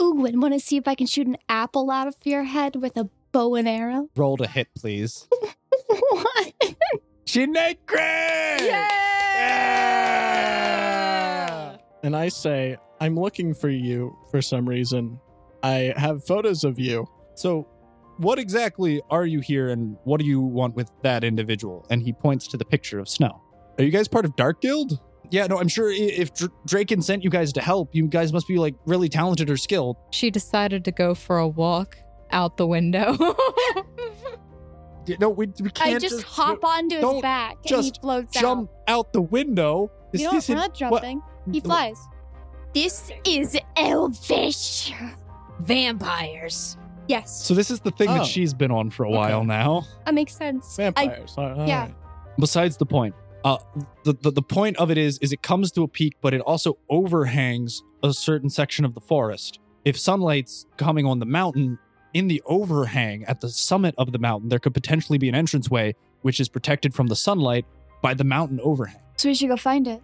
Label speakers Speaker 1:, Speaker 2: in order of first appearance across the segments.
Speaker 1: Ooh, and want to see if I can shoot an apple out of your head with a bow and arrow?
Speaker 2: Roll to hit, please.
Speaker 1: what?
Speaker 2: She made great! Yeah!
Speaker 3: and I say, I'm looking for you for some reason. I have photos of you.
Speaker 2: So, what exactly are you here and what do you want with that individual? And he points to the picture of Snow. Are you guys part of Dark Guild? Yeah, no, I'm sure i- if Dr- Draken sent you guys to help, you guys must be like really talented or skilled.
Speaker 4: She decided to go for a walk out the window.
Speaker 2: Y- No, we, we can't
Speaker 1: I just, hop onto his
Speaker 2: don't
Speaker 1: back and he
Speaker 2: just
Speaker 1: floats
Speaker 2: jump
Speaker 1: out.
Speaker 2: out the window. Is
Speaker 1: You know,
Speaker 2: this
Speaker 1: we're
Speaker 2: an-
Speaker 1: not
Speaker 2: what- Mm,
Speaker 1: jumping. He flies. This is elvish.
Speaker 5: Vampires.
Speaker 1: Yes,
Speaker 2: So this is the thing
Speaker 3: Oh.
Speaker 2: that she's been on for a
Speaker 3: Okay.
Speaker 2: while now.
Speaker 1: that makes sense. I,
Speaker 3: Vampires. Uh, All right.
Speaker 1: yeah.
Speaker 2: Besides the point, uh, the, the the point of it is is it comes to a peak, but it also overhangs a certain section of the forest. If sunlight's coming on the mountain, in the overhang at the summit of the mountain, there could potentially be an entranceway which is protected from the sunlight by the mountain overhang.
Speaker 1: so we should go find it.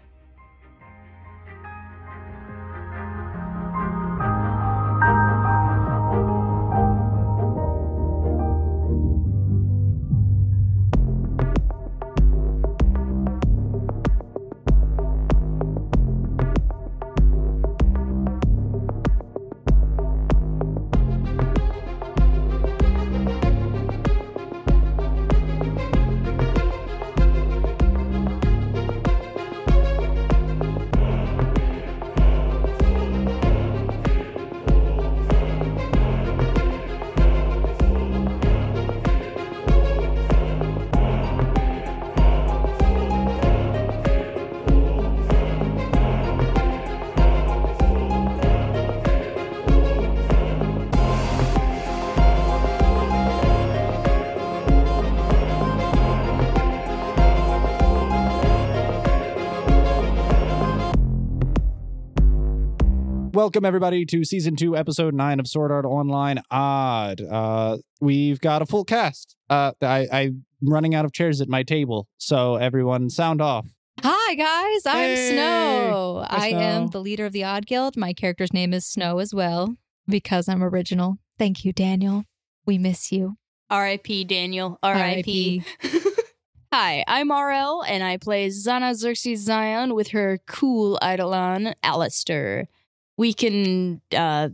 Speaker 2: Welcome everybody to season two, episode nine of Sword Art Online. Odd. Uh, we've got a full cast. Uh, I, I'm running out of chairs at my table, so everyone, sound off.
Speaker 4: Hi guys, I'm
Speaker 2: Hey!
Speaker 4: Snow.
Speaker 2: Hi,
Speaker 4: I am
Speaker 2: Snow.
Speaker 4: the leader of the Odd Guild. My character's name is Snow as well because I'm original. Thank you, Daniel. We miss you.
Speaker 5: R.I.P. Daniel. R.I.P. Hi, I'm RL, and I play Zana Xerxes Zion with her cool eidolon, Alistair. We can uh,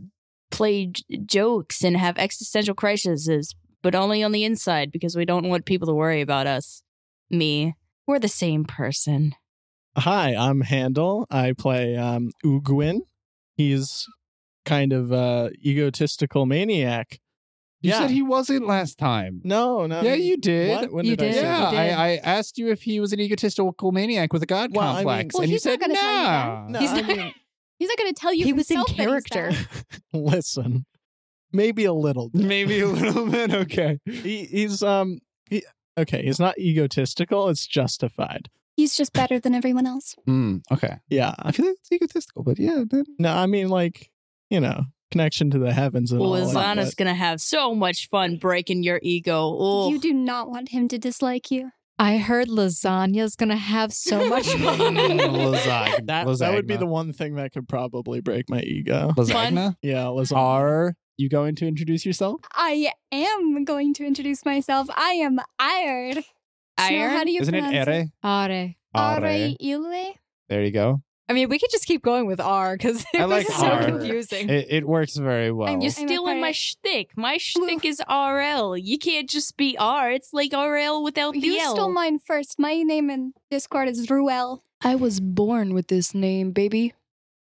Speaker 5: play j- jokes and have existential crises, but only on the inside because we don't want people to worry about us. Me. We're the same person.
Speaker 3: Hi, I'm Handel. I play um, Uguin. He's kind of uh, egotistical maniac.
Speaker 2: You
Speaker 3: Yeah.
Speaker 2: said he wasn't last time.
Speaker 3: No, no.
Speaker 2: yeah, you did.
Speaker 3: Um, What? When
Speaker 4: You
Speaker 3: did,
Speaker 4: did.
Speaker 3: I say
Speaker 2: Yeah,
Speaker 3: that?
Speaker 4: you did.
Speaker 2: I, I asked you if he was an egotistical maniac with a god
Speaker 3: Well, I mean-
Speaker 2: complex,
Speaker 1: Well,
Speaker 2: and you
Speaker 1: he's not
Speaker 2: said
Speaker 1: gonna tell you that.
Speaker 2: nah.
Speaker 3: No,
Speaker 5: He's
Speaker 3: I
Speaker 5: not-
Speaker 3: mean,
Speaker 1: He's not going to tell you.
Speaker 4: He was in
Speaker 1: himself that he's
Speaker 4: character.
Speaker 1: that.
Speaker 3: listen, maybe a little. Bit.
Speaker 2: Maybe a little bit. Okay.
Speaker 3: He, he's um. He, okay, he's not egotistical. It's justified.
Speaker 1: He's just better than everyone else.
Speaker 2: Mm, okay.
Speaker 3: Yeah.
Speaker 2: I feel like it's egotistical, but yeah. Then...
Speaker 3: No, I mean like you know connection to the heavens and
Speaker 5: Well,
Speaker 3: all. that,
Speaker 5: Zana's
Speaker 3: but-
Speaker 5: going to have so much fun breaking your ego. Oh,
Speaker 1: You do not want him to dislike you.
Speaker 4: I heard lasagna's gonna have so much fun.
Speaker 2: Lasagna.
Speaker 3: that, that would be
Speaker 2: Lasagna.
Speaker 3: the one thing that could probably break my ego.
Speaker 2: Lasagna.
Speaker 3: Yeah, lasagna.
Speaker 2: Are you going to introduce yourself?
Speaker 1: I am going to introduce myself. I am Ired.
Speaker 5: Iron?
Speaker 1: Snow, how do you
Speaker 2: Isn't it
Speaker 1: pronounce
Speaker 2: ere?
Speaker 4: Are.
Speaker 1: Are Ile?
Speaker 2: There you go.
Speaker 4: I mean, we could just keep going with R because it
Speaker 2: I
Speaker 4: was
Speaker 2: like
Speaker 4: so
Speaker 2: R.
Speaker 4: confusing.
Speaker 2: It, it works very well.
Speaker 1: I'm
Speaker 5: You're
Speaker 1: just-
Speaker 5: stealing my
Speaker 1: afraid-
Speaker 5: shtick. My shtick is RL. You can't just be R. It's like RL without the
Speaker 1: You
Speaker 5: L.
Speaker 1: stole mine first. My name in Discord is Ruel.
Speaker 6: I was born with this name, baby.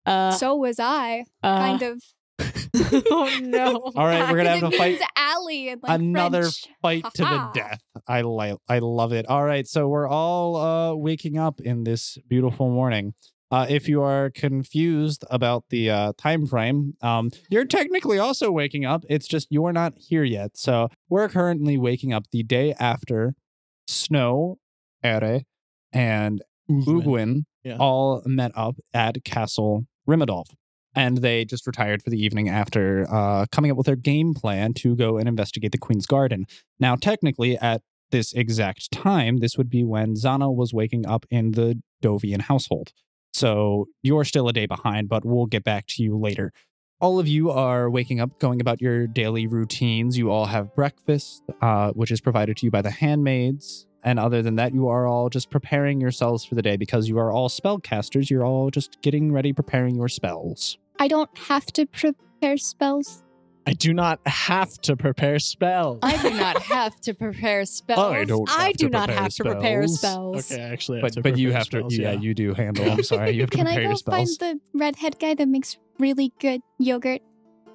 Speaker 5: uh,
Speaker 1: so was I,
Speaker 5: uh,
Speaker 1: kind of.
Speaker 4: oh no.
Speaker 2: All right, we're gonna have to
Speaker 1: Because it
Speaker 2: fight
Speaker 1: means alley in, like,
Speaker 2: another
Speaker 1: French.
Speaker 2: fight to the
Speaker 1: Ha-ha.
Speaker 2: death. I like I love it. All right, so we're all uh waking up in this beautiful morning. Uh if you are confused about the uh time frame, um you're technically also waking up. It's just you're not here yet. So we're currently waking up the day after Snow, Ere, and Ugwin
Speaker 3: Yeah.
Speaker 2: all met up at Castle Rimadolf. And they just retired for the evening after uh, coming up with their game plan to go and investigate the Queen's Garden. Now, technically, at this exact time, this would be when Zana was waking up in the Dovian household. So you're still a day behind, but we'll get back to you later. all of you are waking up, going about your daily routines. You all have breakfast, uh, which is provided to you by the handmaids. And other than that, you are all just preparing yourselves for the day because you are all spellcasters. You're all just getting ready, preparing your spells.
Speaker 1: I don't have to prepare spells.
Speaker 3: I do not have to prepare spells.
Speaker 5: I do not have to prepare spells.
Speaker 4: I do not have to prepare spells.
Speaker 3: okay, actually, I
Speaker 2: But,
Speaker 3: have to
Speaker 2: but you
Speaker 3: prepare
Speaker 2: have
Speaker 3: spells,
Speaker 2: to, yeah, you do handle. I'm sorry, you have to
Speaker 1: Can I
Speaker 2: prepare
Speaker 1: go
Speaker 2: your
Speaker 1: find
Speaker 2: spells.
Speaker 1: the redhead guy that makes really good yogurt?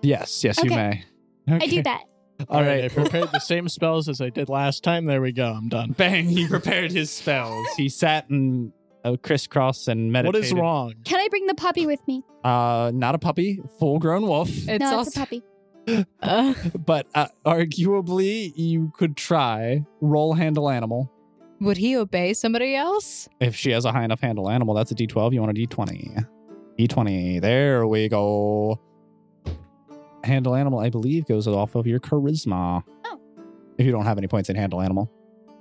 Speaker 2: yes, yes, you
Speaker 1: Okay.
Speaker 2: may.
Speaker 1: I do that.
Speaker 2: All
Speaker 3: I
Speaker 2: right,
Speaker 3: prepared the same spells as I did last time. There we go. I'm done.
Speaker 2: bang! He prepared his spells. He sat and uh, crisscross and
Speaker 3: What
Speaker 2: meditated.
Speaker 3: is wrong?
Speaker 1: Can I bring the puppy with me?
Speaker 2: Uh, not a puppy, full grown wolf,
Speaker 4: It's
Speaker 1: no, it's a
Speaker 4: also
Speaker 1: puppy.
Speaker 5: Uh,
Speaker 2: but uh, arguably you could try roll handle animal.
Speaker 4: would he obey somebody else?
Speaker 2: If she has a high enough handle animal, that's a d12. You want a d20. D20. There we go. Handle animal, I believe, goes off of your charisma.
Speaker 1: Oh.
Speaker 2: If you don't have any points in handle animal.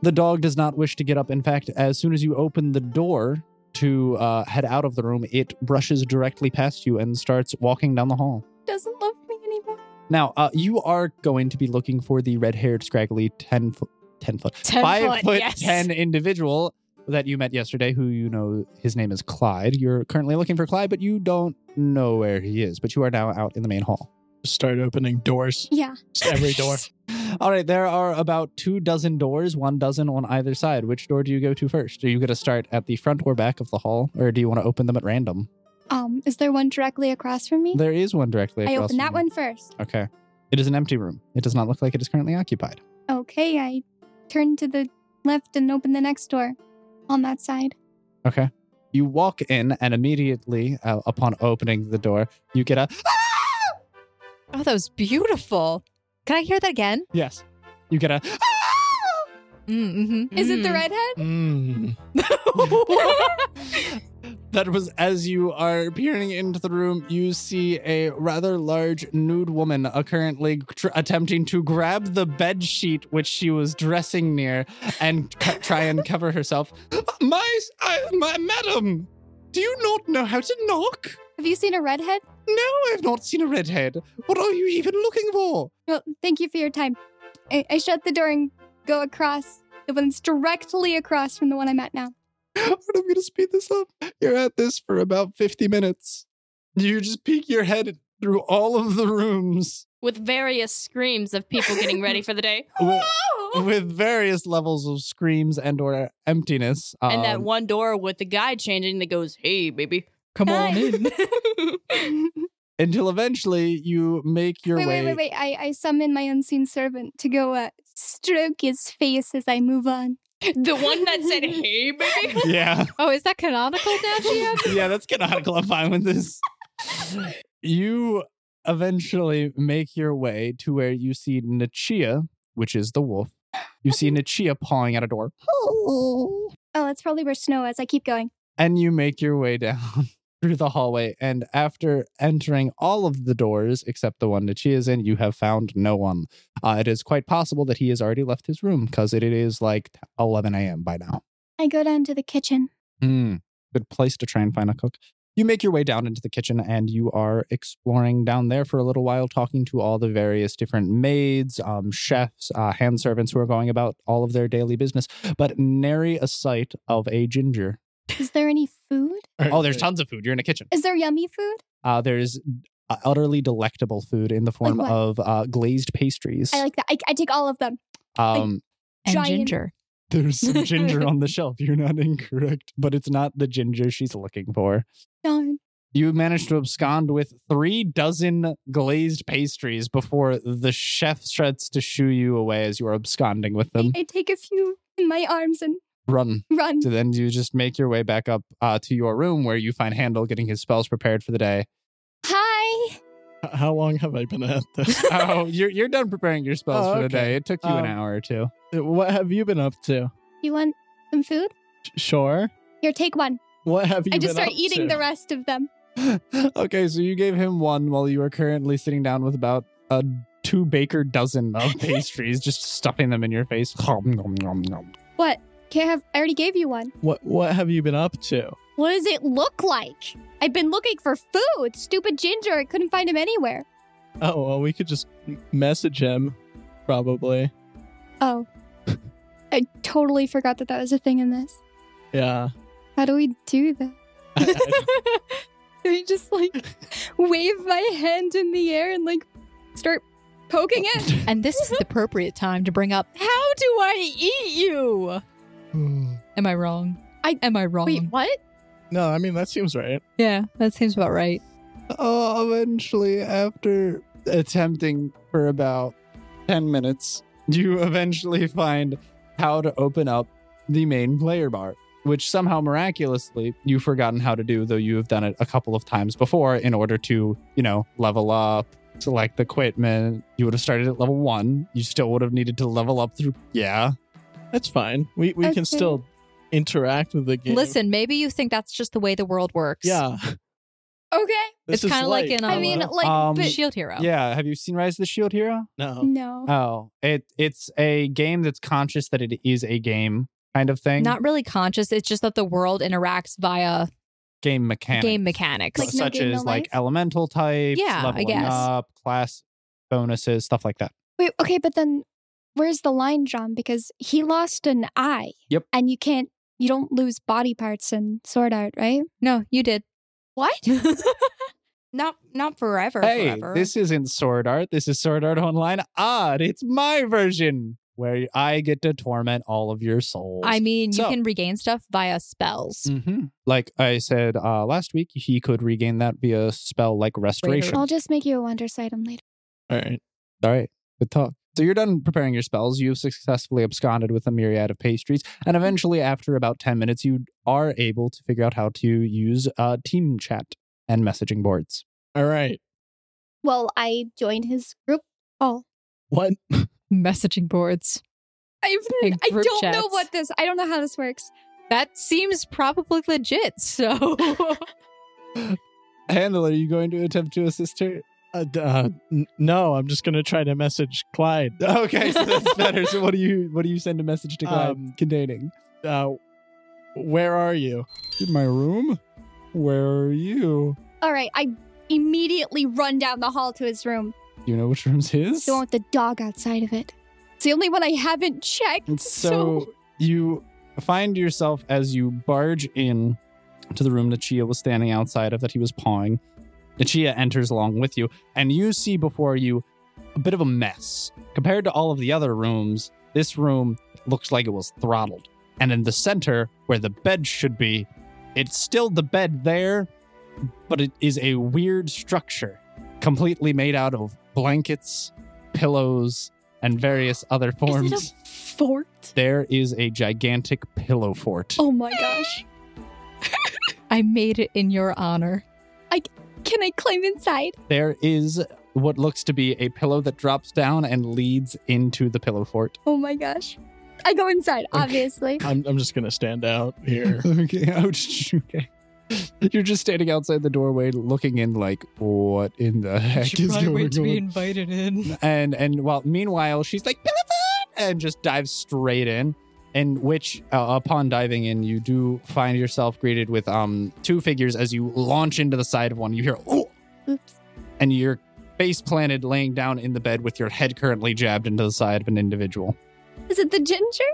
Speaker 2: The dog does not wish to get up. In fact, as soon as you open the door to uh, head out of the room, it brushes directly past you and starts walking down the hall.
Speaker 1: Doesn't love me anymore.
Speaker 2: Now, uh, you are going to be looking for the red haired, scraggly 10 foot, 10 foot,
Speaker 5: 10
Speaker 2: five
Speaker 5: foot,
Speaker 2: foot
Speaker 5: yes.
Speaker 2: 10 individual that you met yesterday, who you know his name is Clyde. You're currently looking for Clyde, but you don't know where he is, but you are now out in the main hall.
Speaker 3: Start opening doors.
Speaker 1: Yeah.
Speaker 3: Just every door.
Speaker 2: All right, there are about two dozen doors, one dozen on either side. Which door do you go to first? Are you going to start at the front or back of the hall, or do you want to open them at random?
Speaker 1: Um, is there one directly across from me?
Speaker 2: There is one directly across
Speaker 1: I open
Speaker 2: from
Speaker 1: that
Speaker 2: you.
Speaker 1: one first.
Speaker 2: Okay. It is an empty room. It does not look like it is currently occupied.
Speaker 1: Okay, I turn to the left and open the next door on that side.
Speaker 2: Okay. You walk in, and immediately uh, upon opening the door, you get a
Speaker 4: Oh, that was beautiful. Can I hear that again?
Speaker 2: yes. You get a
Speaker 4: Mm-hmm.
Speaker 1: Is it the
Speaker 2: Hmm.
Speaker 5: Mm.
Speaker 1: redhead?
Speaker 3: Mm.
Speaker 2: that was as you are peering into the room. You see a rather large nude woman uh, currently tr- attempting to grab the bed sheet which she was dressing near and c- try and cover herself. My, uh, my madam, do you not know how to knock?
Speaker 1: Have you seen a redhead?
Speaker 2: No, I've not seen a redhead. What are you even looking for?
Speaker 1: Well, thank you for your time. I, I shut the door and go across the one that's directly across from the one I'm at now.
Speaker 2: I'm going to speed this up. You're at this for about 50 minutes. You just peek your head through all of the rooms
Speaker 5: with various screams of people getting ready for the day.
Speaker 2: with, with various levels of screams and or emptiness.
Speaker 5: and that
Speaker 2: Um,
Speaker 5: one door with the guy changing that goes, hey, baby.
Speaker 4: Come on
Speaker 1: Hi.
Speaker 4: in.
Speaker 1: wait,
Speaker 2: until eventually you make your
Speaker 1: wait,
Speaker 2: way.
Speaker 1: wait, wait, I, I summon my unseen servant to go uh, stroke his face as I move on.
Speaker 5: the one that said, hey, baby.
Speaker 2: Yeah.
Speaker 4: Oh, is that canonical now, GM?
Speaker 2: yeah, that's canonical. I'm fine with this. You eventually make your way to where you see Nachia, which is the wolf. You see Nachia pawing at a door.
Speaker 1: Oh, that's probably where Snow is. I keep going.
Speaker 2: and you make your way down through the hallway. And after entering all of the doors except the one that she is in, you have found no one. Uh, it is quite possible that he has already left his room because it is like 11 a.m. by now.
Speaker 1: I go down to the kitchen.
Speaker 2: Mm, good place to try and find a cook. You make your way down into the kitchen and you are exploring down there for a little while, talking to all the various different maids, um, chefs, uh, hand servants who are going about all of their daily business, but nary a sight of a ginger.
Speaker 1: Is there any food?
Speaker 2: Oh, there's tons of food. You're in a kitchen.
Speaker 1: Is there yummy food?
Speaker 2: Uh, there's uh, utterly delectable food in the form
Speaker 1: what?
Speaker 2: of uh, glazed pastries.
Speaker 1: I like that. I, I take all of them.
Speaker 2: um,
Speaker 4: And
Speaker 1: Giant-
Speaker 4: ginger.
Speaker 2: there's some ginger on the shelf. You're not incorrect, but it's not the ginger she's looking for.
Speaker 1: Darn.
Speaker 2: You managed to abscond with three dozen glazed pastries before the chef starts to shoo you away as you are absconding with
Speaker 1: I,
Speaker 2: them.
Speaker 1: I take a few in my arms and
Speaker 2: Run.
Speaker 1: run.
Speaker 2: So then you just make your way back up uh, to your room where you find Handel getting his spells prepared for the day.
Speaker 1: Hi.
Speaker 3: H- How long have I been at this?
Speaker 2: oh, you're, you're done preparing your spells
Speaker 3: Oh,
Speaker 2: for the
Speaker 3: okay.
Speaker 2: day. It took you an
Speaker 3: Um,
Speaker 2: hour or two.
Speaker 3: what have you been up to?
Speaker 1: You want some food?
Speaker 3: Sh- Sure.
Speaker 1: Here, take one.
Speaker 3: What have you?
Speaker 1: I just
Speaker 3: been
Speaker 1: start
Speaker 3: up
Speaker 1: eating
Speaker 3: to?
Speaker 1: the rest of them.
Speaker 2: okay, so you gave him one while you were currently sitting down with about a two baker dozen of pastries, just stuffing them in your face. Nom, nom, nom, nom.
Speaker 1: What? Can't have. I already gave you one.
Speaker 3: What What have you been up to?
Speaker 1: What does it look like? I've been looking for food. Stupid Ginger, I couldn't find him anywhere.
Speaker 3: Oh, well, we could just m- message him, probably.
Speaker 1: Oh. I totally forgot that that was a thing in this.
Speaker 3: Yeah.
Speaker 1: How do we do that?
Speaker 3: I-
Speaker 1: Do you just like wave my hand in the air and like start poking it?
Speaker 4: And this is the appropriate time to bring up
Speaker 5: How do I eat you?
Speaker 3: I-
Speaker 4: Am I wrong?
Speaker 1: I-
Speaker 4: am I wrong?
Speaker 1: Wait,
Speaker 3: Um,
Speaker 1: what?
Speaker 3: no, I mean, that seems right.
Speaker 4: Yeah, that seems about right.
Speaker 2: Oh, eventually, after attempting for about 10 minutes, you eventually find how to open up the main player bar, which somehow miraculously you've forgotten how to do, though you have done it a couple of times before in order to, you know, level up, select equipment. You would have started at level one. You still would have needed to level up through, yeah.
Speaker 3: That's fine. We, we
Speaker 1: Okay.
Speaker 3: can still interact with the game.
Speaker 4: Listen, maybe you think that's just the way the world works.
Speaker 3: Yeah.
Speaker 1: Okay.
Speaker 3: this
Speaker 4: it's
Speaker 3: is
Speaker 4: kind of like
Speaker 3: light,
Speaker 4: in a
Speaker 1: I mean,
Speaker 3: Helena.
Speaker 1: like,
Speaker 2: Um,
Speaker 1: but
Speaker 4: Shield Hero.
Speaker 2: Yeah. Have you seen Rise of the Shield Hero?
Speaker 3: no.
Speaker 1: no.
Speaker 2: Oh, it it's a game that's conscious that it is a game kind of thing.
Speaker 4: Not really conscious. It's just that the world interacts via
Speaker 2: game mechanics.
Speaker 4: game mechanics.
Speaker 1: Like, no
Speaker 2: such
Speaker 1: game, no
Speaker 2: as like
Speaker 1: life?
Speaker 2: elemental types,
Speaker 4: Yeah, I
Speaker 2: leveling
Speaker 4: guess.
Speaker 2: up, class bonuses, stuff like that.
Speaker 1: Wait, okay, but then where's the line drawn? Because he lost an eye.
Speaker 2: Yep.
Speaker 1: And you can't, you don't lose body parts in Sword Art, right?
Speaker 4: no, you did.
Speaker 5: What? not not forever.
Speaker 2: hey,
Speaker 5: forever.
Speaker 2: this isn't Sword Art. This is Sword Art Online. Odd. It's my version where I get to torment all of your souls.
Speaker 4: I mean,
Speaker 2: So-
Speaker 4: you can regain stuff via spells.
Speaker 2: Mhm. Like I said uh, last week, he could regain that via spell like restoration.
Speaker 1: I'll just make you a wondrous item later.
Speaker 3: All right.
Speaker 2: All right. Good talk. So you're done preparing your spells. You've successfully absconded with a myriad of pastries. And eventually, after about 10 minutes, you are able to figure out how to use uh, team chat and messaging boards.
Speaker 3: All right.
Speaker 1: Well, I joined his group. Oh,
Speaker 3: What?
Speaker 2: Mm.
Speaker 4: Messaging boards.
Speaker 1: I've,
Speaker 4: Like
Speaker 1: I
Speaker 4: group
Speaker 1: don't know
Speaker 4: chats.
Speaker 1: what this. I don't know how this works.
Speaker 4: That seems probably legit. So
Speaker 2: Handel, are you going to attempt to assist her?
Speaker 3: Uh, d- uh, n- no, I'm just going to try to message Clyde.
Speaker 2: Okay, so that's better. So what do you what do you send a message to Clyde
Speaker 3: Um,
Speaker 2: containing?
Speaker 3: Uh, where are you?
Speaker 2: In my room? Where are you?
Speaker 1: All right, I immediately run down the hall to his room.
Speaker 2: Do you know which room's his?
Speaker 1: The one with the dog outside of it. It's the only one I haven't checked.
Speaker 2: And so, you find yourself as you barge in to the room that Chia was standing outside of that he was pawing. Chia enters along with you, and you see before you a bit of a mess. Compared to all of the other rooms, this room looks like it was throttled. And in the center, where the bed should be, it's still the bed there, but it is a weird structure completely made out of blankets, pillows, and various other forms.
Speaker 1: Is it a fort?
Speaker 2: There is a gigantic pillow fort.
Speaker 1: Oh my gosh.
Speaker 4: I made it in your honor.
Speaker 1: Can I climb inside?
Speaker 2: There is what looks to be a pillow that drops down and leads into the pillow fort.
Speaker 1: Oh my gosh. I go inside,
Speaker 2: Okay.
Speaker 1: obviously.
Speaker 3: I'm, I'm just going to stand out here.
Speaker 2: Okay, ouch. Okay. You're just standing outside the doorway looking in like what in the heck is going on?
Speaker 4: invited in.
Speaker 2: And and while meanwhile she's like pillow fort and just dives straight in. In which, uh, upon diving in, you do find yourself greeted with um two figures as you launch into the side of one. You hear "Oh, "Ooh,"
Speaker 1: Oops.
Speaker 2: and you're face planted laying down in the bed with your head currently jabbed into the side of an individual.
Speaker 1: Is it the ginger?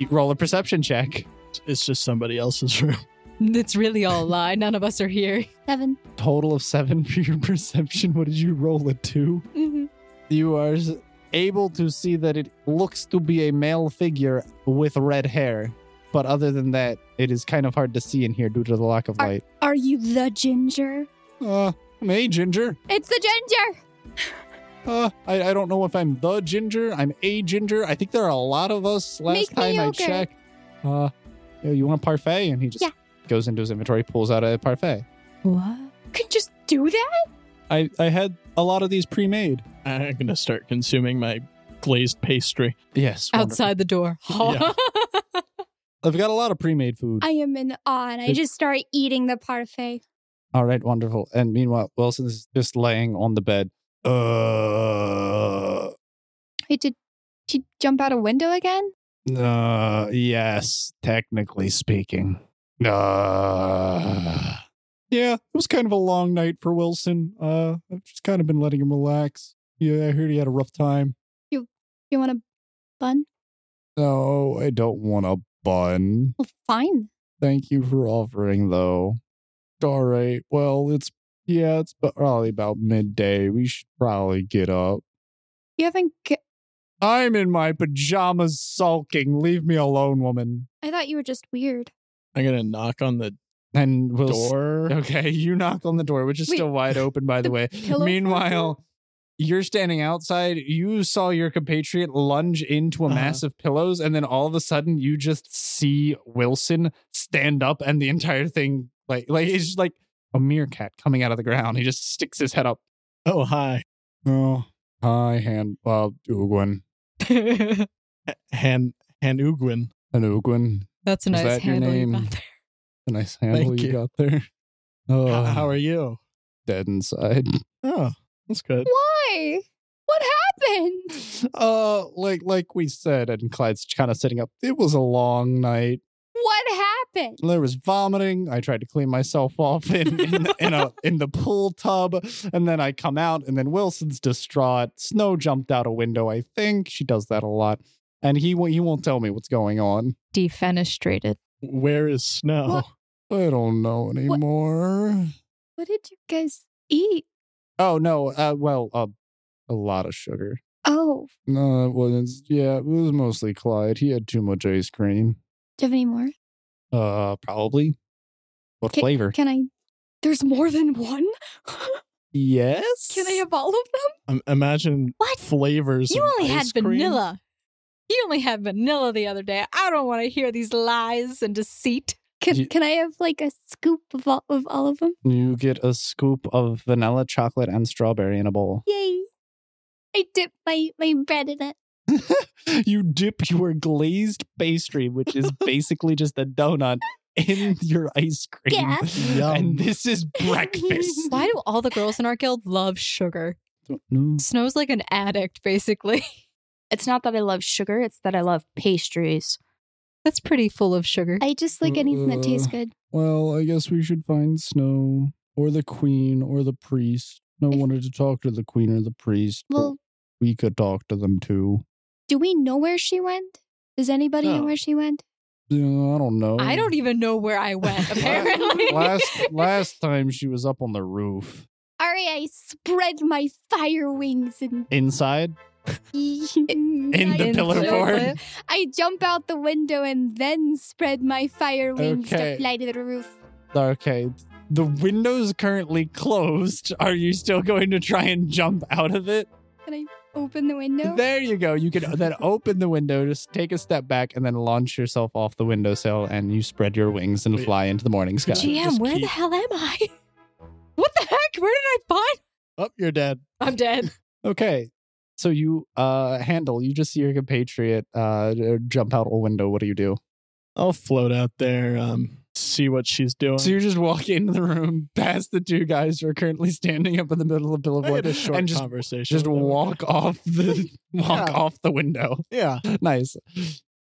Speaker 2: You roll a perception check.
Speaker 3: It's just somebody else's room.
Speaker 4: It's really all a lie. None of us are here.
Speaker 1: Seven.
Speaker 2: Total of seven for your perception. What did you roll a two?
Speaker 1: Mm-hmm.
Speaker 2: You are s- able to see that it looks to be a male figure with red hair. But other than that, it is kind of hard to see in here due to the lack of
Speaker 1: Are-
Speaker 2: light.
Speaker 1: Are you the ginger?
Speaker 2: Uh, I'm a ginger.
Speaker 1: It's the ginger.
Speaker 2: Uh, I, I don't know if I'm the ginger. I'm a ginger. I think there are a lot of us. Last
Speaker 1: Make me
Speaker 2: time I
Speaker 1: yogurt.
Speaker 2: checked. Uh, "Yo, you want a parfait? And he just
Speaker 1: Yeah.
Speaker 2: goes into his inventory, pulls out a parfait.
Speaker 4: What?
Speaker 1: Could just do that?
Speaker 2: I, I had a lot of these pre-made.
Speaker 3: I'm going to start consuming my glazed pastry.
Speaker 2: Yes. wonderful.
Speaker 4: Outside the door.
Speaker 3: Yeah.
Speaker 2: I've got a lot of pre-made food.
Speaker 1: I am in awe and I
Speaker 2: It's-
Speaker 1: just start eating the parfait.
Speaker 2: All right, wonderful. And meanwhile, Wilson's just laying on the bed. Uh,
Speaker 1: Wait, did she jump out a window again?
Speaker 2: uh yes, technically speaking. Uh, yeah, it was kind of a long night for Wilson. Uh, I've just kind of been letting him relax. Yeah, I heard he had a rough time.
Speaker 1: You want a bun?
Speaker 2: No, I don't want a bun.
Speaker 1: Well, fine.
Speaker 2: Thank you for offering, though. All right. Well, it's yeah, it's bu- probably about midday. We should probably get up.
Speaker 1: You haven't. G-
Speaker 2: I'm in my pajamas sulking. Leave me alone, woman.
Speaker 1: I thought you were just weird.
Speaker 3: I'm gonna knock on the
Speaker 2: And we'll s-
Speaker 3: door.
Speaker 2: Okay, you knock on the door, which is
Speaker 1: Wait,
Speaker 2: still wide open, by the,
Speaker 1: the
Speaker 2: way.
Speaker 1: pillow
Speaker 2: Meanwhile, you're standing outside. You saw your compatriot lunge into a
Speaker 3: Uh-huh.
Speaker 2: mass of pillows, and then all of a sudden, you just see Wilson stand up, and the entire thing, like, like it's just like a meerkat coming out of the ground. He just sticks his head up.
Speaker 3: Oh hi,
Speaker 2: Oh, hi, hand, uh, Uguin,
Speaker 3: Han Han Uguin.
Speaker 2: and Uguin,
Speaker 4: That's a
Speaker 2: Was
Speaker 4: nice
Speaker 2: that your
Speaker 4: handle you
Speaker 2: name?
Speaker 4: got there.
Speaker 2: a nice handle
Speaker 3: Thank
Speaker 2: you,
Speaker 3: you.
Speaker 2: got there. Oh,
Speaker 3: H- how are you?
Speaker 2: dead inside.
Speaker 3: Oh, that's good.
Speaker 1: Why? What happened?
Speaker 2: uh like like we said and clyde's kind of sitting up it was a long night
Speaker 1: What happened?
Speaker 2: there was vomiting i tried to clean myself off in in, in a in the pool tub and then i come out and then wilson's distraught snow jumped out a window i think she does that a lot and he won't he won't tell me what's going on
Speaker 4: Defenestrated.
Speaker 3: Where is Snow?
Speaker 1: What?
Speaker 2: i don't know anymore
Speaker 1: What did you guys eat?
Speaker 2: oh no uh well uh, a lot of sugar
Speaker 1: Oh,
Speaker 2: no it wasn't yeah it was mostly clyde he had too much ice cream
Speaker 1: do you have any more?
Speaker 2: uh probably what
Speaker 1: Ca-
Speaker 2: flavor
Speaker 1: Can I? There's more than one.
Speaker 2: Yes.
Speaker 1: Can I have all of them?
Speaker 3: Um, imagine
Speaker 4: What?
Speaker 3: flavors.
Speaker 4: You
Speaker 3: of
Speaker 4: only had
Speaker 3: ice cream.
Speaker 4: vanilla. You only had vanilla the other day. I don't want to hear these lies and deceit.
Speaker 1: Can,
Speaker 2: You-
Speaker 1: can I have like a scoop of all of, all of them?
Speaker 2: You get a scoop of vanilla, chocolate, and strawberry in a bowl.
Speaker 1: Yay! I dip my my bread in it.
Speaker 2: you dip your glazed pastry, which is basically just a donut, in your ice cream.
Speaker 1: Yes.
Speaker 3: Yum.
Speaker 2: And this is breakfast.
Speaker 4: Why do all the girls in our guild love sugar?
Speaker 2: No.
Speaker 4: Snow's like an addict, basically.
Speaker 5: It's not that I love sugar, it's that I love pastries.
Speaker 4: That's pretty full of sugar.
Speaker 1: I just like anything that tastes
Speaker 2: Uh,
Speaker 1: good.
Speaker 2: Well, I guess we should find Snow or the Queen or the priest. No
Speaker 1: If-
Speaker 2: wanted to talk to the Queen or the priest. but
Speaker 1: Well,
Speaker 2: we could talk to them too.
Speaker 1: do we know where she went? Does anybody know
Speaker 3: No.
Speaker 1: where she went?
Speaker 2: Yeah, I don't know.
Speaker 4: I don't even know where I went, apparently.
Speaker 2: last last time she was up on the roof.
Speaker 1: Ari, I spread my fire wings and
Speaker 2: Inside?
Speaker 1: in
Speaker 2: the pillow fort.
Speaker 4: fort.
Speaker 1: I jump out the window and then spread my fire wings
Speaker 2: Okay.
Speaker 1: to fly to the roof.
Speaker 2: Okay. The window's currently closed. Are you still going to try and jump out of it?
Speaker 1: Open the window.
Speaker 2: There you go. You can then open the window, just take a step back, and then launch yourself off the windowsill, and you spread your wings and
Speaker 3: Wait.
Speaker 2: fly into the morning sky.
Speaker 3: Gee.
Speaker 4: GM,
Speaker 3: Just
Speaker 4: where the
Speaker 3: keep-
Speaker 4: hell am I? What the heck? Where did I find?
Speaker 3: Oh, you're dead.
Speaker 4: I'm dead.
Speaker 2: Okay. So you uh handle, you just see your compatriot uh jump out a window. What do you do?
Speaker 3: I'll float out there. Um, see what she's doing.
Speaker 2: So you just walk into the room past the two guys who are currently standing up in the middle of the
Speaker 3: I had
Speaker 2: billboard
Speaker 3: a short
Speaker 2: and just
Speaker 3: conversation.
Speaker 2: just
Speaker 3: with them.
Speaker 2: walk off the walk
Speaker 3: Yeah.
Speaker 2: off the window.
Speaker 3: Yeah.
Speaker 2: nice.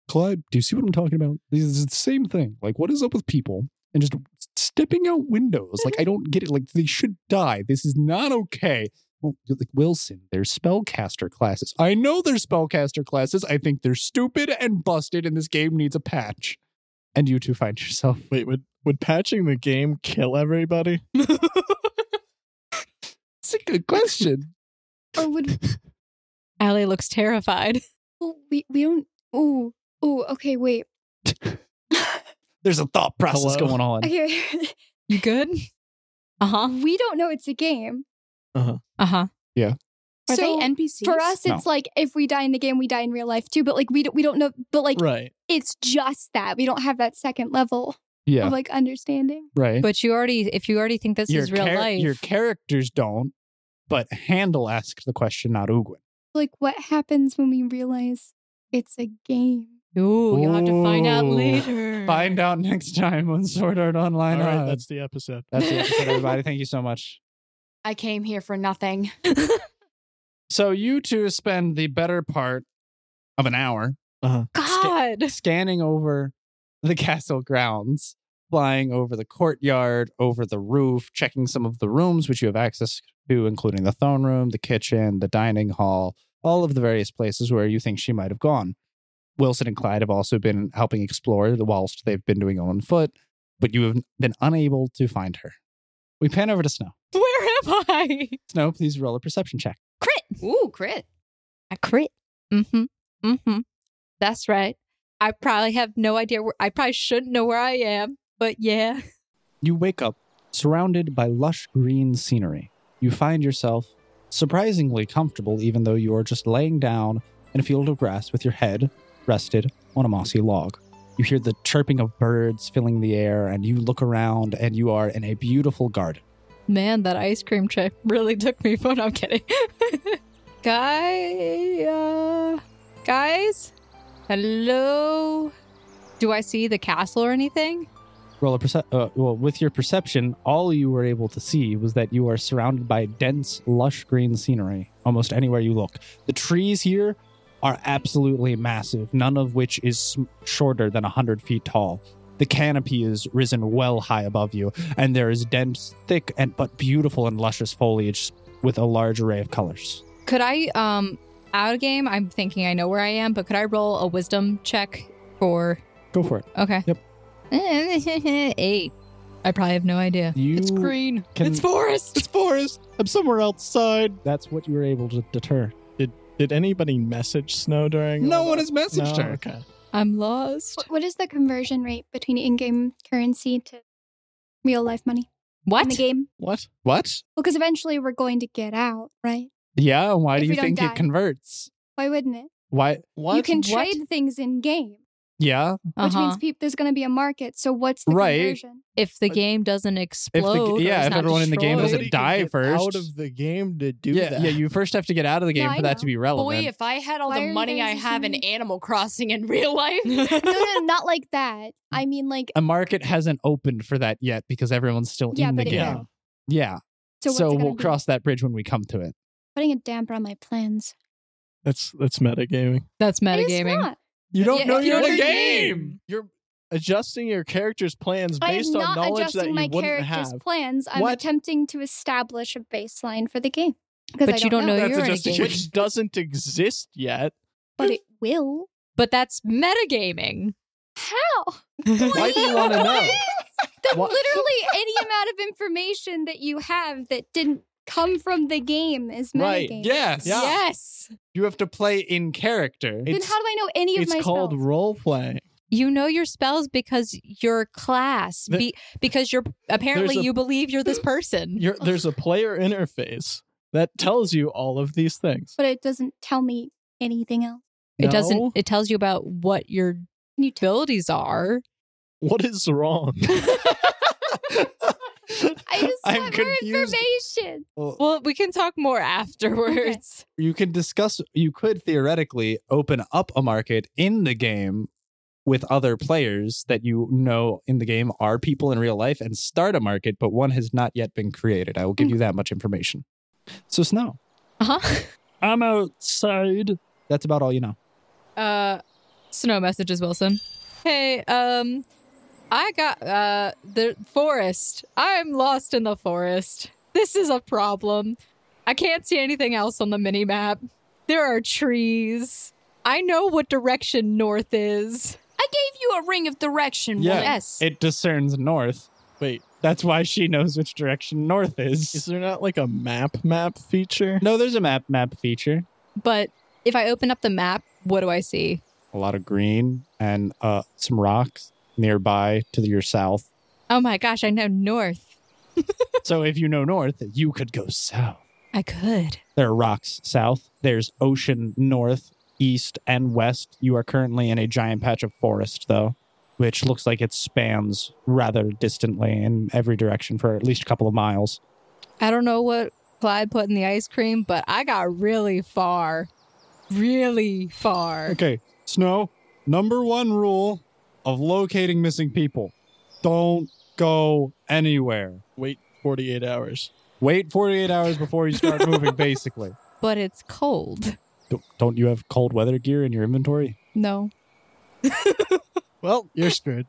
Speaker 2: Clyde, do you see what I'm talking about? This is the same thing. Like, what is up with people and just stepping out windows? Like, I don't get it. Like, they should die. This is not okay. Well, like Wilson, there's spellcaster classes. I know there's spellcaster classes. I think they're stupid and busted, and this game needs a patch. And you two find yourself.
Speaker 3: Wait, would would patching the game kill everybody?
Speaker 2: It's a good question.
Speaker 1: Or would
Speaker 4: Allie looks terrified.
Speaker 1: well, we we don't? Oh oh okay wait
Speaker 2: There's a thought process
Speaker 3: Hello?
Speaker 2: going on.
Speaker 1: okay
Speaker 4: You good? Uh huh.
Speaker 1: we don't know it's a game.
Speaker 4: Uh huh.
Speaker 5: Uh-huh. Are
Speaker 1: so
Speaker 5: they NPCs?
Speaker 1: for us
Speaker 2: No.
Speaker 1: it's like if we die in the game we die in real life too. But like we don't we don't know. But like
Speaker 3: Right.
Speaker 1: it's just that we don't have that second level
Speaker 2: Yeah,
Speaker 1: of like understanding.
Speaker 2: right.
Speaker 4: But you already, if you already think this is real
Speaker 2: char-
Speaker 4: life,
Speaker 2: your characters don't, but Handel asked the question, not Uguin.
Speaker 1: Like what happens when we realize it's a game?
Speaker 4: Ooh, you'll have to find out
Speaker 2: Ooh.
Speaker 4: later.
Speaker 2: Find out next time on Sword Art Online.
Speaker 3: All right.
Speaker 2: Live.
Speaker 3: That's the episode.
Speaker 2: That's it, episode, everybody. Thank you so much.
Speaker 5: I came here for nothing.
Speaker 2: So you two spend the better part of an hour
Speaker 4: God.
Speaker 2: scanning over the castle grounds flying over the courtyard, over the roof, checking some of the rooms which you have access to, including the throne room, the kitchen, the dining hall, all of the various places where you think she might have gone. Wilson and Clyde have also been helping explore the whilst they've been doing it on foot, but you have been unable to find her. We pan over to Snow.
Speaker 4: Where am I?
Speaker 2: Snow, please roll a perception check.
Speaker 4: Crit.
Speaker 5: Ooh, crit.
Speaker 4: A crit. Mm-hmm. Mm-hmm. That's right. I probably have no idea where I probably shouldn't know where I am, but yeah.
Speaker 2: You wake up surrounded by lush green scenery. You find yourself surprisingly comfortable, even though you are just laying down in a field of grass with your head rested on a mossy log. You hear the chirping of birds filling the air, and you look around, and you are in a beautiful garden.
Speaker 4: Man, that ice cream trip really took me fun. I'm kidding. Guy uh, guys? Hello? Do I see the castle or anything?
Speaker 2: Roll a perce- uh, well, with your perception, all you were able to see was that you are surrounded by dense, lush green scenery almost anywhere you look. The trees here are absolutely massive, none of which is sm- shorter than 100 feet tall. The canopy is risen well high above you, and there is dense, thick, and but beautiful and luscious foliage with a large array of colors.
Speaker 4: Could I um out of game? I'm thinking I know where I am, but could I roll a wisdom check for
Speaker 2: Go for it.
Speaker 4: Okay.
Speaker 2: Yep.
Speaker 4: Eight. I probably have no idea.
Speaker 2: You
Speaker 5: It's green.
Speaker 2: can-
Speaker 5: it's forest.
Speaker 3: It's forest. I'm somewhere outside.
Speaker 2: That's what you were able to deter.
Speaker 3: Did anybody message Snow during? all that? No, Okay.
Speaker 4: I'm lost.
Speaker 1: What is the conversion rate between in-game currency to real life money in
Speaker 4: What?
Speaker 1: the game?
Speaker 3: What?
Speaker 2: What?
Speaker 1: Well, because eventually we're going to get out, right?
Speaker 2: Yeah, and why
Speaker 1: If we
Speaker 2: do you
Speaker 1: don't
Speaker 2: think
Speaker 1: die.
Speaker 2: it converts?
Speaker 1: Why wouldn't it?
Speaker 2: Why?
Speaker 1: You
Speaker 3: What?
Speaker 1: can trade things in game,
Speaker 2: Yeah,
Speaker 1: which
Speaker 4: Uh-huh.
Speaker 1: means peop there's going to be a market. So what's the
Speaker 2: Right.
Speaker 1: conversion?
Speaker 4: if the game doesn't
Speaker 2: the-
Speaker 4: explode,
Speaker 2: yeah,
Speaker 4: or is
Speaker 2: if
Speaker 4: not
Speaker 2: everyone in the game doesn't
Speaker 3: Nobody
Speaker 4: destroyed-
Speaker 3: can
Speaker 2: die
Speaker 3: get
Speaker 2: first.
Speaker 3: Out of the game to do
Speaker 2: yeah,
Speaker 3: that.
Speaker 2: yeah. You first have to get out of the game
Speaker 1: No,
Speaker 2: for
Speaker 1: I
Speaker 2: that
Speaker 1: know.
Speaker 2: to be relevant.
Speaker 5: Boy, if I had all
Speaker 1: Why are
Speaker 5: the
Speaker 1: you
Speaker 5: money I
Speaker 1: guys
Speaker 5: have in
Speaker 1: assuming-
Speaker 5: Animal Crossing in real life.
Speaker 1: no, no, no, not like that. I mean, like,
Speaker 2: a market hasn't opened for that yet because everyone's still
Speaker 1: Yeah,
Speaker 2: in the
Speaker 1: but it
Speaker 2: game.
Speaker 1: will.
Speaker 2: Yeah.
Speaker 1: so, what's it gonna
Speaker 2: we'll
Speaker 1: be?
Speaker 2: cross that bridge when we come to it.
Speaker 1: Putting a damper on my plans.
Speaker 3: That's that's metagaming.
Speaker 4: That's
Speaker 1: It is
Speaker 4: metagaming.
Speaker 1: not.
Speaker 2: You don't
Speaker 4: Yeah,
Speaker 2: know
Speaker 4: if
Speaker 2: you're
Speaker 4: you
Speaker 2: in
Speaker 4: don't
Speaker 2: the
Speaker 4: know-
Speaker 2: game.
Speaker 3: You're adjusting your character's plans
Speaker 1: I am
Speaker 3: based on
Speaker 1: not
Speaker 3: knowledge that
Speaker 1: adjusting
Speaker 3: you
Speaker 1: my
Speaker 3: wouldn't
Speaker 1: character's
Speaker 3: have.
Speaker 1: plans. I'm
Speaker 3: What?
Speaker 1: attempting to establish a baseline for the game. 'Cause
Speaker 4: But
Speaker 1: I
Speaker 4: you don't know,
Speaker 2: That's
Speaker 4: you're in a
Speaker 2: adjusting
Speaker 4: game.
Speaker 2: your-
Speaker 3: which doesn't exist yet.
Speaker 1: But it will.
Speaker 4: But that's metagaming.
Speaker 1: How?
Speaker 3: Why do you want to know?
Speaker 1: Then
Speaker 3: What?
Speaker 1: literally any amount of information that you have that didn't come from the game is metagame.
Speaker 3: Right,
Speaker 2: Yes.
Speaker 3: Yeah.
Speaker 5: Yes.
Speaker 2: You have to play in character.
Speaker 1: Then how do I know any of
Speaker 3: It's
Speaker 1: my
Speaker 3: called
Speaker 1: spells?
Speaker 3: role play.
Speaker 4: You know your spells because your class,
Speaker 3: The-
Speaker 4: be, because you're apparently
Speaker 3: There's a-
Speaker 4: you believe you're this person.
Speaker 3: You're, there's a player interface that tells you all of these things.
Speaker 1: But it doesn't tell me anything else.
Speaker 4: It doesn't.
Speaker 3: No.
Speaker 4: It tells you about what your
Speaker 1: You tell
Speaker 4: abilities are.
Speaker 3: What is wrong?
Speaker 1: I just
Speaker 2: I'm
Speaker 1: want more
Speaker 2: confused.
Speaker 1: information.
Speaker 4: Well, we can talk more afterwards.
Speaker 2: you can discuss you could theoretically open up a market in the game with other players that you know in the game are people in real life and start a market but one has not yet been created i will
Speaker 1: Hmm.
Speaker 2: give you that much information so snow
Speaker 4: Uh huh.
Speaker 2: i'm outside that's about all you know
Speaker 4: uh snow messages wilson hey um i got uh the forest i'm lost in the forest this is a problem i can't see anything else on the mini map there are trees i know what direction north is
Speaker 5: I gave you a ring of direction.
Speaker 2: Yeah.
Speaker 5: woman.
Speaker 4: yes
Speaker 2: it discerns north
Speaker 3: Wait,
Speaker 2: that's why she knows which direction north
Speaker 3: is
Speaker 2: is
Speaker 3: there not like a map map feature?
Speaker 2: no there's a map map feature
Speaker 4: but if i open up the map what do i see
Speaker 2: a lot of green and uh, some rocks nearby to your south
Speaker 4: oh my gosh i know north
Speaker 2: So if you know north, you could go south.
Speaker 4: i could
Speaker 2: There are rocks south. There's ocean north, east, and west. You are currently in a giant patch of forest, though, which looks like it spans rather distantly in every direction for at least a couple of miles.
Speaker 4: i don't know what clyde put in the ice cream but i got really far really far
Speaker 2: Okay, Snow, number one rule of locating missing people don't go anywhere.
Speaker 3: Wait 48 hours.
Speaker 2: Wait 48 hours before you start moving, basically.
Speaker 4: but it's cold.
Speaker 2: Don't- Don't you have cold weather gear in your inventory?
Speaker 4: No.
Speaker 3: Well, you're screwed.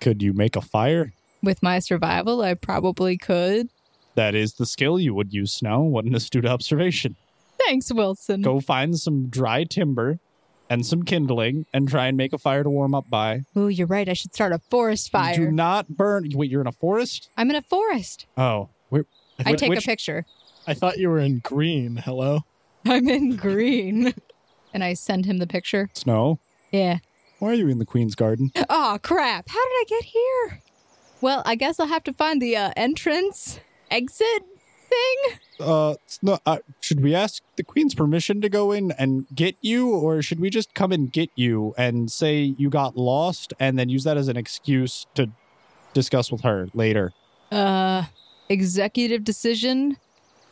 Speaker 2: Could you make a fire?
Speaker 4: With my survival, I probably could.
Speaker 2: That is the skill you would use, Snow. What an astute observation.
Speaker 4: Thanks, Wilson.
Speaker 2: Go find some dry timber and some kindling and try and make a fire to warm up by.
Speaker 4: Oh, you're right. I should start a forest
Speaker 2: Do
Speaker 4: fire.
Speaker 2: not burn. Wait, you're in a forest?
Speaker 4: I'm in a forest.
Speaker 2: Oh. Where,
Speaker 4: I
Speaker 2: wh-
Speaker 4: take
Speaker 2: which-
Speaker 4: a picture.
Speaker 3: I thought you were in green. Hello.
Speaker 4: I'm in green. and I send him the picture.
Speaker 2: Snow,
Speaker 4: Yeah.
Speaker 2: why are you in the Queen's Garden?
Speaker 4: Oh, crap. How did I get here? Well, I guess I'll have to find the uh, entrance exit thing.
Speaker 2: Uh, Snow, uh, should we ask the Queen's permission to go in and get you, or should we just come and get you and say you got lost and then use that as an excuse to discuss with her later?
Speaker 4: Uh, executive decision.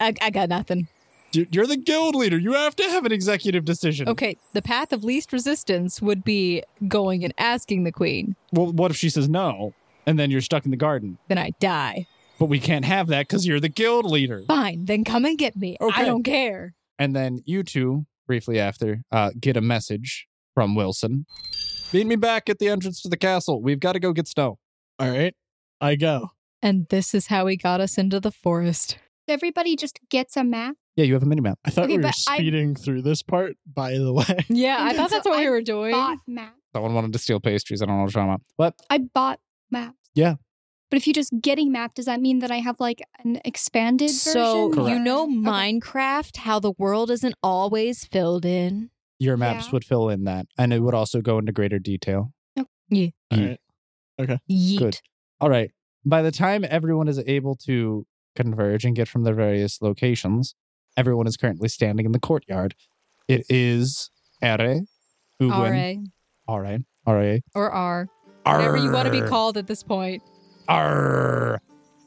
Speaker 4: I, I got nothing.
Speaker 2: You- You're the guild leader. You have to have an executive decision.
Speaker 4: Okay, the path of least resistance would be going and asking the queen.
Speaker 2: Well, what if she says no, and then you're stuck in the garden?
Speaker 4: Then I die.
Speaker 2: But we can't have that because you're the guild leader.
Speaker 4: Fine, then come and get me.
Speaker 2: Okay.
Speaker 4: I don't care.
Speaker 2: And then you two, briefly after, uh, get a message from Wilson. Meet me back at the entrance to the castle. We've got to go get snow.
Speaker 3: All right. I go.
Speaker 4: And this is how he got us into the forest.
Speaker 1: Everybody just gets a map.
Speaker 2: Yeah, you have a mini map.
Speaker 3: I thought
Speaker 1: Okay,
Speaker 3: we were
Speaker 1: but I-
Speaker 3: speeding through this part, by the way.
Speaker 4: Yeah, I
Speaker 1: So
Speaker 4: thought that's what we
Speaker 1: I
Speaker 4: were doing.
Speaker 1: Bought map.
Speaker 2: Someone wanted to steal pastries. I don't know what you're talking about. But
Speaker 1: I bought maps.
Speaker 2: Yeah.
Speaker 1: But if you're just getting map, does that mean that I have like an expanded
Speaker 5: So
Speaker 1: version?
Speaker 5: you
Speaker 2: Correct.
Speaker 5: know
Speaker 1: Okay.
Speaker 5: Minecraft, how the world isn't always filled in.
Speaker 2: your maps
Speaker 1: Yeah.
Speaker 2: would fill in that, and it would also go into greater detail.
Speaker 3: All
Speaker 2: Mm.
Speaker 3: right.
Speaker 5: Yeet.
Speaker 2: Good. All right. By the time everyone is able to converge and get from their various locations, everyone is currently standing in the courtyard. It is Ere, Uwen,
Speaker 4: RA
Speaker 2: Are, Are,
Speaker 4: or R.
Speaker 2: Are.
Speaker 4: Whatever you want to be called at this point.
Speaker 2: Arr,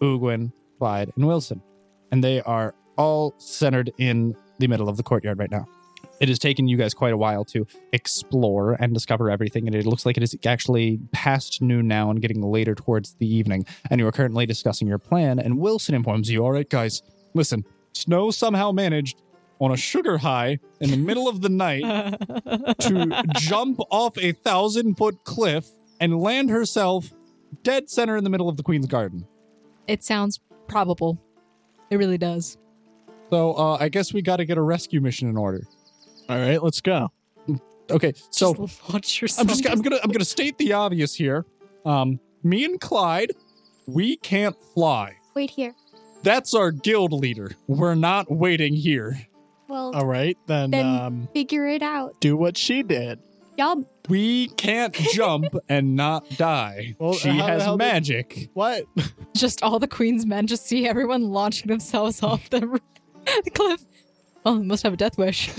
Speaker 2: Uguin, Clyde, and Wilson. And they are all centered in the middle of the courtyard right now. It has taken you guys quite a while to explore and discover everything, and it looks like it is actually past noon now and getting later towards the evening. And you are currently discussing your plan, and Wilson informs you, all right, guys, listen, Snow somehow managed on a sugar high in the middle of the night to jump off a thousand foot cliff and land herself dead center in the middle of the Queen's Garden.
Speaker 4: it sounds probable. It really does.
Speaker 2: So uh, I guess we got to get a rescue mission in order.
Speaker 3: All right. Let's go.
Speaker 2: Okay, so
Speaker 4: Just launch
Speaker 2: I'm
Speaker 4: yourself.
Speaker 2: just I'm gonna I'm gonna state the obvious here. Um, me and Clyde, we can't fly.
Speaker 1: Wait here.
Speaker 2: That's our guild leader. We're not waiting here.
Speaker 1: Well,
Speaker 3: All right. Then,
Speaker 1: Then-
Speaker 3: um,
Speaker 1: figure it out.
Speaker 3: do what she did.
Speaker 1: Y'all,
Speaker 2: We can't jump and not die.
Speaker 3: Well,
Speaker 2: she
Speaker 3: how the
Speaker 2: has
Speaker 3: hell did-
Speaker 2: magic.
Speaker 3: What?
Speaker 4: just all the queen's men just see everyone launching themselves off the, the cliff. Oh, must have a death wish.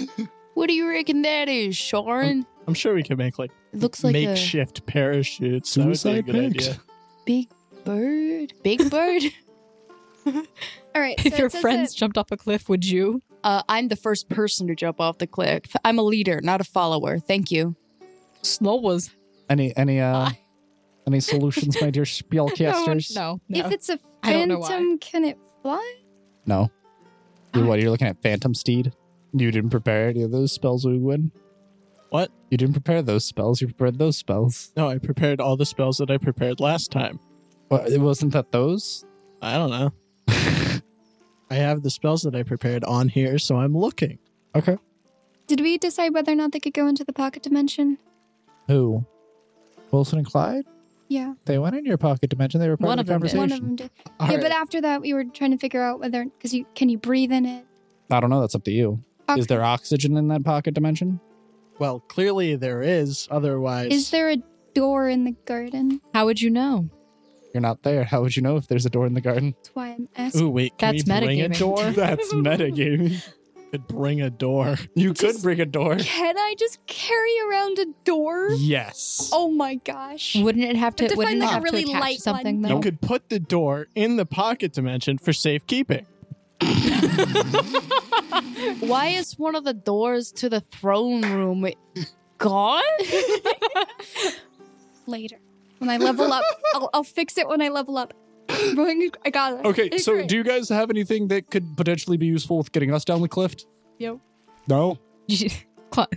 Speaker 5: What do you reckon that is, Sharon?
Speaker 3: I'm sure we could make like
Speaker 5: It looks like a
Speaker 3: makeshift parachutes. That would be a
Speaker 2: Suicide
Speaker 3: good
Speaker 2: pact.
Speaker 3: idea.
Speaker 5: big bird. Big bird.
Speaker 1: all right. so
Speaker 4: if
Speaker 1: it
Speaker 4: your
Speaker 1: says
Speaker 4: friends
Speaker 1: that-
Speaker 4: jumped off a cliff, would you?
Speaker 5: uh, I'm the first person to jump off the cliff. I'm a leader, not a follower. Thank you.
Speaker 4: Snow was
Speaker 2: Any any uh any solutions, my dear spellcasters?
Speaker 4: No, no.
Speaker 1: if it's a
Speaker 4: I don't know why.
Speaker 1: phantom, can it fly?
Speaker 2: No. You what? You're looking at Phantom Steed. You didn't prepare any of those spells, we win.
Speaker 3: What?
Speaker 2: You didn't prepare those spells. You prepared those spells.
Speaker 3: No, I prepared all the spells that I prepared last time.
Speaker 2: Well, it wasn't that those.
Speaker 3: I don't know. I have the spells that I prepared on here, so I'm looking.
Speaker 2: Okay.
Speaker 1: Did we decide whether or not they could go into the pocket dimension?
Speaker 2: Who? Wilson and Clyde.
Speaker 1: Yeah,
Speaker 2: They went in your pocket dimension. They were part
Speaker 4: One
Speaker 2: of the
Speaker 4: of them did.
Speaker 2: conversation.
Speaker 1: one of them did.
Speaker 3: All
Speaker 1: yeah,
Speaker 3: right.
Speaker 1: but after that, we were trying to figure out whether because you can you breathe in it.
Speaker 2: I don't know. That's up to you. Is there oxygen in that pocket dimension?
Speaker 3: well, clearly there is. Otherwise,
Speaker 1: Is there a door in the garden?
Speaker 4: How would you know?
Speaker 2: You're not there. How would you know if there's a door in the garden?
Speaker 1: That's why I'm asking.
Speaker 3: Ooh, wait. Can
Speaker 4: That's
Speaker 3: we bring a
Speaker 4: metagaming.
Speaker 3: door?
Speaker 2: That's metagaming.
Speaker 3: could bring a door.
Speaker 2: You could bring a door.
Speaker 1: Can I just carry around a door?
Speaker 2: Yes.
Speaker 1: Oh my gosh!
Speaker 4: Wouldn't it have to?
Speaker 1: But to find,
Speaker 4: wouldn't it
Speaker 1: like, a
Speaker 4: have
Speaker 1: really
Speaker 4: to attach
Speaker 1: light
Speaker 4: to something
Speaker 1: one.
Speaker 4: though?
Speaker 3: You could put the door in the pocket dimension for safekeeping.
Speaker 5: Why is one of the doors to the throne room gone?
Speaker 1: Later, when I level up, I'll, I'll fix it when I level up. Rolling- I got it.
Speaker 2: Okay,
Speaker 1: It's
Speaker 2: so
Speaker 1: great.
Speaker 2: do you guys have anything that could potentially be useful with getting us down the cliff?
Speaker 4: Yo.
Speaker 2: No?
Speaker 4: Cl-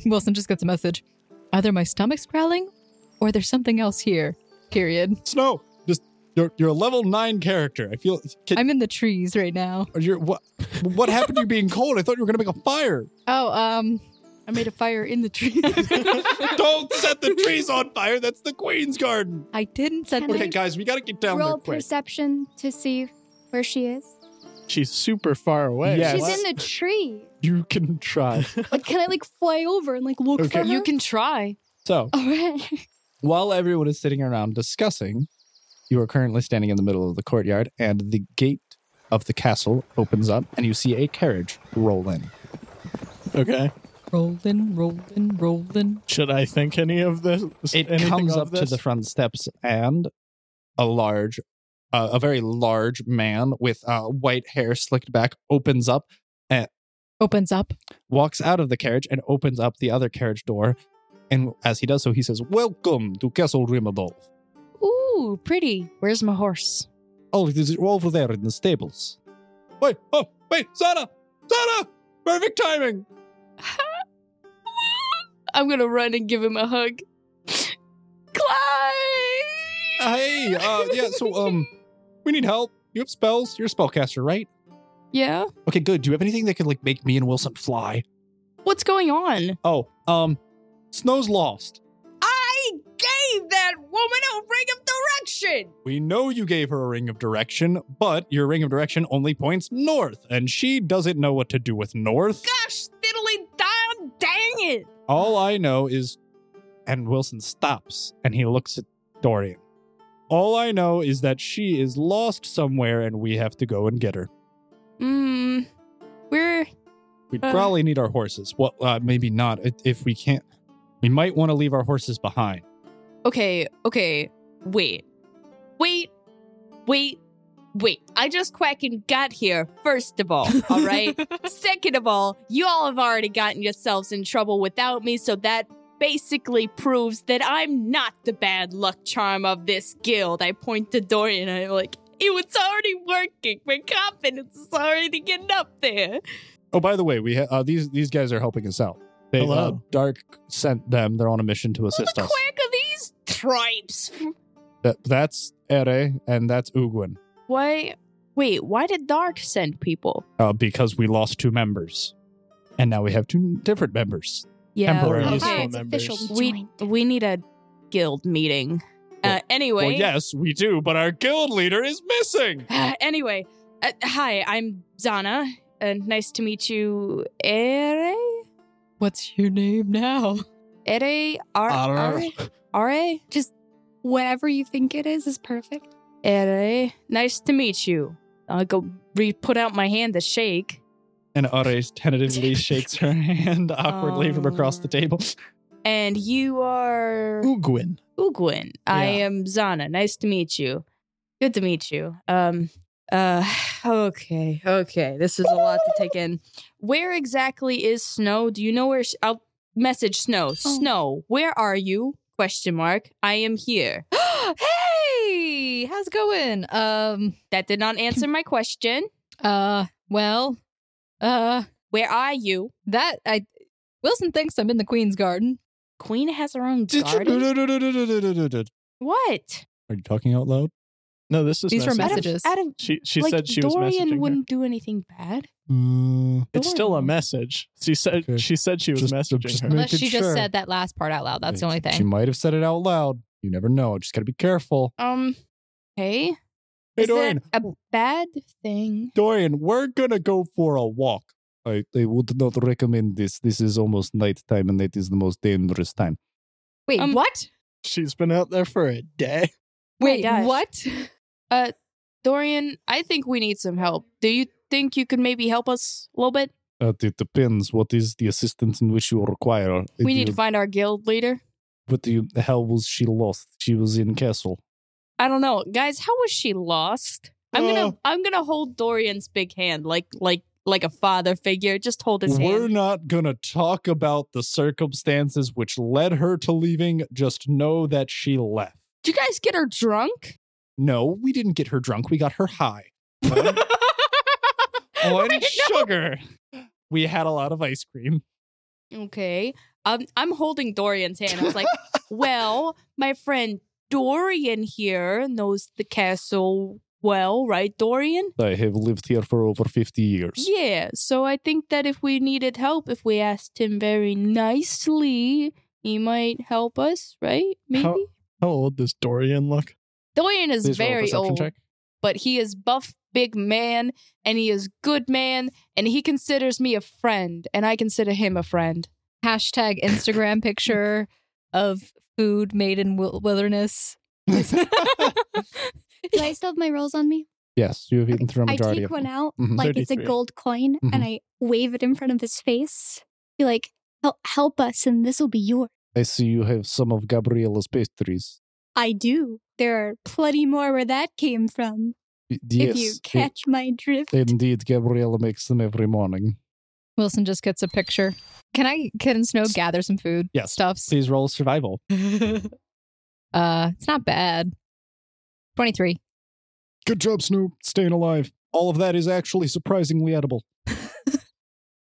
Speaker 4: Wilson just gets a message. Either my stomach's growling, or there's something else here. Period.
Speaker 2: Snow, just you're you're a level nine character. I feel. Can,
Speaker 4: I'm in the trees right now.
Speaker 2: you're what? What happened to you being cold? I thought you were gonna make a fire.
Speaker 4: Oh, um, I made a fire in the tree.
Speaker 2: Don't set the trees on fire. That's the queen's garden.
Speaker 4: I didn't set
Speaker 1: Can
Speaker 2: Okay,
Speaker 1: I
Speaker 4: the.
Speaker 2: guys, we gotta get down there
Speaker 1: Roll
Speaker 2: quick.
Speaker 1: perception to see where she is.
Speaker 3: She's super far away.
Speaker 2: Yeah,
Speaker 1: She's
Speaker 2: what?
Speaker 1: in a tree.
Speaker 2: you can try.
Speaker 1: Like, can I like fly over and like look
Speaker 2: Okay.
Speaker 1: for her?
Speaker 5: You can try.
Speaker 2: So
Speaker 1: All right.
Speaker 2: while everyone is sitting around discussing, you are currently standing in the middle of the courtyard, and the gate of the castle opens up, and you see a carriage roll in.
Speaker 3: Okay.
Speaker 4: Rolling, rolling, rolling.
Speaker 3: Should I think any of this?
Speaker 2: It
Speaker 3: anything
Speaker 2: comes
Speaker 3: of
Speaker 2: up to
Speaker 3: this?
Speaker 2: the front steps, and a large, uh, a very large man with uh, white hair slicked back opens up,
Speaker 4: Opens up.
Speaker 2: walks out of the carriage, and opens up the other carriage door. And as he does so, he says, "Welcome to Castle Rimadol.
Speaker 5: Ooh, pretty. Where's my horse?
Speaker 2: Oh, it is over there in the stables. Wait, oh, wait, Zana! Zana! Perfect timing!
Speaker 5: I'm gonna run and give him a hug. Clyde!
Speaker 2: Hey, uh, yeah, so, um, we need help. You have spells. You're a spellcaster, right?
Speaker 5: Yeah.
Speaker 2: Okay, good. Do you have anything that could, like, make me and Wilson fly?
Speaker 5: What's going on?
Speaker 2: Oh, um, Snow's lost.
Speaker 5: I gave that woman a ring of direction.
Speaker 2: We know you gave her a ring of direction, but your ring of direction only points north, and she doesn't know what to do with north.
Speaker 5: Gosh, fiddly darn dang it!
Speaker 2: All I know is, and Wilson stops and he looks at Dorian. All I know is that she is lost somewhere and we have to go and get her.
Speaker 5: Hmm. We're
Speaker 2: We'd
Speaker 5: Uh.
Speaker 2: probably need our horses. Well, uh, maybe not. If- If we can't, we might want to leave our horses behind.
Speaker 5: okay, okay. Wait. Wait. Wait. Wait. I just quacking got here, first of all. All right. Second of all, you all have already gotten yourselves in trouble without me, so that basically proves that I'm not the bad luck charm of this guild. I point to Dorian and I'm like, it was already working. My confidence is already getting up there.
Speaker 2: Oh, by the way, we ha- uh, these these guys are helping us out. They,
Speaker 3: Hello.
Speaker 2: Uh, Dark sent them. They're on a mission to
Speaker 5: Who the
Speaker 2: assist us.
Speaker 5: quack are these tribes?
Speaker 2: That, that's Ere and that's Uguin
Speaker 5: Why? Wait, why did Dark send people?
Speaker 2: uh, because we lost two members, and now we have two different members.
Speaker 5: Yeah.
Speaker 2: Temporary.
Speaker 3: Or
Speaker 1: Oh,
Speaker 3: useful
Speaker 1: hi, it's
Speaker 3: members.
Speaker 1: official. We
Speaker 5: we
Speaker 1: joined.
Speaker 5: we need a guild meeting.
Speaker 2: Well-
Speaker 5: uh, anyway,
Speaker 2: Well, yes, we do, but our guild leader is missing.
Speaker 5: Uh, anyway, uh, hi, I'm Zana, and nice to meet you, Ere.
Speaker 4: What's your name now?
Speaker 5: Ere Ar- Are
Speaker 3: Are.
Speaker 5: Are
Speaker 1: Whatever you think it is is perfect.
Speaker 5: Ere. Nice to meet you. I'll go re- put out my hand to shake.
Speaker 2: And Ares tentatively shakes her hand awkwardly from across
Speaker 4: Um,
Speaker 2: the table.
Speaker 5: And you are
Speaker 3: Uguin.
Speaker 5: Uguin. I
Speaker 3: Yeah.
Speaker 5: am Zana. Nice to meet you. Good to meet you. Um uh okay. Okay. This is a lot to take in. Where exactly is Snow? Do you know where she, I'll message Snow.
Speaker 4: Oh.
Speaker 5: Snow, where are you? Question mark. I am here.
Speaker 4: hey, how's it going? Um,
Speaker 5: That did not answer my question.
Speaker 4: uh, well, uh,
Speaker 5: Where are you?
Speaker 4: that I Wilson thinks I'm in the Queen's Garden.
Speaker 5: Queen has her own garden. What?
Speaker 2: Are you talking out loud?
Speaker 3: No, this is
Speaker 4: These were
Speaker 3: messages.
Speaker 5: Out
Speaker 4: Messages.
Speaker 5: of, out of
Speaker 3: She she
Speaker 5: like
Speaker 3: said she was
Speaker 5: Dorian
Speaker 3: messaging. her.
Speaker 5: wouldn't do anything bad.
Speaker 2: Mm.
Speaker 3: It's still a
Speaker 5: Dorian.
Speaker 3: message. She said
Speaker 2: Okay.
Speaker 3: she said she was
Speaker 2: Just-
Speaker 3: messaging
Speaker 2: just
Speaker 3: her.
Speaker 2: make-
Speaker 4: Unless she
Speaker 2: Making
Speaker 4: just
Speaker 2: sure.
Speaker 4: said that last part out loud. That's the only
Speaker 2: She
Speaker 4: thing.
Speaker 2: might have said it out loud. You never know. Just got to be careful.
Speaker 5: Um hey.
Speaker 2: Hey,
Speaker 5: is
Speaker 2: Dorian.
Speaker 5: that a bad thing?
Speaker 2: Dorian, we're going to go for a walk. I, I would not recommend this. This is almost nighttime, and it is the most dangerous time.
Speaker 4: Wait,
Speaker 5: Um,
Speaker 4: what?
Speaker 3: She's been out there for a day.
Speaker 5: my
Speaker 4: Wait,
Speaker 5: gosh.
Speaker 4: what?
Speaker 5: Dorian, I think we need some help. Do you think you could maybe help us a little bit?
Speaker 2: Uh, it depends. What is the assistance in which you require?
Speaker 5: We need to find our guild leader.
Speaker 2: What do you? How was she lost? She was in castle.
Speaker 5: I don't know. Guys, how was she lost? I'm going to
Speaker 2: Oh.
Speaker 5: I'm going to hold Dorian's big hand like like like a father figure. Just hold his
Speaker 2: We're
Speaker 5: hand.
Speaker 2: not going to talk about the circumstances which led her to leaving. Just know that she left.
Speaker 5: Did you guys get her drunk?
Speaker 2: No, we didn't get her drunk. We got her high. On, on sugar. We had a lot of ice cream.
Speaker 5: Okay. Um, I'm holding Dorian's hand. I was like, well, my friend Dorian here knows the castle well, right, Dorian?
Speaker 2: I have lived here for over 50 years.
Speaker 5: Yeah, so I think that if we needed help, if we asked him very nicely, he might help us, right? Maybe?
Speaker 3: How- How old does Dorian look?
Speaker 5: Dorian is
Speaker 3: Please roll a
Speaker 5: very
Speaker 3: perception
Speaker 5: old,
Speaker 3: check.
Speaker 5: but he is buff, big man, and he is good man, and he considers me a friend, and I consider him a friend.
Speaker 4: Hashtag Instagram picture of food made in wil- wilderness.
Speaker 1: Do I still have my rolls on me?
Speaker 2: Yes, you have eaten through a
Speaker 1: I
Speaker 2: majority
Speaker 1: take
Speaker 2: of
Speaker 1: one
Speaker 2: them.
Speaker 1: out,
Speaker 2: Mhm.
Speaker 1: like it's a
Speaker 3: 33.
Speaker 1: gold coin,
Speaker 2: Mhm.
Speaker 1: and I wave it in front of his face. Be like, help, help us, and this will be yours.
Speaker 2: I see you have some of Gabriela's pastries.
Speaker 1: I do. There are plenty more where that came from.
Speaker 2: Y- Yes,
Speaker 1: if you
Speaker 2: i-
Speaker 1: catch my drift.
Speaker 2: indeed, Gabriela makes them every morning.
Speaker 4: Wilson just gets a picture. Can I? Can Snow gather some food?
Speaker 2: Yes.
Speaker 4: Stuffs.
Speaker 2: Please roll survival.
Speaker 4: Uh, it's not bad. Twenty three.
Speaker 2: Good job, Snoop, staying alive. All of that is actually surprisingly edible.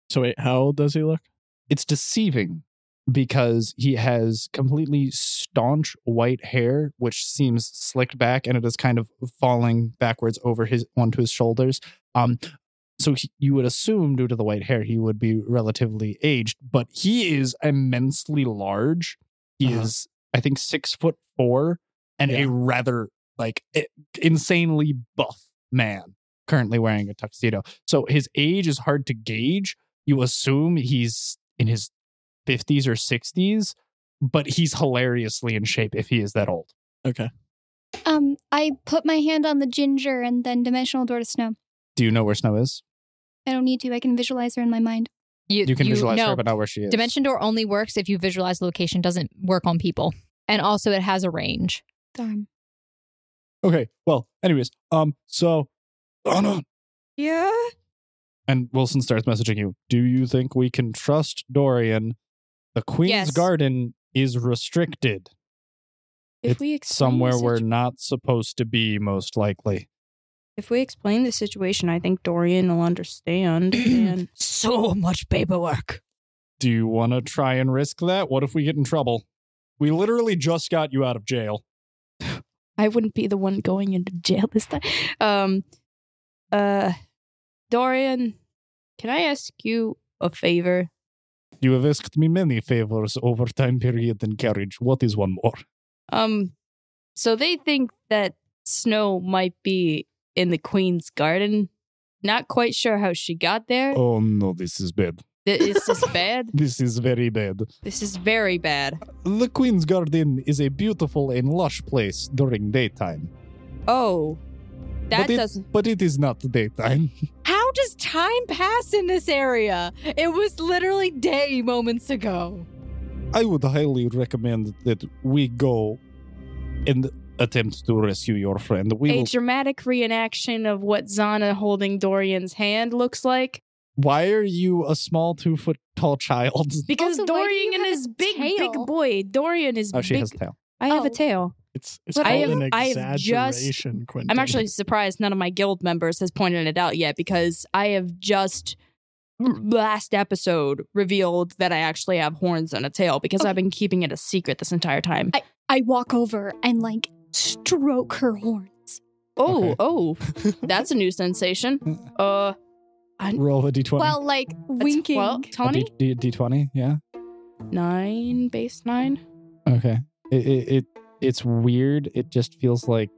Speaker 3: So wait, how old does he look?
Speaker 2: It's deceiving because he has completely staunch white hair, which seems slicked back and it is kind of falling backwards over his onto his shoulders. Um, so he, you would assume, due to the white hair, he would be relatively aged, but he is immensely large. He
Speaker 3: Uh-huh.
Speaker 2: is, I think, six foot four and
Speaker 3: Yeah.
Speaker 2: a rather like i- insanely buff man currently wearing a tuxedo. So his age is hard to gauge. You assume he's in his 50s or 60s, but he's hilariously in shape if he is that old.
Speaker 3: Okay.
Speaker 1: Um, I put my hand on the ginger and then dimensional door to snow.
Speaker 2: Do you know where Snow is?
Speaker 1: I don't need to. I can visualize her in my mind.
Speaker 2: You can visualize
Speaker 4: no,
Speaker 2: her, but not where she is.
Speaker 4: Dimension door only works if you visualize the location. Doesn't work on people, and also it has a range.
Speaker 1: Darn.
Speaker 2: Okay. Well, anyways, um, so oh no.
Speaker 4: Yeah.
Speaker 2: And Wilson starts messaging you. Do you think we can trust Dorian? The Queen's
Speaker 5: Yes.
Speaker 2: Garden is restricted.
Speaker 5: If
Speaker 2: It's
Speaker 5: we explain
Speaker 2: somewhere
Speaker 5: the situ-
Speaker 2: we're not supposed to be, most likely.
Speaker 5: if we explain the situation, I think Dorian will understand. and
Speaker 4: So much paperwork.
Speaker 2: Do you want to try and risk that? What if we get in trouble? We literally just got you out of jail.
Speaker 5: I wouldn't be the one going into jail this time. Um, uh, Dorian, can I ask you a favor?
Speaker 2: You have asked me many favors over time period and carriage. What is one more?
Speaker 5: Um, so they think that Snow might be in the Queen's Garden. Not quite sure how she got there.
Speaker 2: Oh no, this is bad.
Speaker 5: Th- Is this bad?
Speaker 2: This is very bad.
Speaker 5: This is very bad.
Speaker 2: The Queen's Garden is a beautiful and lush place during daytime,
Speaker 5: Oh, that
Speaker 2: But it-
Speaker 5: doesn't.
Speaker 2: but it is not daytime.
Speaker 4: How does time pass in this area? It was literally day moments ago.
Speaker 2: I would highly recommend that we go and attempt to rescue your friend. We
Speaker 5: A
Speaker 2: will.
Speaker 5: dramatic reenaction of what Zana holding Dorian's hand looks like.
Speaker 2: Why are you a small two foot tall child?
Speaker 5: Because
Speaker 1: Also, why do you
Speaker 5: Dorian
Speaker 1: have
Speaker 5: is
Speaker 1: a
Speaker 5: big,
Speaker 1: tail?
Speaker 5: big boy. Dorian is
Speaker 2: Oh, she
Speaker 5: big.
Speaker 2: has a tail.
Speaker 5: I have a
Speaker 1: Oh.
Speaker 5: tail.
Speaker 3: It's it's
Speaker 5: But I
Speaker 3: called an
Speaker 5: have- I have just-
Speaker 3: exaggeration, Quentin.
Speaker 5: I'm actually surprised none of my guild members has pointed it out yet because I have just last episode revealed that I actually have horns and a tail because I've been keeping it a secret this entire time.
Speaker 1: I walk over and like stroke her horns.
Speaker 5: Oh,
Speaker 2: Okay.
Speaker 5: oh, that's a new sensation. Uh,
Speaker 2: Roll a d20.
Speaker 1: Well, like
Speaker 5: a
Speaker 1: winking.
Speaker 5: Well,
Speaker 2: A
Speaker 5: Tony,
Speaker 2: D- D- d20, yeah.
Speaker 5: nine base nine.
Speaker 2: Okay. It, it, it it's weird. It just feels like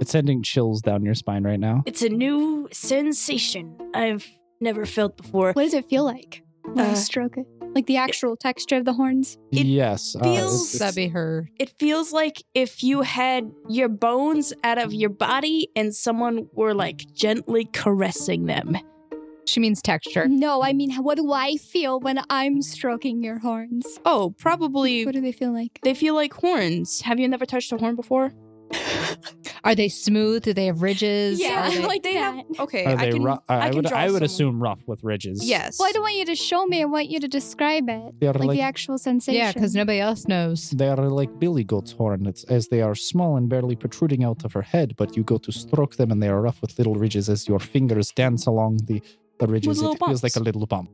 Speaker 2: it's sending chills down your spine right now.
Speaker 7: It's a new sensation I've never felt before.
Speaker 1: what does it feel like when I
Speaker 7: Uh,
Speaker 1: stroke it? Like the actual texture of the horns?
Speaker 7: It
Speaker 2: yes. uh,
Speaker 7: feels-
Speaker 2: it's-
Speaker 4: That'd be her.
Speaker 7: It feels like if you had your bones out of your body and someone were like gently caressing them.
Speaker 4: She means texture.
Speaker 1: No, I mean, how- what do I feel when I'm stroking your horns?
Speaker 5: Oh, probably
Speaker 1: What do they feel like?
Speaker 5: they feel like horns. Have you never touched a horn before?
Speaker 4: Are they smooth? Do they have ridges?
Speaker 1: Yeah,
Speaker 4: Are they-
Speaker 1: like
Speaker 5: they
Speaker 1: that.
Speaker 5: have- Okay,
Speaker 2: are
Speaker 5: I
Speaker 2: they
Speaker 5: can.
Speaker 2: rough? I,
Speaker 5: I can
Speaker 2: would,
Speaker 5: draw
Speaker 2: I would
Speaker 5: someone.
Speaker 2: assume rough with ridges.
Speaker 5: Yes.
Speaker 1: Well, I don't want you to show me. I want you to describe it.
Speaker 2: They are
Speaker 1: Like,
Speaker 2: like,
Speaker 1: the actual sensation.
Speaker 4: yeah, because nobody else knows.
Speaker 2: they are like billy goat's hornets, as they are small and barely protruding out of her head. But you go to stroke them, and they are rough with little ridges as your fingers dance along the, the ridges. It
Speaker 5: little
Speaker 2: feels like
Speaker 5: bumps.
Speaker 2: a little bump.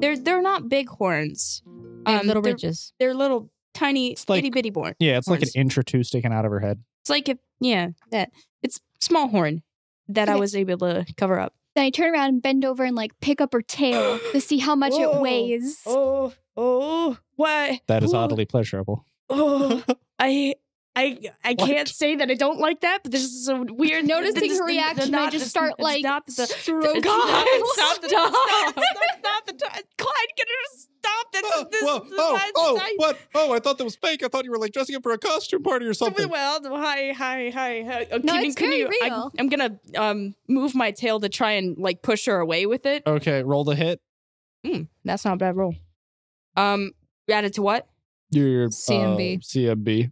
Speaker 5: They're they're not big horns.
Speaker 4: They have
Speaker 5: Um,
Speaker 4: little
Speaker 5: they're-
Speaker 4: ridges.
Speaker 5: They're little tiny
Speaker 2: It's like-
Speaker 5: itty bitty born.
Speaker 2: Yeah, it's like an
Speaker 5: Horns.
Speaker 2: inch or two sticking out of her head.
Speaker 5: It's like if yeah, that it's small horn that I
Speaker 1: Okay.
Speaker 5: was able to cover up.
Speaker 1: Then I turn around and bend over and like pick up her tail to see how much
Speaker 5: Whoa.
Speaker 1: it weighs.
Speaker 5: Oh, oh, what?
Speaker 2: That is oddly pleasurable.
Speaker 5: Oh, I. I I can't say that I don't like that, but this is a weird.
Speaker 1: Noticing
Speaker 5: this is
Speaker 1: her
Speaker 5: the-
Speaker 1: reaction,
Speaker 5: the-
Speaker 1: I just
Speaker 5: it's-
Speaker 1: start
Speaker 5: it's
Speaker 1: like
Speaker 5: not the-
Speaker 1: stroking.
Speaker 5: It's not- it's not the- it's not- it's not the time. Clyde, can you just stop? That's this, this is- I-
Speaker 2: what? Oh, I thought that was fake. I thought you were like dressing up for a costume party or
Speaker 5: Well, hi, hi, hi, hi. Uh,
Speaker 1: No,
Speaker 5: can you-
Speaker 1: it's
Speaker 5: can
Speaker 1: very
Speaker 5: you- I-
Speaker 1: real.
Speaker 5: I'm gonna um move my tail to try and like push her away with it.
Speaker 2: Okay, roll the hit.
Speaker 5: That's not a bad roll. Um, added to what?
Speaker 2: Your uh,
Speaker 4: CMB.
Speaker 2: CMB.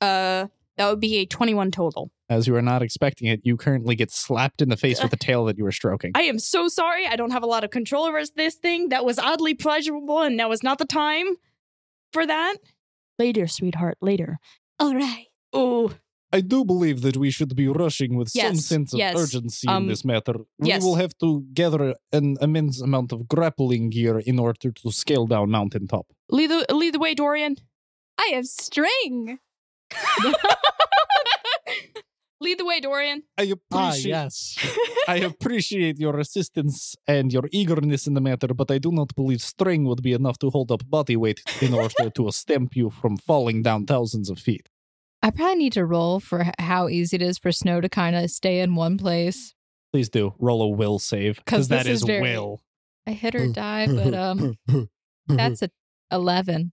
Speaker 5: Uh, that would be a 21 total.
Speaker 2: As you are not expecting it, you currently get slapped in the face with the tail that you were stroking.
Speaker 5: I am so sorry. I don't have a lot of control over this thing. That was oddly pleasurable, and now is not the time for that. Later, sweetheart. Later.
Speaker 1: All right.
Speaker 5: Ooh.
Speaker 2: I do believe that we should be rushing with some
Speaker 5: Yes,
Speaker 2: sense of
Speaker 5: yes.
Speaker 2: urgency in
Speaker 5: Um,
Speaker 2: this matter.
Speaker 5: yes.
Speaker 2: We will have to gather an immense amount of grappling gear in order to scale down mountaintop.
Speaker 5: Lead the lead the way, Dorian.
Speaker 1: I have string.
Speaker 5: lead the way, Dorian.
Speaker 2: I appreciate
Speaker 3: Ah, yes.
Speaker 2: I appreciate your assistance and your eagerness in the matter, but I do not believe string would be enough to hold up body weight in order to stamp you from falling down thousands of feet.
Speaker 4: I probably need to roll for h- how easy it is for Snow to kind of stay in one place.
Speaker 2: Please do roll a will save
Speaker 4: 'Cause
Speaker 2: because that
Speaker 4: this is
Speaker 2: is
Speaker 4: very-
Speaker 2: will.
Speaker 4: I hit
Speaker 2: Oh.
Speaker 4: or die, but um, that's a eleven.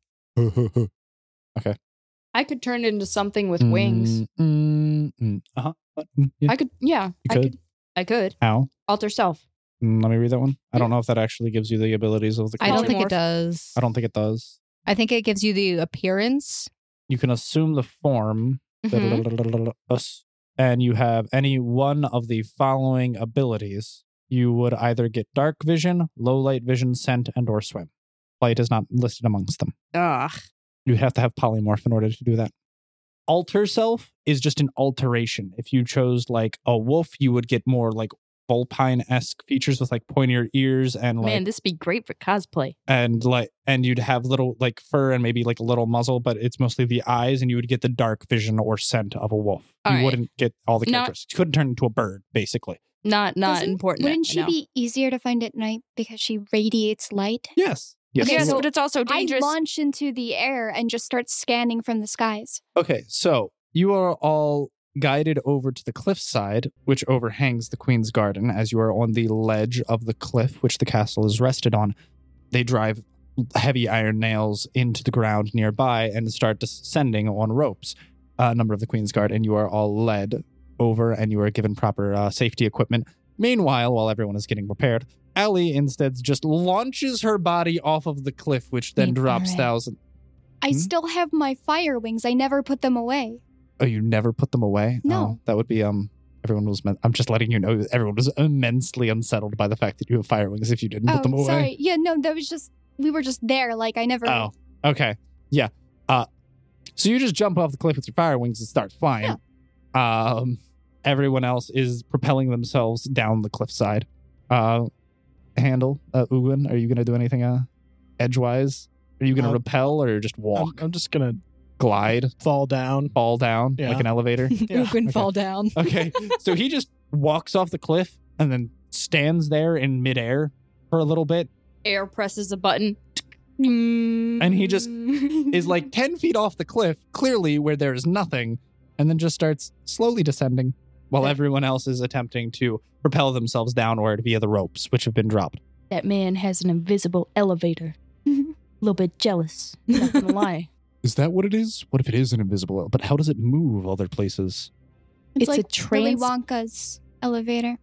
Speaker 5: I could turn it into something with
Speaker 2: Mm, mm, uh-huh. What? Mm, yeah.
Speaker 5: I could, yeah,
Speaker 2: You
Speaker 5: I
Speaker 2: could.
Speaker 5: could, I could
Speaker 2: How?
Speaker 5: alter self.
Speaker 2: Mm, let me read that one. I don't know if that actually gives you the abilities of the.
Speaker 4: I don't
Speaker 2: creature.
Speaker 4: think
Speaker 5: Polymorph.
Speaker 4: it does.
Speaker 2: I don't think it does.
Speaker 4: I think it gives you the appearance.
Speaker 2: You can assume the form
Speaker 4: Mhm.
Speaker 2: Us. and you have any one of the following abilities you would either get dark vision low light vision scent and or swim light is not listed amongst them
Speaker 5: Mm-hmm. Ugh.
Speaker 2: you have to have polymorph in order to do that alter self is just an alteration if you chose like a wolf you would get more like vulpine-esque features with like pointier ears and like
Speaker 5: Man, this would be great for cosplay.
Speaker 2: and like and you'd have little like fur and maybe like a little muzzle but it's mostly the eyes and you would get the dark vision or scent of a wolf
Speaker 5: All
Speaker 2: you
Speaker 5: right.
Speaker 2: wouldn't get all the
Speaker 5: Not-
Speaker 2: characteristics you couldn't turn into a bird basically
Speaker 5: Not, not
Speaker 1: Doesn't-
Speaker 5: important.
Speaker 1: Wouldn't
Speaker 5: I
Speaker 1: she
Speaker 5: know.
Speaker 1: be easier to find at night because she radiates light?
Speaker 2: yes yes
Speaker 1: Okay,
Speaker 5: yes,
Speaker 1: so
Speaker 5: but it's also dangerous.
Speaker 1: I launch into the air and just start scanning from the skies.
Speaker 2: okay so you are all guided over to the cliffside which overhangs the queen's garden as you are on the ledge of the cliff which the castle is rested on they drive heavy iron nails into the ground nearby and start descending on ropes. A number of the Queen's Guard, and you are all led over and you are given proper uh, safety equipment. Meanwhile, while everyone is getting prepared, Allie instead just launches her body off of the cliff, which then
Speaker 4: Wait,
Speaker 2: drops
Speaker 4: Allie.
Speaker 2: thousands.
Speaker 1: I
Speaker 2: Hmm?
Speaker 1: still have my fire wings. I never put them away.
Speaker 2: Oh, you never put them away?
Speaker 1: No.
Speaker 2: Oh, that would be, um, everyone was, men- I'm just letting you know, that everyone was immensely unsettled by the fact that you have fire wings if you didn't put them
Speaker 1: oh,
Speaker 2: away.
Speaker 1: sorry. Yeah, no, that was just we were just there. Like I never.
Speaker 2: Oh, okay. Yeah. Uh, so you just jump off the cliff with your fire wings and start flying. Um, everyone else is propelling themselves down the cliffside. Uh, handle, uh, Ugin, are you going to do anything uh, edgewise? Are you going to
Speaker 3: Uh,
Speaker 2: repel or just
Speaker 3: I'm,
Speaker 1: um,
Speaker 2: walk,
Speaker 3: I'm just gonna
Speaker 2: glide,
Speaker 3: fall down.
Speaker 2: fall down
Speaker 3: Yeah.
Speaker 2: like an elevator?
Speaker 3: Yeah,
Speaker 4: you can
Speaker 3: okay.
Speaker 4: fall down.
Speaker 2: Okay. so he just walks off the cliff and then stands there in midair for a little bit
Speaker 5: Air presses a button.
Speaker 2: And he just is like 10 feet off the cliff, clearly where there is nothing, and then just starts slowly descending while everyone else is attempting to propel themselves downward via the ropes, which have been dropped.
Speaker 5: That man has an invisible elevator. A little bit jealous. Not gonna lie.
Speaker 2: Is that what it is? What if it is an invisible? But how does it move other places?
Speaker 1: It's,
Speaker 5: It's a
Speaker 1: like Willy
Speaker 5: trans-
Speaker 1: Wonka's elevator.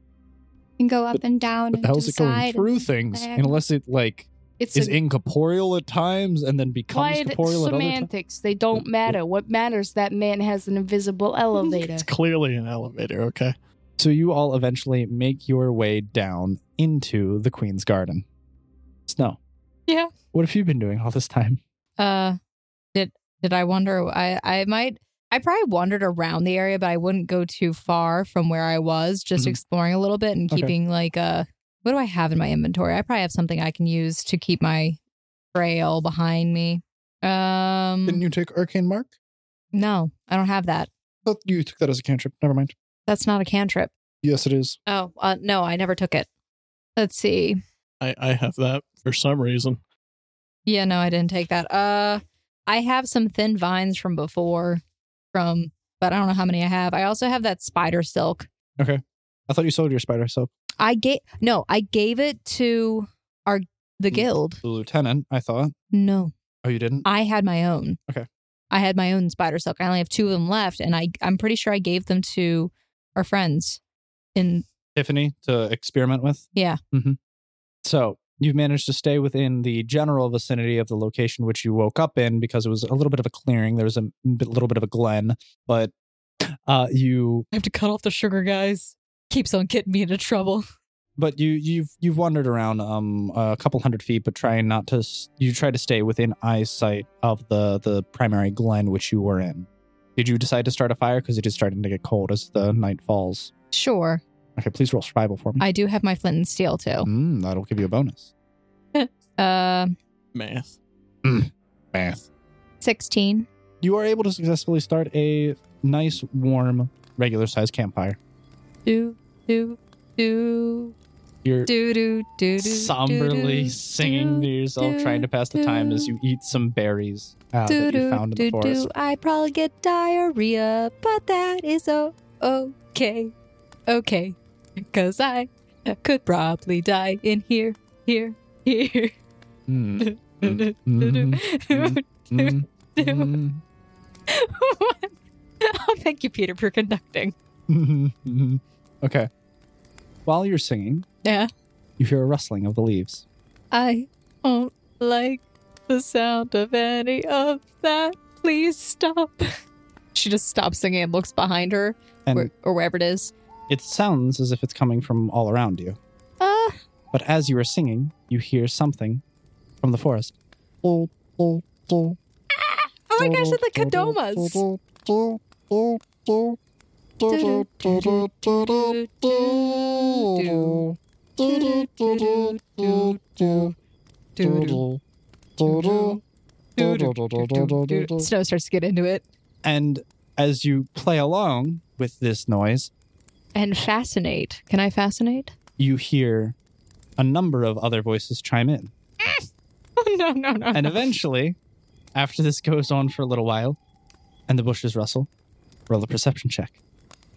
Speaker 1: You can go up and down
Speaker 2: But
Speaker 1: and
Speaker 2: how
Speaker 1: to
Speaker 2: is
Speaker 1: the
Speaker 2: it going
Speaker 1: side. and-
Speaker 2: through things?
Speaker 1: diagonal.
Speaker 2: Unless it like
Speaker 5: It's
Speaker 2: is
Speaker 5: a
Speaker 2: incorporeal at times and then becomes
Speaker 5: Clyde,
Speaker 2: corporeal at other times.
Speaker 5: semantics. They don't matter. What matters that man has an invisible elevator.
Speaker 3: It's clearly an elevator. Okay.
Speaker 2: So you all eventually make your way down into the Queen's Garden. Snow.
Speaker 4: Yeah.
Speaker 2: What have you been doing all this time?
Speaker 4: Uh, did did I wander? I I might. I probably wandered around the area, but I wouldn't go too far from where I was. Just
Speaker 2: Mhm.
Speaker 4: exploring a little bit and
Speaker 2: Okay.
Speaker 4: keeping like uh What do I have in my inventory? I probably have something I can use to keep my trail behind me. Um,
Speaker 2: Didn't you take Arcane Mark?
Speaker 4: no, I don't have that.
Speaker 2: Oh, you took that as a cantrip. Never mind.
Speaker 4: That's not a cantrip.
Speaker 2: Yes, it is.
Speaker 4: Oh, uh, no, I never took it. Let's see.
Speaker 3: I, I have that for some reason.
Speaker 4: Yeah, no, I didn't take that. Uh, I have some thin vines from before, from, but I don't know how many I have. I also have that spider silk.
Speaker 2: I thought you sold your spider soap.
Speaker 4: I gave no, I gave it to our the
Speaker 2: Mm.
Speaker 4: guild.
Speaker 2: The lieutenant, I thought.
Speaker 4: No,
Speaker 2: Oh, you didn't?
Speaker 4: I had my own.
Speaker 2: Okay.
Speaker 4: I had my own spider silk. I only have two of them left, and I I'm pretty sure I gave them to our friends. In
Speaker 2: Tiffany to experiment with?
Speaker 4: Yeah.
Speaker 2: hmm So you've managed to stay within the general vicinity of the location which you woke up in because it was a little bit of a clearing. There was a bit- little bit of a glen, but uh, you
Speaker 4: I have to cut off the sugar, guys. Keeps on getting me into trouble.
Speaker 2: but you you've you've wandered around um a couple hundred feet, but trying not to s- you try to stay within eyesight of the the primary glen which you were in. Did you decide to start a fire because it is starting to get cold as the night falls?
Speaker 4: Sure,
Speaker 2: Okay, please roll survival for me.
Speaker 4: I do have my flint and steel too.
Speaker 2: Mm, that'll give you a bonus.
Speaker 4: Uh,
Speaker 3: Math.
Speaker 2: Math.
Speaker 4: sixteen.
Speaker 2: you are able to successfully start a nice, warm, regular sized campfire.
Speaker 4: Do do do
Speaker 2: You're
Speaker 4: do do do do.
Speaker 2: somberly
Speaker 4: do,
Speaker 2: singing
Speaker 4: do,
Speaker 2: to yourself,
Speaker 4: do,
Speaker 2: trying to pass the time as you eat some berries uh, that you found in the forest.
Speaker 4: I probably get diarrhea, but that is o- okay. Okay. Because I could probably die in here, here, here.
Speaker 2: Mm,
Speaker 4: do,
Speaker 2: mm, mm, mm,
Speaker 4: oh, thank you, Peter, for conducting.
Speaker 2: mm, mm. okay. While you're singing,
Speaker 4: Yeah.
Speaker 2: you hear a rustling of the leaves.
Speaker 4: I don't like the sound of any of that. Please stop. She just stops singing and looks behind her
Speaker 2: And
Speaker 4: where- or wherever it is.
Speaker 2: it sounds as if it's coming from all around you.
Speaker 4: Uh,
Speaker 2: But as you are singing, you hear something from the forest.
Speaker 4: oh my gosh, it's the Kadomas. Snow starts to get into it.
Speaker 2: And as you play along with this noise,
Speaker 4: And fascinate. Can I fascinate?
Speaker 2: you hear a number of other voices chime in.
Speaker 4: Oh, no, no, no.
Speaker 2: And eventually, after this goes on for a little while and the bushes rustle, roll a perception check.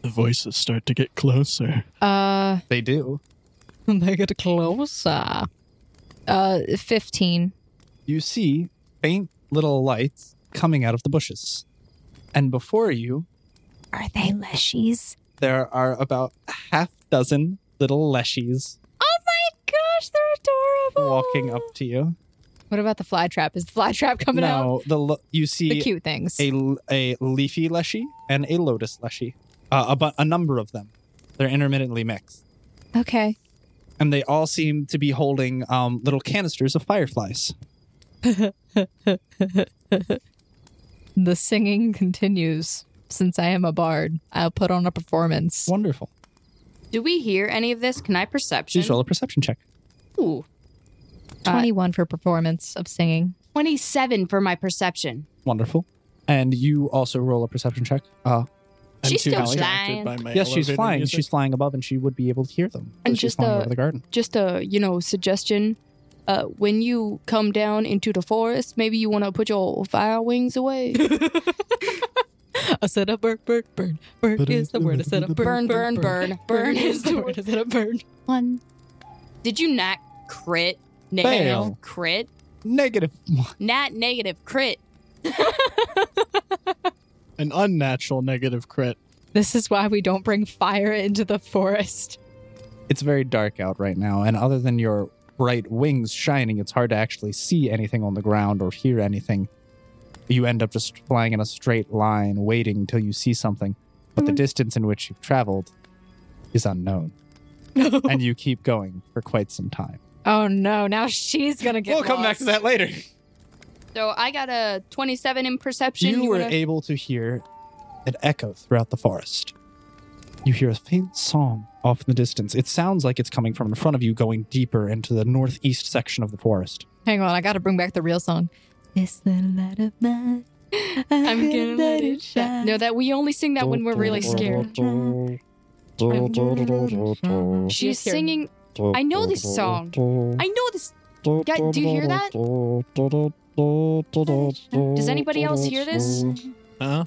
Speaker 3: The voices start to get closer.
Speaker 4: Uh,
Speaker 2: They do.
Speaker 4: they get closer. Uh, 15.
Speaker 2: you see faint little lights coming out of the bushes. And before you,
Speaker 5: Are they leshies?
Speaker 2: there are about a half dozen little leshies
Speaker 4: Oh my gosh, they're adorable.
Speaker 2: walking up to you.
Speaker 4: What about the fly trap? Is the fly trap coming out?
Speaker 2: no, the lo- you
Speaker 4: The
Speaker 2: see
Speaker 4: cute things.
Speaker 2: a, a leafy leshy and a lotus leshy. Uh, a, bu- a number of them. They're intermittently mixed.
Speaker 4: okay.
Speaker 2: And they all seem to be holding um, little canisters of fireflies.
Speaker 4: The singing continues. Since I am a bard, I'll put on a performance.
Speaker 2: Wonderful.
Speaker 5: Do we hear any of this? Can I perception?
Speaker 2: Please roll a perception check.
Speaker 5: Ooh,
Speaker 4: 21 for performance of singing.
Speaker 5: 27 for my perception.
Speaker 2: Wonderful. And you also roll a perception check. Uh,
Speaker 5: She's still flying.
Speaker 3: by my
Speaker 2: yes, she's
Speaker 3: elevator
Speaker 2: flying.
Speaker 3: music.
Speaker 2: She's flying above, and she would be able to hear them. So
Speaker 5: And
Speaker 2: she's
Speaker 5: just
Speaker 2: flying
Speaker 5: the-
Speaker 2: over the garden.
Speaker 5: Just a, you know, suggestion. Uh, when you come down into the forest, maybe you want to put your fire wings away.
Speaker 4: I said a bird, bird, burn. Bird is the word. I said a
Speaker 5: burn, burn, burn. Burn is the word.
Speaker 4: I said a burn.
Speaker 1: One.
Speaker 5: Did you not crit? Negative
Speaker 2: Fail.
Speaker 5: crit?
Speaker 2: Negative one.
Speaker 5: Not negative crit.
Speaker 3: An unnatural negative crit.
Speaker 4: This is why we don't bring fire into the forest.
Speaker 2: It's very dark out right now, and other than your bright wings shining, it's hard to actually see anything on the ground or hear anything. You end up just flying in a straight line, waiting till you see something. But
Speaker 5: Mm-hmm.
Speaker 2: the distance in which you've traveled is unknown, and you keep going for quite some time.
Speaker 4: Oh no, now she's gonna get
Speaker 2: we'll come back to that later.
Speaker 5: So I got a 27 in perception.
Speaker 2: you were
Speaker 5: wanna-
Speaker 2: able to hear an echo throughout the forest. You hear a faint song off in the distance. It sounds like it's coming from in front of you, going deeper into the northeast section of the forest.
Speaker 4: Hang on, I gotta bring back the real song.
Speaker 8: This little light of mine. I'm,
Speaker 5: I'm gonna let it shine. No, that we only sing that when we're really scared. She's
Speaker 4: Just hear-
Speaker 5: singing. I know this song. I know this. Yeah, do you hear that?
Speaker 2: Does
Speaker 5: Does anybody else hear this?
Speaker 3: Huh?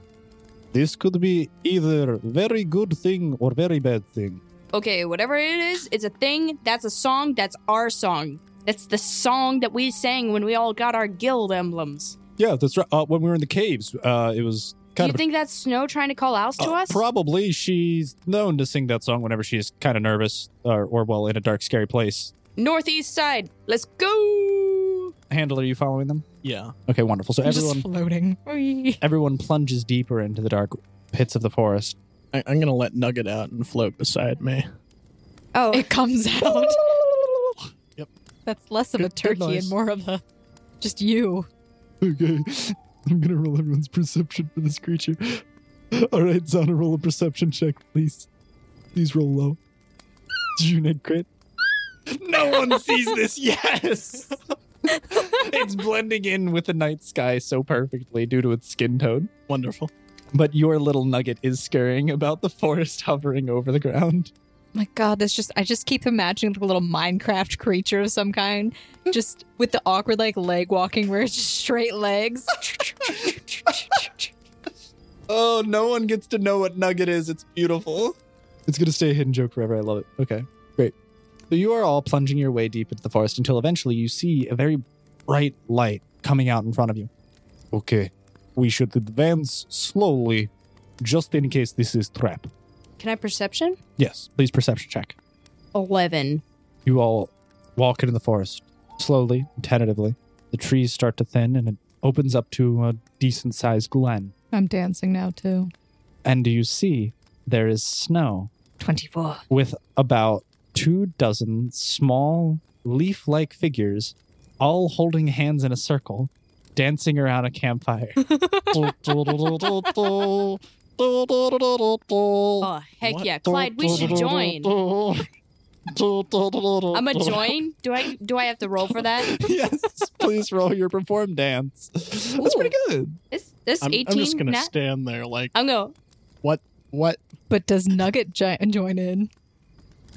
Speaker 2: This could be either very good thing or very bad thing.
Speaker 5: Okay, whatever it is, it's a thing. That's a song. That's our song. That's the song that we sang when we all got our guild emblems.
Speaker 2: Yeah, that's right. Uh, when we were in the caves, uh, it was
Speaker 5: Do
Speaker 2: kind
Speaker 5: you
Speaker 2: of.
Speaker 5: think that's Snow trying to call out to
Speaker 2: uh,
Speaker 5: us?
Speaker 2: Probably she's known to sing that song whenever she's kind of nervous or, or, well, in a dark, scary place.
Speaker 5: Northeast side. Let's go.
Speaker 2: Handler, are you following them?
Speaker 3: Yeah.
Speaker 2: Okay, wonderful. So everyone,
Speaker 4: just floating.
Speaker 2: everyone plunges deeper into the dark pits of the forest.
Speaker 3: I- I'm gonna let Nugget out and float beside me.
Speaker 7: Oh,
Speaker 4: It comes out.
Speaker 3: Yep.
Speaker 4: That's less of a
Speaker 3: Good- good
Speaker 4: turkey and
Speaker 3: noise.
Speaker 4: more of a just you.
Speaker 3: Okay. I'm gonna roll everyone's perception for this creature. All right, Zana, roll a perception check, please. Please roll low. Did you net crit?
Speaker 2: No one sees this. Yes. it's blending in with the night sky so perfectly due to its skin tone.
Speaker 3: Wonderful.
Speaker 2: But your little nugget is scurrying about the forest hovering over the ground.
Speaker 4: My God, that's just I just keep imagining like a little Minecraft creature of some kind, just with the awkward like leg walking where it's just straight legs.
Speaker 2: Oh, no one gets to know what nugget is. It's beautiful. It's going to stay a hidden joke forever. I love it. Okay, great. So you are all plunging your way deep into the forest until eventually you see a very bright light coming out in front of you. Okay, we should advance slowly just in case this is trap.
Speaker 5: Can I perception?
Speaker 2: Yes, please perception check.
Speaker 5: Eleven.
Speaker 2: You all walk into the forest slowly, and tentatively. The trees start to thin, and it opens up to a decent-sized glen.
Speaker 4: I'm dancing now too.
Speaker 2: And you see there is snow
Speaker 5: Twenty-four.
Speaker 2: with about two dozen small leaf-like figures, all holding hands in a circle, dancing around a campfire.
Speaker 5: Oh heck
Speaker 3: What?
Speaker 5: yeah, Clyde! We should join. I'm a join. Do I do I have to roll for that?
Speaker 2: yes, please roll your perform dance. That's pretty good.
Speaker 5: This this
Speaker 3: I'm,
Speaker 5: 18
Speaker 3: I'm just gonna
Speaker 5: nat-
Speaker 3: stand there like
Speaker 5: I'm going.
Speaker 3: what?
Speaker 4: But does Nugget gi- join in?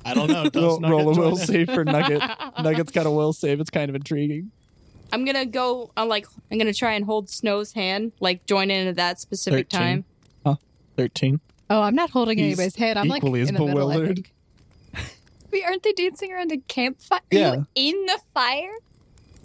Speaker 3: I don't know. Does
Speaker 2: roll,
Speaker 3: Nugget
Speaker 2: roll a
Speaker 3: join
Speaker 2: will
Speaker 3: in?
Speaker 2: save for Nugget. Nugget's got a will save. It's kind of intriguing.
Speaker 5: I'm gonna go. I'm like I'm gonna try and hold Snow's hand, like join in at that specific
Speaker 3: 13.
Speaker 5: time.
Speaker 3: Thirteen.
Speaker 4: Oh, I'm not holding
Speaker 2: He's
Speaker 4: anybody's hand. I'm like
Speaker 2: equally as
Speaker 4: in the middle, I
Speaker 2: bewildered.
Speaker 4: think.
Speaker 1: Wait, aren't they dancing around a campfire? Are you
Speaker 2: Yeah.
Speaker 1: in the fire?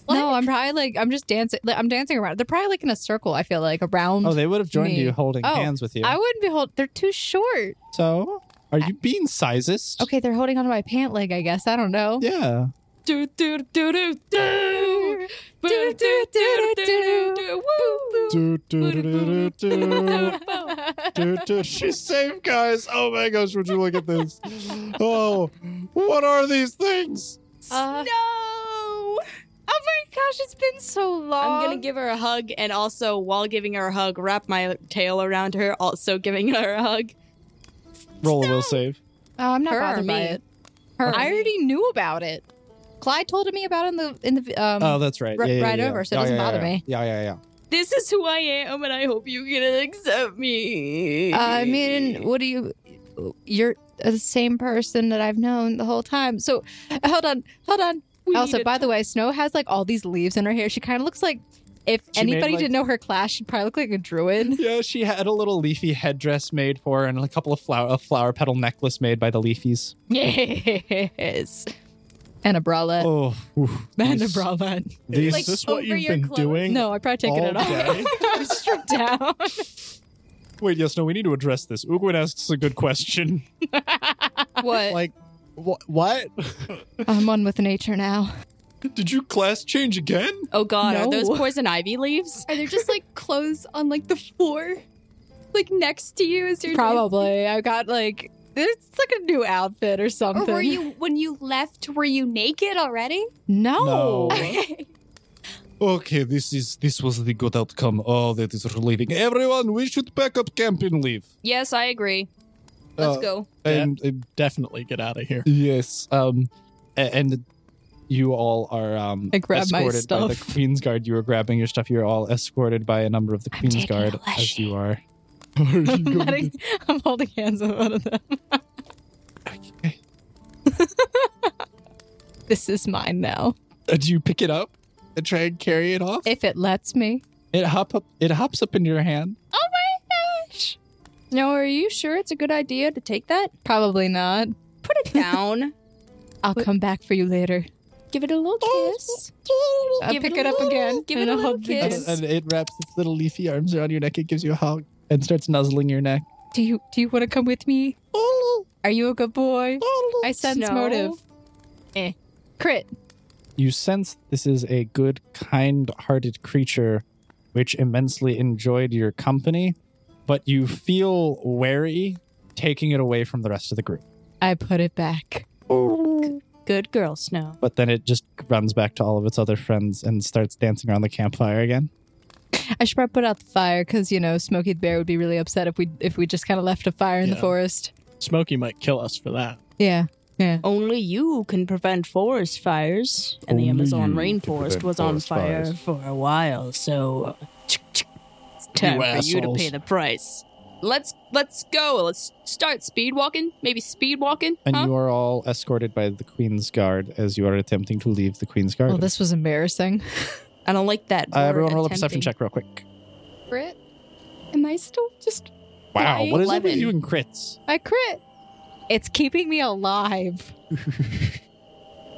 Speaker 4: No, I'm probably like I'm just dancing. Like, I'm dancing around. They're probably like in a circle. I feel like around.
Speaker 2: Oh, they would have joined
Speaker 4: Me.
Speaker 2: you holding
Speaker 4: Oh,
Speaker 2: hands with you.
Speaker 4: I wouldn't be hold. They're too short.
Speaker 2: so, are you being sizist?
Speaker 4: Okay, they're holding onto my pant leg. I guess I don't know.
Speaker 2: Yeah.
Speaker 5: Do do do do do. Do, do, do, do, do, do. Woo.
Speaker 2: She saved, guys. Oh my gosh, would you look at this? Oh, what are these things?
Speaker 5: Uh,
Speaker 7: no.
Speaker 5: Oh my gosh, it's been so long. I'm gonna give her a hug, and also while giving her a hug, wrap my tail around her, also giving her a hug.
Speaker 2: Roll a will save.
Speaker 4: Oh, I'm not
Speaker 5: Her or
Speaker 4: bothered by
Speaker 5: me?
Speaker 4: it. I already knew about it. Clyde told me about it in the in the um.
Speaker 2: Oh, that's right.
Speaker 4: r-
Speaker 2: Yeah, yeah,
Speaker 4: right
Speaker 2: yeah.
Speaker 4: over, so it
Speaker 2: Yeah,
Speaker 4: doesn't
Speaker 2: yeah,
Speaker 4: bother
Speaker 2: yeah.
Speaker 4: me.
Speaker 2: Yeah, yeah, yeah.
Speaker 5: This is who I am, and I hope you can accept me.
Speaker 4: Uh, I mean, what do you? You're the same person that I've known the whole time. So, hold on, hold on.
Speaker 5: We
Speaker 4: also,
Speaker 5: need
Speaker 4: by the way, Snow has like all these leaves in her hair. She kind of looks like if
Speaker 2: She made,
Speaker 4: anybody
Speaker 2: like-
Speaker 4: didn't know her class, she'd probably look like a druid.
Speaker 2: Yeah, she had a little leafy headdress made for her and a couple of flower a flower petal necklace made by the leafies.
Speaker 4: yes, and a bralette.
Speaker 2: Oh, oof.
Speaker 4: and a
Speaker 2: these-
Speaker 4: bralette.
Speaker 2: these-
Speaker 3: Is this what
Speaker 5: over
Speaker 3: you've
Speaker 5: your
Speaker 3: been
Speaker 5: clothes.
Speaker 3: doing?
Speaker 4: No, I probably taken it
Speaker 3: all
Speaker 4: off.
Speaker 3: day?
Speaker 4: Stripped down.
Speaker 2: wait, yes, no, we need to address this. Ugwin asks a good question.
Speaker 5: what?
Speaker 3: like wh- what?
Speaker 4: I'm one with nature now.
Speaker 2: Did you class change again?
Speaker 5: Oh God, are those
Speaker 4: No.
Speaker 5: poison ivy leaves?
Speaker 1: Are there just like clothes on like the floor? Like next to you as you're
Speaker 4: Probably. I got like it's like a new outfit or something.
Speaker 1: Or were you when you left? Were you naked already?
Speaker 4: No.
Speaker 2: No. Okay, this is this was the good outcome. Oh, that is relieving. Everyone, we should pack up camp and leave.
Speaker 5: Yes, I agree. Let's
Speaker 2: Uh,
Speaker 5: go.
Speaker 2: And uh,
Speaker 3: Definitely get out of here.
Speaker 2: yes, um, a- and you all are um,
Speaker 4: I grabbed my
Speaker 2: escorted by the
Speaker 4: stuff.
Speaker 2: Queen's Guard. You were grabbing your stuff. You're all escorted by a number of the Queen's
Speaker 5: taking a
Speaker 2: Guard as you are.
Speaker 3: Are you
Speaker 4: I'm,
Speaker 3: going to-
Speaker 4: letting- I'm holding hands with one of them.
Speaker 2: Okay.
Speaker 4: This is mine now.
Speaker 2: Uh, Do you pick it up and try and carry it off?
Speaker 4: If it lets me.
Speaker 2: It hop up. It hops up into your hand.
Speaker 4: Oh my gosh.
Speaker 1: Now, are you sure it's a good idea to take that?
Speaker 4: Probably not.
Speaker 7: Put it down.
Speaker 4: I'll come back for you later.
Speaker 1: Give it a little kiss.
Speaker 4: I'll
Speaker 1: Oh, Give
Speaker 4: pick
Speaker 1: it a
Speaker 4: it, up
Speaker 1: little-
Speaker 4: again.
Speaker 1: give
Speaker 4: and
Speaker 1: it a
Speaker 4: I'll
Speaker 1: little
Speaker 4: hug you.
Speaker 1: kiss.
Speaker 2: And, and it wraps its little leafy arms around your neck. It gives you a hug and starts nuzzling your neck.
Speaker 4: Do you do you want to come with me? Are you a good boy? I sense
Speaker 7: Snow.
Speaker 4: motive. Eh. Crit.
Speaker 2: You sense this is a good, kind hearted creature which immensely enjoyed your company, but you feel wary taking it away from the rest of the group.
Speaker 4: I put it back.
Speaker 5: Good girl, Snow.
Speaker 2: But then it just runs back to all of its other friends and starts dancing around the campfire again.
Speaker 4: I should probably put out the fire because you know Smokey the Bear would be really upset if we if we just kind of left a fire in the
Speaker 9: Yeah.
Speaker 4: forest.
Speaker 9: Smokey might kill us for that.
Speaker 4: Yeah. Yeah.
Speaker 1: Oh,
Speaker 5: Only you can prevent forest fires, and the
Speaker 10: Only
Speaker 5: Amazon
Speaker 10: you can
Speaker 5: rainforest
Speaker 10: prevent
Speaker 5: was on
Speaker 10: forest
Speaker 5: fire
Speaker 10: fires.
Speaker 5: for a while, so it's time for you to
Speaker 9: assholes.
Speaker 5: pay the price. Let's let's go. Let's start speed walking. Maybe speed walking.
Speaker 2: And
Speaker 5: huh?
Speaker 2: you are all escorted by the Queen's Guard as you are attempting to leave the Queen's Guard.
Speaker 4: Well, this was embarrassing.
Speaker 5: I don't like that.
Speaker 2: uh,
Speaker 5: word
Speaker 2: everyone roll a perception
Speaker 5: attempting.
Speaker 2: check real quick.
Speaker 1: Crit? Am I still just
Speaker 2: Wow, what is it with
Speaker 5: 11.
Speaker 2: you and crits?
Speaker 4: I crit. It's keeping me alive.
Speaker 2: Uh,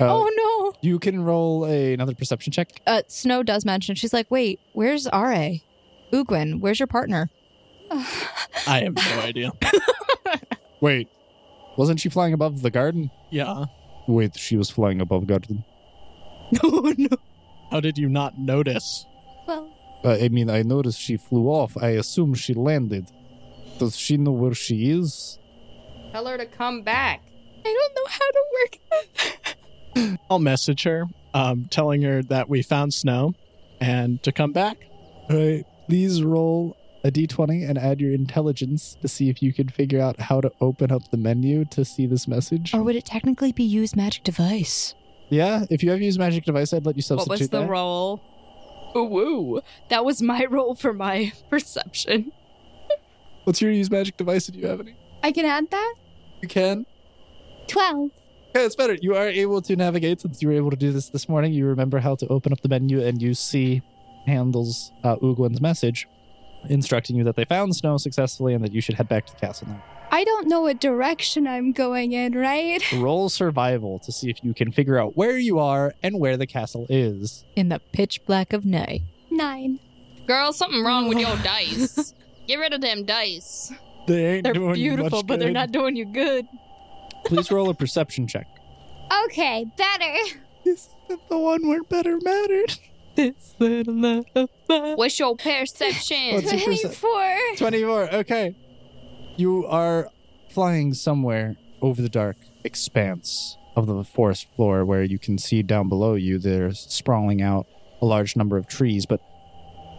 Speaker 4: oh
Speaker 2: You can roll a, another perception check.
Speaker 4: no. Uh, Snow does mention. She's like, wait, where's Ra? Uguin, where's your partner?
Speaker 9: I have no idea.
Speaker 2: Wait, wasn't she flying above the garden?
Speaker 9: Yeah.
Speaker 2: Wait, she was flying above garden.
Speaker 9: How did you not notice?
Speaker 1: well?
Speaker 2: Uh, I mean, I noticed she flew off. I assume she landed. Does she know where she is?
Speaker 7: Tell her to come back.
Speaker 1: I don't know how to work.
Speaker 9: I'll message her, um, telling her that we found snow and to come back.
Speaker 2: All right, please roll a d20 and add your intelligence to see if you can figure out how to open up the menu to see this message.
Speaker 5: Or would it technically be used magic device?
Speaker 2: Yeah, if you have used magic device, I'd let you
Speaker 7: What
Speaker 2: substitute
Speaker 7: was the
Speaker 2: that.
Speaker 7: roll?
Speaker 5: Ooh, woo. That was my role for my perception.
Speaker 2: What's your use magic device if you have any?
Speaker 1: I can add that?
Speaker 2: You can.
Speaker 1: 12.
Speaker 2: Yeah, it's better. You are able to navigate since you were able to do this this morning. You remember how to open up the menu, and you see handles uh, Uguin's message instructing you that they found snow successfully and that you should head back to the castle now.
Speaker 1: I don't know what direction I'm going in, right?
Speaker 2: Roll survival to see if you can figure out where you are and where the castle is.
Speaker 4: In the pitch black of night.
Speaker 1: Nine.
Speaker 7: Girl, something wrong with your dice. Get rid of them dice.
Speaker 3: They ain't doing much good.
Speaker 4: doing you good.
Speaker 2: Please roll a perception check.
Speaker 1: Okay, better.
Speaker 3: This is the one where better mattered.
Speaker 4: This little love of mine.
Speaker 7: What's your perception?
Speaker 2: What's your perce-
Speaker 1: 24.
Speaker 2: 24. Okay. You are flying somewhere over the dark expanse of the forest floor where you can see down below you there's sprawling out a large number of trees, but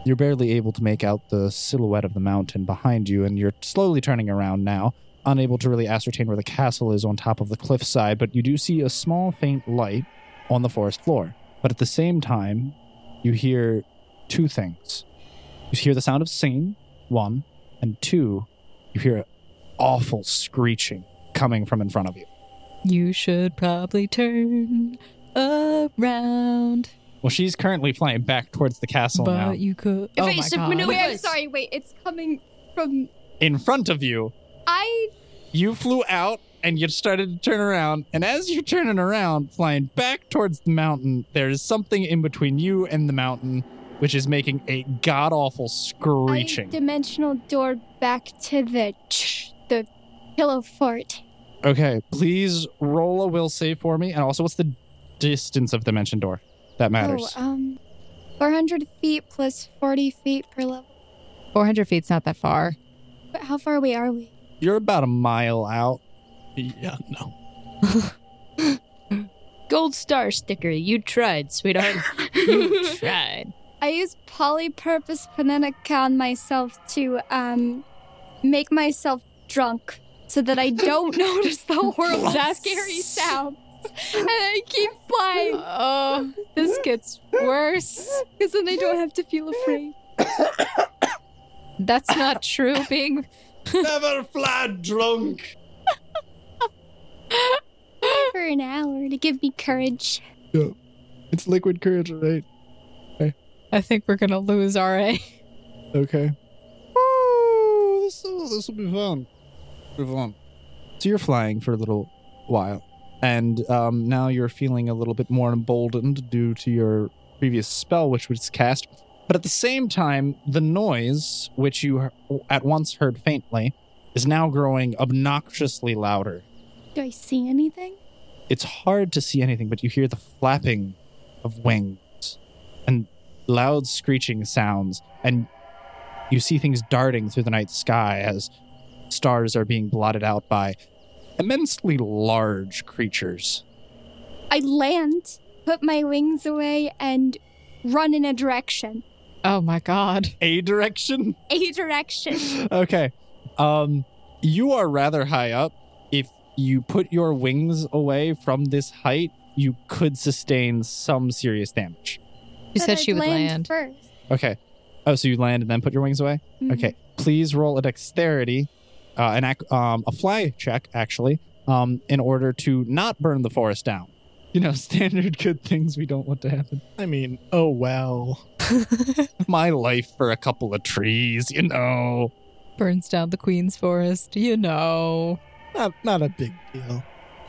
Speaker 2: you're barely able to make out the silhouette of the mountain behind you, and you're slowly turning around now, unable to really ascertain where the castle is on top of the cliffside, but you do see a small faint light on the forest floor. But at the same time, you hear two things. You hear the sound of singing, one, and two, you hear an awful screeching coming from in front of you.
Speaker 4: You should probably turn around.
Speaker 2: Well, she's currently flying back towards the castle
Speaker 4: but
Speaker 2: now.
Speaker 4: you could. Oh my
Speaker 7: Evasive
Speaker 4: god.
Speaker 7: maneuver.
Speaker 1: Wait, I'm
Speaker 7: Yes.
Speaker 1: sorry. Wait, it's coming from.
Speaker 2: In front of you,
Speaker 1: I.
Speaker 2: you flew out and you started to turn around. And as you're turning around, flying back towards the mountain, there is something in between you and the mountain, which is making a god awful
Speaker 1: I
Speaker 2: screeching.
Speaker 1: dimensional door back to the. Ch- the pillow fort.
Speaker 2: Okay, please roll a will save for me. And also, what's the distance of the mentioned door? That matters.
Speaker 1: Oh, um. 400 feet plus 40 feet per level.
Speaker 4: 400 feet's not that far.
Speaker 1: But how far away are we?
Speaker 2: You're about a mile out.
Speaker 9: Yeah, no.
Speaker 5: Gold star sticker. You tried, sweetheart. you tried.
Speaker 1: I use polypurpose panenica on myself to um make myself drunk so that I don't notice the horrible scary sound. and I keep flying.
Speaker 4: Oh, this gets worse.
Speaker 1: Because then I don't have to feel afraid.
Speaker 4: That's not true. Being
Speaker 2: Never fly drunk.
Speaker 1: For an hour to give me courage.
Speaker 3: Yeah. It's liquid courage, all right?
Speaker 4: I think we're gonna lose RA.
Speaker 3: Okay.
Speaker 2: Ooh, this will this will be fun. Be fun. So you're flying for a little while, and um, now you're feeling a little bit more emboldened due to your previous spell, which was cast. But at the same time, the noise, which you he- at once heard faintly, is now growing obnoxiously louder.
Speaker 1: Do I see anything?
Speaker 2: It's hard to see anything, but you hear the flapping of wings and loud screeching sounds, and you see things darting through the night sky as stars are being blotted out by immensely large creatures.
Speaker 1: I land, put my wings away, and run in a direction.
Speaker 4: Oh my god.
Speaker 2: A direction?
Speaker 1: A direction.
Speaker 2: okay. Um, you are rather high up. If you put your wings away from this height, you could sustain some serious damage.
Speaker 4: You said
Speaker 1: But
Speaker 4: she
Speaker 1: I'd
Speaker 4: would land.
Speaker 1: first.
Speaker 2: Okay. Oh, so you land and then put your wings away?
Speaker 1: Mhm.
Speaker 2: Okay. Please roll a dexterity, uh, an ac- um, a fly check, actually, um, in order to not burn the forest down. You know, standard good things we don't want to happen.
Speaker 9: I mean, oh well.
Speaker 2: My life for a couple of trees, you know.
Speaker 4: Burns down the Queen's Forest. You know.
Speaker 9: Not not a big deal.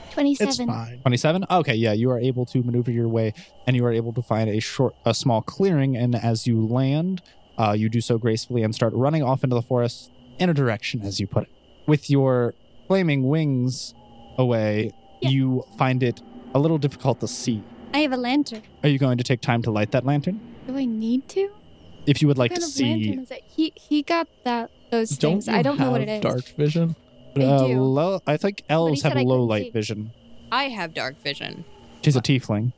Speaker 9: It's
Speaker 1: Twenty-seven.
Speaker 9: fine.
Speaker 2: 27 okay yeah you are able to maneuver your way and you are able to find a short a small clearing and as you land uh, you do so gracefully and start running off into the forest in a direction as you put it with your flaming wings away
Speaker 1: Yeah.
Speaker 2: you find it a little difficult to see
Speaker 1: I have a lantern.
Speaker 2: are you going to take time to light that lantern
Speaker 1: Do I need to?
Speaker 2: if you would like
Speaker 1: What
Speaker 2: to
Speaker 1: kind of lantern
Speaker 2: see
Speaker 1: is it? He he got that those
Speaker 9: Don't
Speaker 1: things. I
Speaker 9: you
Speaker 1: don't know what
Speaker 9: have
Speaker 1: it is.
Speaker 9: Dark vision.
Speaker 1: I
Speaker 2: uh,
Speaker 1: do.
Speaker 2: low, I think elves
Speaker 1: said
Speaker 2: have
Speaker 1: I
Speaker 2: low
Speaker 1: couldn't
Speaker 2: light
Speaker 1: see.
Speaker 2: vision
Speaker 5: I have dark vision.
Speaker 2: she's a tiefling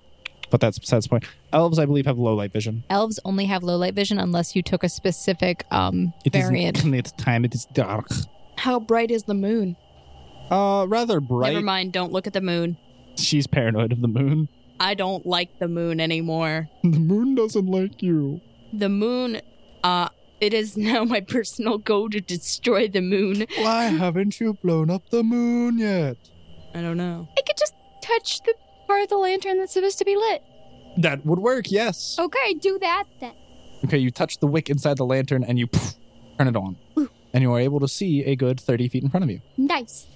Speaker 2: but that's besides the point elves i believe have low light vision
Speaker 4: Elves only have low light vision unless you took a specific um
Speaker 2: It is
Speaker 4: variant.
Speaker 2: night time it is dark
Speaker 6: How bright is the moon?
Speaker 2: Uh, rather bright.
Speaker 5: Never mind. Don't look at the moon.
Speaker 2: She's paranoid of the moon.
Speaker 5: I don't like the moon anymore.
Speaker 3: The moon doesn't like you.
Speaker 5: The moon, uh, it is now my personal goal to destroy the moon.
Speaker 3: Why haven't you blown up the moon yet?
Speaker 5: I don't know.
Speaker 1: I could just touch the part of the lantern that's supposed to be lit.
Speaker 2: That would work, yes.
Speaker 1: Okay, do that then.
Speaker 2: Okay, you touch the wick inside the lantern and you poof, turn it on.
Speaker 1: Ooh.
Speaker 2: And you are able to see a good 30 feet in front of you.
Speaker 1: Nice.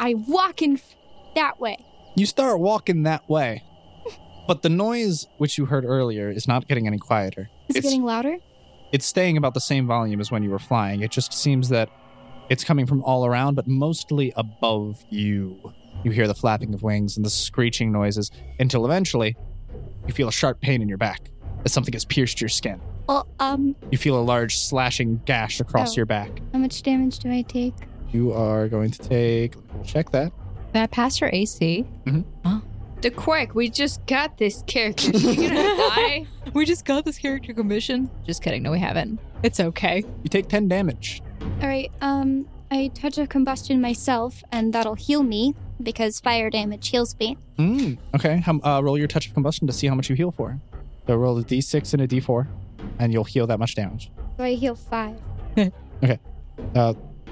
Speaker 1: I walk in f- that way.
Speaker 2: You start walking that way. But the noise which you heard earlier is not getting any quieter.
Speaker 1: Is it
Speaker 2: It's-
Speaker 1: getting louder?
Speaker 2: it's staying about the same volume as when you were flying. It just seems that it's coming from all around, but mostly above you. You hear the flapping of wings and the screeching noises until eventually you feel a sharp pain in your back as something has pierced your skin.
Speaker 1: Well, um,
Speaker 2: You feel a large slashing gash across
Speaker 1: Oh.
Speaker 2: your back.
Speaker 1: how much damage do I take?
Speaker 2: You are going to take. we'll Check that.
Speaker 4: Did I pass your AC?
Speaker 2: Mm-hmm.
Speaker 5: The quirk, we just got this character. You're gonna die.
Speaker 4: We just got this character commission. Just kidding. No, we haven't. It's okay.
Speaker 2: You take 10 damage.
Speaker 1: All right, um, I touch a combustion myself, and that'll heal me because fire damage heals me.
Speaker 2: Mm, okay. Hum, uh, roll your touch of combustion to see how much you heal for. So roll a d6 and a d4, and you'll heal that much damage.
Speaker 1: So I heal five.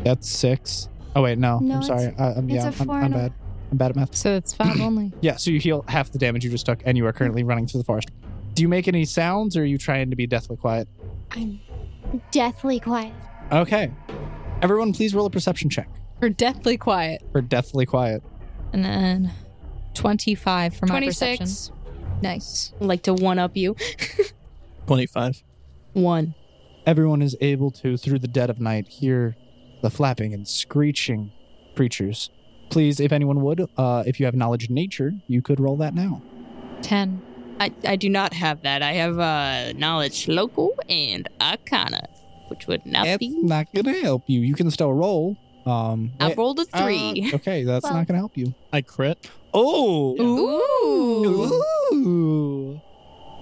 Speaker 2: That's six. Oh wait, no.
Speaker 1: No,
Speaker 2: I'm
Speaker 1: it's-
Speaker 2: sorry. I, I'm, yeah,
Speaker 1: it's a
Speaker 2: I'm,
Speaker 1: four
Speaker 2: I'm
Speaker 1: and a-
Speaker 2: bad. I'm bad at math.
Speaker 4: So it's five only.
Speaker 2: Yeah, so you heal half the damage you just took, and you are currently running through the forest. Do you make any sounds, or are you trying to be deathly quiet?
Speaker 1: I'm deathly quiet.
Speaker 2: Okay. Everyone, please roll a perception check
Speaker 4: We're deathly quiet.
Speaker 2: for deathly quiet.
Speaker 4: And then 25 for my 26.
Speaker 5: 26.
Speaker 4: Nice.
Speaker 5: I'd Like to one up you.
Speaker 9: 25.
Speaker 5: One.
Speaker 2: Everyone is able to, through the dead of night, hear the flapping and screeching creatures. Please, if anyone would, uh, if you have knowledge of nature, you could roll that now.
Speaker 4: 10.
Speaker 5: I, I do not have that. I have uh, knowledge local and arcana, which would not
Speaker 2: That's
Speaker 5: be.
Speaker 2: not gonna help you. You can still roll. Um,
Speaker 5: I
Speaker 2: wait,
Speaker 5: rolled a
Speaker 2: uh,
Speaker 5: three.
Speaker 2: okay, that's
Speaker 1: Well-
Speaker 2: not gonna help you.
Speaker 9: I crit.
Speaker 2: Oh.
Speaker 4: Ooh.
Speaker 2: Ooh.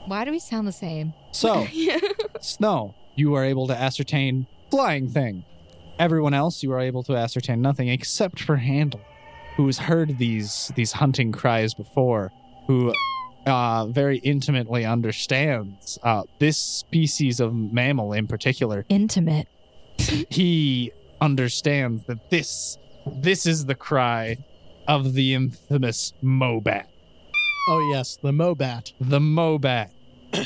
Speaker 4: Why do we sound the same?
Speaker 2: So, Snow, you are able to ascertain flying thing. Everyone else, you are able to ascertain nothing except for handle. who's heard these these hunting cries before, who uh, very intimately understands uh, this species of mammal in particular.
Speaker 11: Intimate.
Speaker 2: He understands that this this is the cry of the infamous Mobat.
Speaker 3: Oh yes, the Mobat.
Speaker 2: the Mobat.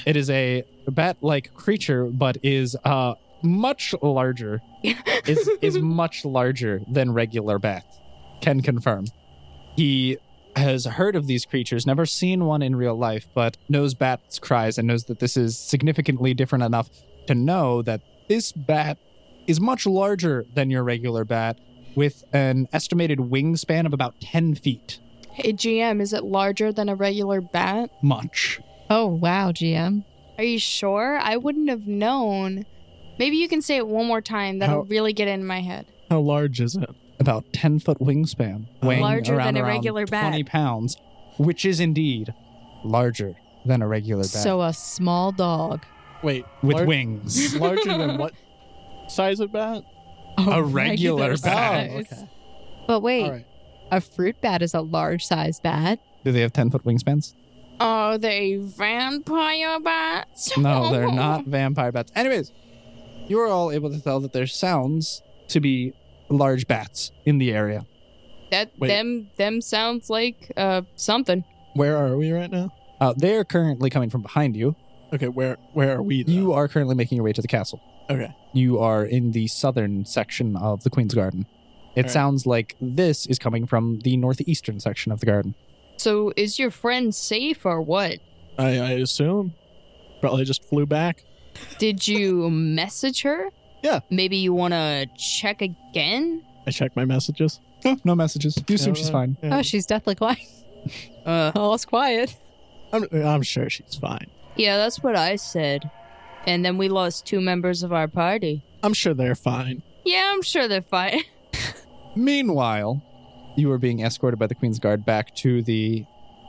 Speaker 2: It is a bat-like creature, but is uh much larger. is is much larger than regular bats. Can confirm. He has heard of these creatures, never seen one in real life, but knows bats' cries and knows that this is significantly different enough to know that this bat is much larger than your regular bat, with an estimated wingspan of about ten feet.
Speaker 12: Hey, GM, is it larger than a regular bat?
Speaker 2: Much.
Speaker 4: Oh, wow, GM.
Speaker 12: Are you sure? I wouldn't have known. Maybe you can say it one more time. That'll
Speaker 3: How-
Speaker 12: really get in my head.
Speaker 3: How large is it?
Speaker 2: about 10 foot wingspan, weighing
Speaker 12: Larger
Speaker 2: around,
Speaker 12: than a
Speaker 2: around
Speaker 12: regular bat.
Speaker 2: 20 pounds, which is indeed larger than a regular bat
Speaker 12: uh,
Speaker 4: So a small dog.
Speaker 3: Wait,
Speaker 2: with
Speaker 3: lar-
Speaker 2: wings.
Speaker 3: larger than what size of bat?
Speaker 4: Oh
Speaker 2: A regular bat.
Speaker 4: size.
Speaker 3: okay.
Speaker 4: But wait,
Speaker 3: All right.
Speaker 4: a fruit bat is a large size bat.
Speaker 2: Do they have 10 foot wingspans?
Speaker 5: Are Oh, they vampire bats?
Speaker 2: No, they're not vampire bats. Anyways, you are all able to tell that there sounds to be large bats in the area.
Speaker 5: That
Speaker 3: Wait.
Speaker 5: them them sounds like uh something.
Speaker 3: Where are we right now?
Speaker 2: Uh, they are currently coming from behind you.
Speaker 3: Okay, where where are we? Though?
Speaker 2: You are currently making your way to the castle.
Speaker 3: okay?
Speaker 2: You are in the southern section of the Queen's Garden. It
Speaker 3: Alright.
Speaker 2: sounds like this is coming from the northeastern section of the garden.
Speaker 5: So is your friend safe or what?
Speaker 3: I, I assume probably just flew back.
Speaker 13: Did you message her?
Speaker 3: Yeah.
Speaker 13: Maybe you want to check again?
Speaker 3: I checked my messages.
Speaker 2: No, no messages. You assume she's fine.
Speaker 3: Yeah.
Speaker 4: Oh, she's deathly quiet. Uh, oh, it's quiet.
Speaker 3: I'm, I'm sure she's fine.
Speaker 13: Yeah, that's what I said. And then we lost two members of our party.
Speaker 3: I'm sure they're fine.
Speaker 13: Yeah, I'm sure they're fine.
Speaker 2: Meanwhile, you are being escorted by the Queen's Guard back to the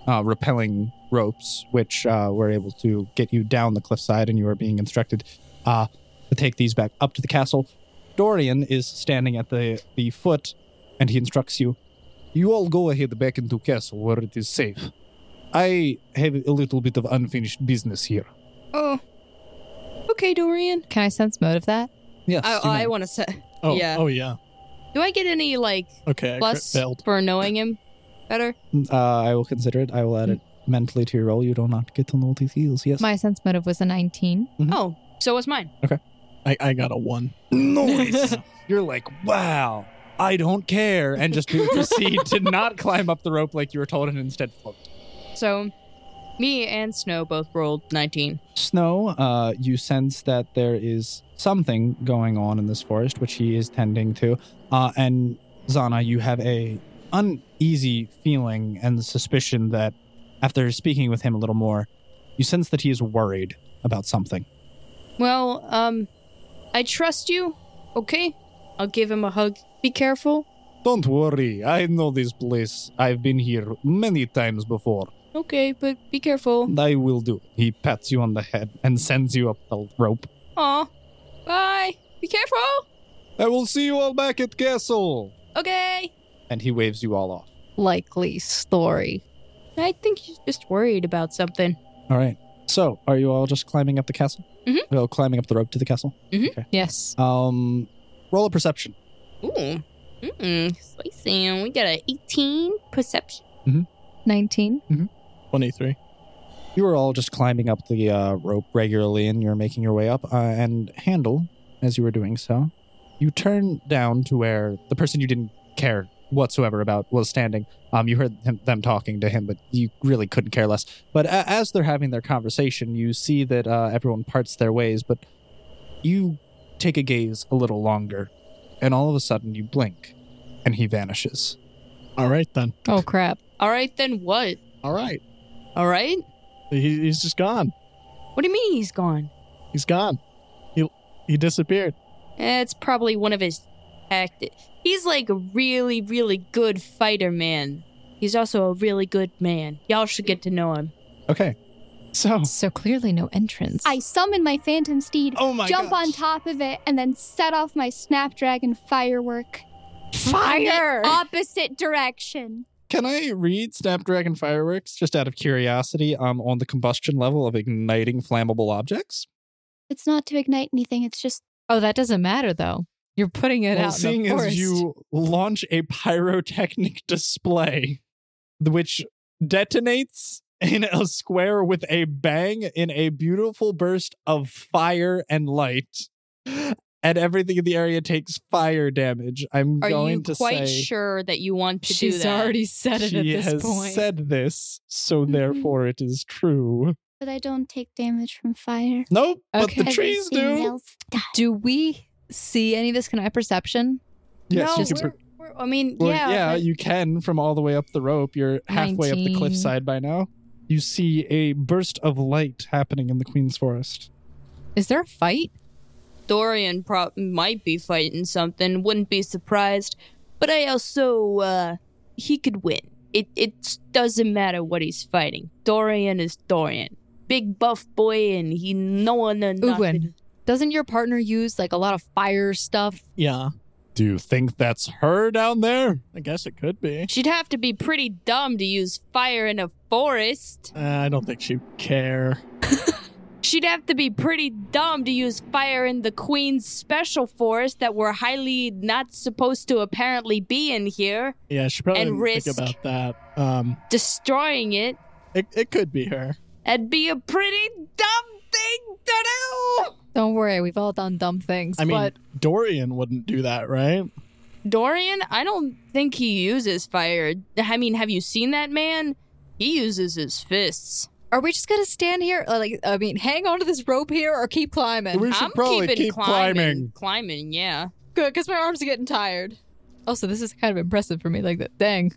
Speaker 2: uh, repelling ropes, which uh, were able to get you down the cliffside, and you are being instructed uh, to take these back up to the castle. Dorian is standing at the, the foot, and he instructs you You all go ahead back into castle where it is safe. I have a little bit of unfinished business here.
Speaker 5: Oh. Okay, Dorian.
Speaker 4: Can I sense motive that?
Speaker 2: Yes.
Speaker 5: I,
Speaker 2: you
Speaker 5: I
Speaker 2: may.
Speaker 5: want to say.
Speaker 3: Oh
Speaker 5: Yeah.
Speaker 3: oh yeah.
Speaker 5: Do I get any like
Speaker 3: Okay, I crit
Speaker 5: plus
Speaker 3: failed.
Speaker 5: for knowing him better?
Speaker 2: uh, I will consider it. I will add it
Speaker 5: Mm.
Speaker 2: mentally to your roll. You do not get to know these heals. Yes.
Speaker 4: My sense motive was a 19.
Speaker 3: Hmm?
Speaker 5: Oh, so was mine.
Speaker 3: I, I got a one.
Speaker 2: noise. You're like, wow, I don't care. And just proceed to not climb up the rope like you were told and instead float.
Speaker 5: So, me and Snow both rolled nineteen.
Speaker 2: Snow, uh, you sense that there is something going on in this forest, which he is tending to. Uh, and Zana, you have a uneasy feeling and suspicion that after speaking with him a little more, you sense that he is worried about something.
Speaker 5: Well, um, I trust you. Okay, I'll give him a hug. Be careful.
Speaker 2: Don't worry, I know this place. I've been here many times before.
Speaker 5: Okay, but be careful.
Speaker 2: I will do. He pats you on the head and sends you up the rope.
Speaker 5: Aw, bye. Be careful.
Speaker 2: I will see you all back at castle.
Speaker 5: Okay.
Speaker 2: And he waves you all off.
Speaker 4: Likely story.
Speaker 5: I think he's just worried about something.
Speaker 2: All right. So, are you all just climbing up the castle? Mm-hmm. Well, climbing up the rope to the castle.
Speaker 4: Yes.
Speaker 2: Um, roll a perception.
Speaker 5: Ooh, mm, spicy. We got a eighteen perception.
Speaker 4: 19.
Speaker 3: Twenty three.
Speaker 2: You are all just climbing up the uh, rope regularly, and you're making your way up. Uh, and handle as you were doing so, you turn down to where the person you didn't care whatsoever about was standing. Um, you heard him, them talking to him, but you really couldn't care less. But a- as they're having their conversation, you see that uh, everyone parts their ways, but you take a gaze a little longer, and all of a sudden you blink, and he vanishes.
Speaker 3: All right then.
Speaker 4: Oh, crap.
Speaker 5: All right, then what?
Speaker 3: All right.
Speaker 5: All right.
Speaker 3: He, he's just gone.
Speaker 5: What do you mean he's gone?
Speaker 3: He's gone. He he disappeared.
Speaker 5: Eh, It's probably one of his tactics. He's like a really, really good fighter man. He's also a really good man. Y'all should get to know him.
Speaker 2: Okay, so
Speaker 4: So clearly no entrance.
Speaker 1: I summon my phantom steed,
Speaker 2: oh my,
Speaker 1: jump on top of it, and then set off my snapdragon firework.
Speaker 4: Fire!
Speaker 1: Opposite direction.
Speaker 2: Can I read Snapdragon fireworks just out of curiosity um, on the combustion level of igniting flammable objects?
Speaker 1: It's not to ignite anything. It's just
Speaker 4: Oh, that doesn't matter though. You're putting it
Speaker 2: well,
Speaker 4: out. in
Speaker 2: seeing
Speaker 4: the forest.
Speaker 2: as you launch a pyrotechnic display, which detonates in a square with a bang in a beautiful burst of fire and light, and everything in the area takes fire damage. I'm
Speaker 5: Are
Speaker 2: going
Speaker 5: you
Speaker 2: to
Speaker 5: quite
Speaker 2: say
Speaker 5: sure that you want to do
Speaker 4: she's
Speaker 5: that?
Speaker 4: already said it
Speaker 2: she
Speaker 4: at this
Speaker 2: has
Speaker 4: point. Mm-hmm.
Speaker 2: said this, so therefore it is true.
Speaker 1: that I don't take damage from fire.
Speaker 2: Nope,
Speaker 4: Okay.
Speaker 2: but the trees
Speaker 1: Everything
Speaker 2: do.
Speaker 1: else dies.
Speaker 4: Do we see any of this? Can I perception?
Speaker 2: Yes,
Speaker 6: no,
Speaker 2: you can
Speaker 6: we're, we're, I mean,
Speaker 2: Well,
Speaker 6: yeah.
Speaker 2: yeah, you can from all the way up the rope. You're halfway up the
Speaker 4: 19.
Speaker 2: cliffside by now. You see a burst of light happening in the Queen's Forest.
Speaker 4: Is there a fight?
Speaker 5: Dorian pro- might be fighting something. Wouldn't be surprised. But I also, uh, he could win. It it doesn't matter what he's fighting. Dorian is Dorian, big buff boy, and he no one and nothing.
Speaker 4: Uwin, doesn't your partner use like a lot of fire stuff?
Speaker 9: Yeah,
Speaker 2: Do you think that's her down there?
Speaker 9: I guess it could be.
Speaker 5: She'd have to be pretty dumb to use fire in a forest.
Speaker 9: Uh, I don't think she'd care.
Speaker 5: She'd have to be pretty dumb to use fire in the Queen's special forest that we're highly not supposed to apparently be in here,
Speaker 9: Yeah, she probably
Speaker 5: And
Speaker 9: didn't
Speaker 5: risk.
Speaker 9: think about that. Um,
Speaker 5: destroying it.
Speaker 9: it, it could be her.
Speaker 5: That'd be a pretty dumb thing to do.
Speaker 4: Don't worry, we've all done dumb things.
Speaker 9: I mean,
Speaker 4: but
Speaker 9: Dorian wouldn't do that, right?
Speaker 5: Dorian, I don't think he uses fire. I mean, have you seen that man? He uses his fists.
Speaker 4: are we just gonna stand here? uh, Like, I mean, hang onto this rope here or keep climbing?
Speaker 2: We should
Speaker 5: I'm
Speaker 2: probably
Speaker 5: keeping
Speaker 2: keep climbing.
Speaker 5: climbing. Climbing, yeah.
Speaker 4: Good, because my arms are getting tired. Also, this is kind of impressive for me. Like, that, dang,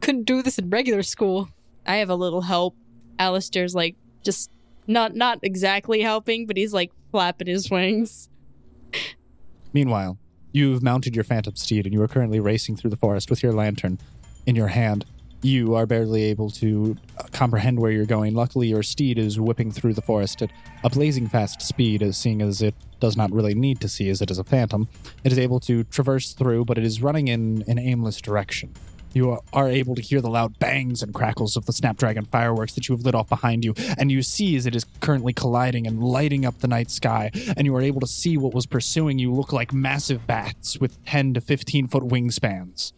Speaker 4: couldn't do this in regular school.
Speaker 5: I have a little help. Alistair's like just not not exactly helping, but he's like flapping his wings.
Speaker 2: Meanwhile, you've mounted your phantom steed and you are currently racing through the forest with your lantern in your hand. You are barely able to uh, comprehend where you're going. Luckily, your steed is whipping through the forest at a blazing fast speed, as seeing as it does not really need to see, as it is a phantom. It is able to traverse through, but it is running in an aimless direction. You are- are able to hear the loud bangs and crackles of the Snapdragon fireworks that you have lit off behind you, and you see as it is currently colliding and lighting up the night sky, and you are able to see what was pursuing you look like massive bats with 10 to 15 foot wingspans.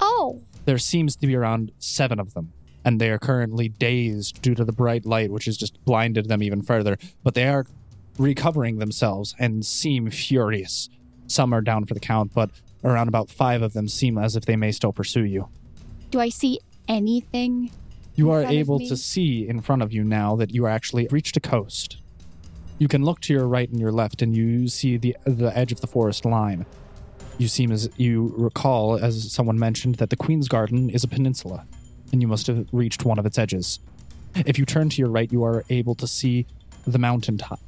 Speaker 1: Oh,
Speaker 2: There seems to be around seven of them, and they are currently dazed due to the bright light, which has just blinded them even further, but they are recovering themselves and seem furious. Some are down for the count, but around about five of them seem as if they may still pursue you.
Speaker 1: do I see anything?
Speaker 2: You are
Speaker 1: front of
Speaker 2: able
Speaker 1: me.
Speaker 2: to see in front of you now that you are actually reached a coast. You can look to your right and your left, and you see the the edge of the forest line. You seem as you recall, as someone mentioned, that the Queen's Garden is a peninsula, and you must have reached one of its edges. If you turn to your right, you are able to see the mountaintop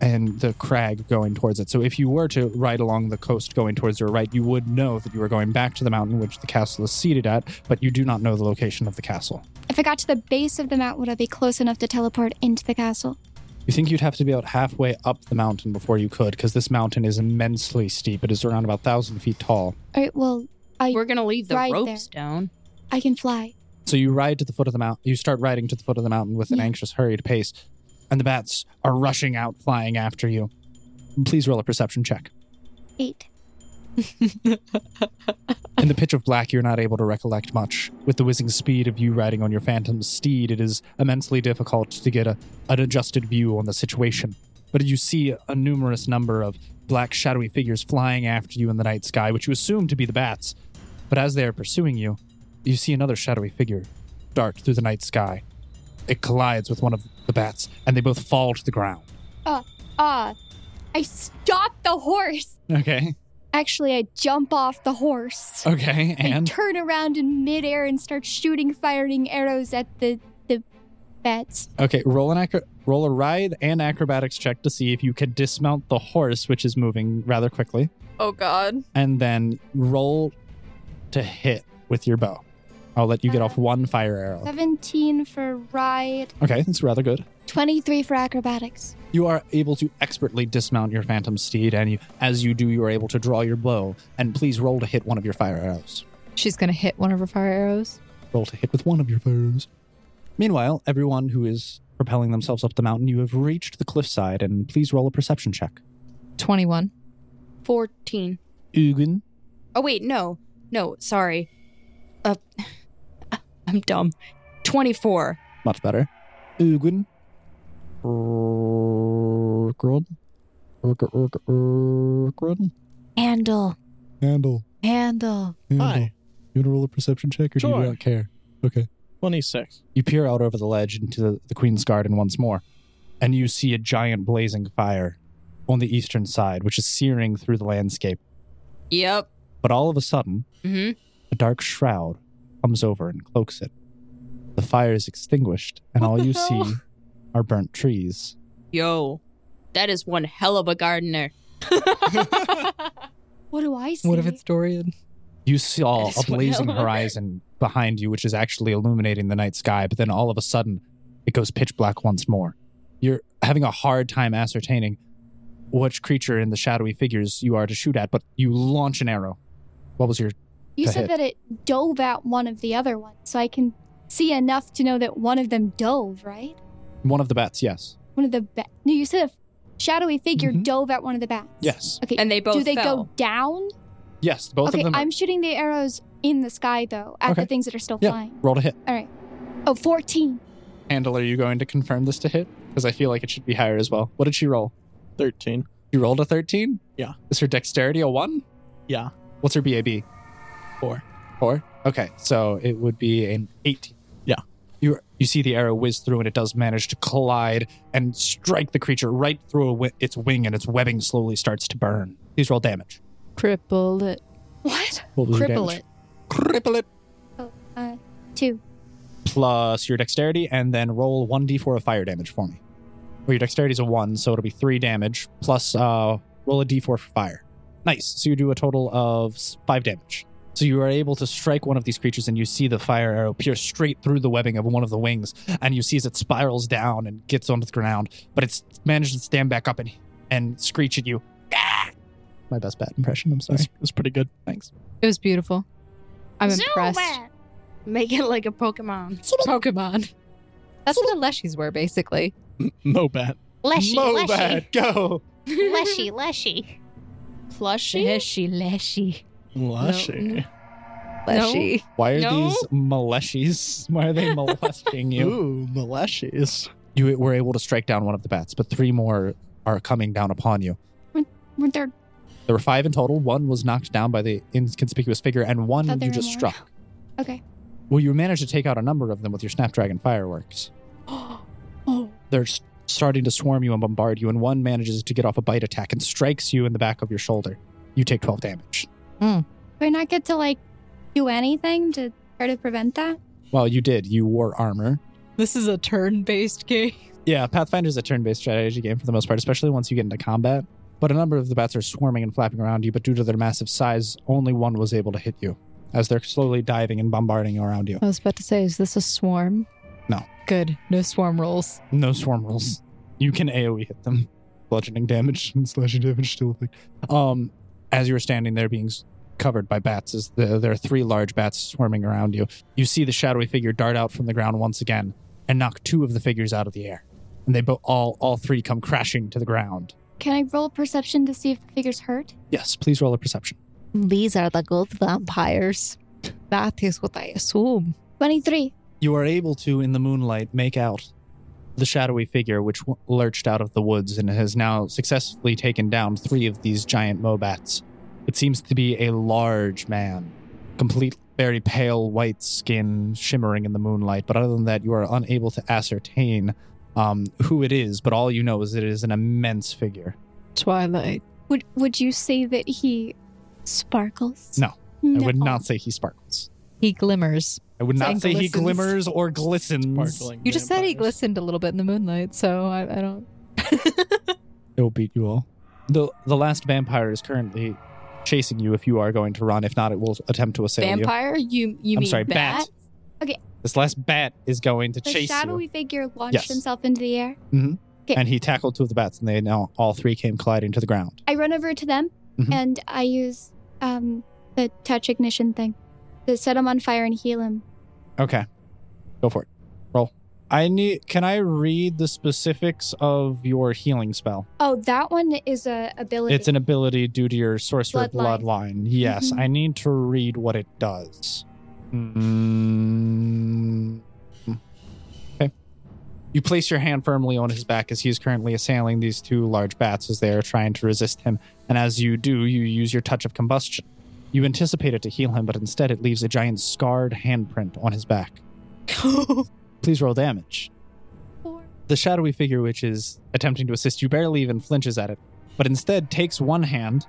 Speaker 2: and the crag going towards it. So if you were to ride along the coast going towards your right, you would know that you are going back to the mountain which the castle is seated at, but you do not know the location of the castle.
Speaker 1: If I got to the base of the mountain, would I be close enough to teleport into the castle?
Speaker 2: You think you'd have to be about halfway up the mountain before you could, because this mountain is immensely steep. It is around about thousand feet tall.
Speaker 1: All right. Well, I
Speaker 5: We're gonna leave the
Speaker 1: Right
Speaker 5: ropes down.
Speaker 1: I can fly.
Speaker 2: So you ride to the foot of the mountain. You start riding to the foot of the mountain with an
Speaker 1: Yeah.
Speaker 2: anxious, hurried pace, and the bats are rushing out, flying after you. Please roll a perception check.
Speaker 1: Eight.
Speaker 2: In the pitch of black, you're not able to recollect much. With the whizzing speed of you riding on your phantom steed, it is immensely difficult to get a, an adjusted view on the situation. But you see a numerous number of black, shadowy figures flying after you in the night sky, which you assume to be the bats. But as they are pursuing you, you see another shadowy figure dart through the night sky. It collides with one of the bats, and they both fall to the ground.
Speaker 1: Ah, I stop the horse.
Speaker 2: Okay.
Speaker 1: Actually, I jump off the horse.
Speaker 2: Okay.
Speaker 1: I turn around in midair and start shooting, firing arrows at the the bats.
Speaker 2: Okay, roll an acro- roll a ride and acrobatics check to see if you can dismount the horse, which is moving rather quickly,
Speaker 4: Oh God.
Speaker 2: and then roll to hit with your bow. I'll let you get off one fire arrow.
Speaker 1: 17 for ride,
Speaker 2: Okay, that's rather good.
Speaker 1: 23 for acrobatics.
Speaker 2: You are able to expertly dismount your phantom steed, and you, as you do, you are able to draw your bow. And please roll to hit one of your fire arrows.
Speaker 4: She's gonna hit one of her fire arrows.
Speaker 2: Roll to hit with one of your fire arrows. Meanwhile, everyone who is propelling themselves up the mountain, you have reached the cliffside, and please roll a perception check.
Speaker 4: 21.
Speaker 7: 14.
Speaker 2: Ugin.
Speaker 7: Oh, wait, no. No, sorry. Uh, I'm dumb. 24.
Speaker 2: Much better. Ugin. Grod. Grod.
Speaker 5: Handle.
Speaker 3: Handle.
Speaker 5: Handle.
Speaker 3: handle.
Speaker 9: Hi,
Speaker 3: You want to roll a perception check or do
Speaker 9: Sure.
Speaker 3: you not care? Okay.
Speaker 9: 26.
Speaker 2: You peer out over the ledge into the, the Queen's Garden once more, and you see a giant blazing fire on the eastern side, which is searing through the landscape.
Speaker 7: Yep.
Speaker 2: But all of a sudden,
Speaker 5: Mm-hmm.
Speaker 7: Mhm.
Speaker 2: a dark shroud comes over and cloaks it. The fire is extinguished, and all you see are burnt trees.
Speaker 7: Yo, that is one hell of a gardener.
Speaker 1: What do I see?
Speaker 4: What if it's Dorian?
Speaker 2: You saw
Speaker 7: That
Speaker 2: a
Speaker 7: is
Speaker 2: blazing
Speaker 7: wild.
Speaker 2: horizon behind you, which is actually illuminating the night sky, but then all of a sudden, it goes pitch black once more. You're having a hard time ascertaining which creature in the shadowy figures you are to shoot at, but you launch an arrow. What was your.
Speaker 1: You
Speaker 2: to
Speaker 1: said
Speaker 2: hit.
Speaker 1: that it dove at one of the other ones, so I can see enough to know that one of them dove, right?
Speaker 2: One of the bats, yes.
Speaker 1: One of the ba- no, you said a shadowy figure
Speaker 2: Mhm.
Speaker 1: dove at one of the bats.
Speaker 2: Yes.
Speaker 1: Okay.
Speaker 7: And they both
Speaker 1: do they
Speaker 7: fell.
Speaker 1: go down?
Speaker 2: Yes, both
Speaker 1: okay,
Speaker 2: of them. are-
Speaker 1: I'm shooting the arrows in the sky though at
Speaker 2: Okay.
Speaker 1: the things that are still
Speaker 2: Yeah.
Speaker 1: flying.
Speaker 2: Roll to hit.
Speaker 1: All right. Oh, 14.
Speaker 2: Handle, are you going to confirm this to hit? Because I feel like it should be higher as well. What did she roll?
Speaker 9: 13.
Speaker 2: You rolled a 13?
Speaker 9: Yeah.
Speaker 2: Is her dexterity a 1?
Speaker 9: Yeah.
Speaker 2: What's her BAB?
Speaker 9: 4.
Speaker 2: 4? Okay, so it would be an 18.
Speaker 9: Yeah.
Speaker 2: You, you see the arrow whiz through, and it does manage to collide and strike the creature right through a wi- its wing, and its webbing slowly starts to burn. Please roll damage.
Speaker 4: Cripple it.
Speaker 1: What?
Speaker 2: What was your
Speaker 6: Cripple
Speaker 2: damage?
Speaker 6: it.
Speaker 2: Cripple it.
Speaker 1: Two.
Speaker 2: Plus your dexterity, and then roll 1d4 of fire damage for me. Well, your dexterity is a 1, so it'll be 3 damage, plus uh, roll a d4 for fire. Nice. So you do a total of s- 5 damage. So you are able to strike one of these creatures, and you see the fire arrow pierce straight through the webbing of one of the wings, and you see as it spirals down and gets onto the ground, but it's managed to stand back up and, and screech at you. Ah! My best bat impression, I'm sorry.
Speaker 9: That's, that's pretty good.
Speaker 2: Thanks.
Speaker 4: It was beautiful. I'm
Speaker 6: Zoom
Speaker 4: impressed.
Speaker 6: it.
Speaker 7: Make it like a Pokemon.
Speaker 4: Pokemon. That's what the Leshies were, basically.
Speaker 9: M- Mobat.
Speaker 6: Leshy,
Speaker 2: Mo
Speaker 6: leshy,
Speaker 2: bat, go!
Speaker 6: leshy, leshy.
Speaker 7: Plushy?
Speaker 5: Leshy, leshy.
Speaker 9: Lushy.
Speaker 4: Leshy.
Speaker 2: Why are
Speaker 7: No.
Speaker 2: these moleshies? Why are they molesting you?
Speaker 9: Ooh, Maleshies.
Speaker 2: you were able to strike down one of the bats, but three more are coming down upon you.
Speaker 1: Weren't there
Speaker 2: There were five in total. One was knocked down by the inconspicuous figure, and one
Speaker 1: Thought there
Speaker 2: you
Speaker 1: were
Speaker 2: just
Speaker 1: more.
Speaker 2: struck.
Speaker 1: Okay.
Speaker 2: Well, you managed to take out a number of them with your Snapdragon fireworks.
Speaker 1: Oh.
Speaker 2: They're s- starting to swarm you and bombard you, and one manages to get off a bite attack and strikes you in the back of your shoulder. You take 12 damage.
Speaker 1: Do I not get to like do anything to try to prevent that?
Speaker 2: Well, you did. You wore armor.
Speaker 4: This is a turn based game.
Speaker 2: Yeah, Pathfinder is a turn based strategy game for the most part, especially once you get into combat. But a number of the bats are swarming and flapping around you, but due to their massive size, only one was able to hit you as they're slowly diving and bombarding around you.
Speaker 4: I was about to say, is this a swarm?
Speaker 2: No.
Speaker 4: Good. No swarm rolls.
Speaker 2: No swarm rolls. You can AoE hit them. Bludgeoning damage and slashing damage still a thing. Um, as you're standing there being s- covered by bats, as the, there are three large bats swarming around you, you see the shadowy figure dart out from the ground once again and knock two of the figures out of the air. And they bo- all, all three come crashing to the ground.
Speaker 1: Can I roll perception to see if the figure's hurt?
Speaker 2: Yes, please roll a perception.
Speaker 8: These are the gold vampires.
Speaker 4: That is what I assume.
Speaker 1: 23.
Speaker 2: You are able to, in the moonlight, make out the shadowy figure which w- lurched out of the woods and has now successfully taken down three of these giant mobats. It seems to be a large man, complete very pale white skin shimmering in the moonlight, but other than that, you are unable to ascertain um, who it is, but all you know is that it is an immense figure.
Speaker 4: Twilight.
Speaker 1: Would would you say that he sparkles?
Speaker 2: No.
Speaker 1: No.
Speaker 2: I would not say he sparkles.
Speaker 4: He glimmers.
Speaker 2: I would not
Speaker 4: Saying
Speaker 2: say he
Speaker 4: glistens.
Speaker 2: glimmers or glistens.
Speaker 9: Sparkling
Speaker 4: You just said he
Speaker 9: vampires.
Speaker 4: glistened a little bit in the moonlight, so I, I don't.
Speaker 2: It will beat you all. The the last vampire is currently chasing you if you are going to run. If not, it will attempt to assail you.
Speaker 7: Vampire? You, you
Speaker 2: I'm
Speaker 7: mean
Speaker 2: sorry,
Speaker 7: bat?
Speaker 2: bat. This last bat is going to
Speaker 1: The
Speaker 2: chase you.
Speaker 1: shadowy figure launched
Speaker 2: Yes.
Speaker 1: himself into the air.
Speaker 2: And he tackled two of the bats, and they now all three came colliding to the ground.
Speaker 1: I run over to them
Speaker 2: Mhm.
Speaker 1: and I use um, the touch ignition thing to set him on fire and heal him.
Speaker 2: Okay. Go for it. Roll. I need can I read the specifics of your healing spell?
Speaker 1: Oh, that one is a ability.
Speaker 2: It's an ability due to your sorcerer bloodline.
Speaker 1: Bloodline.
Speaker 2: Yes,
Speaker 1: Mhm.
Speaker 2: I need to read what it does. Mm. Okay. You place your hand firmly on his back as he is currently assailing these two large bats as they are trying to resist him. And as you do, you use your touch of combustion. You anticipate it to heal him, but instead it leaves a giant scarred handprint on his back. Please roll damage. The shadowy figure, which is attempting to assist you, barely even flinches at it, but instead takes one hand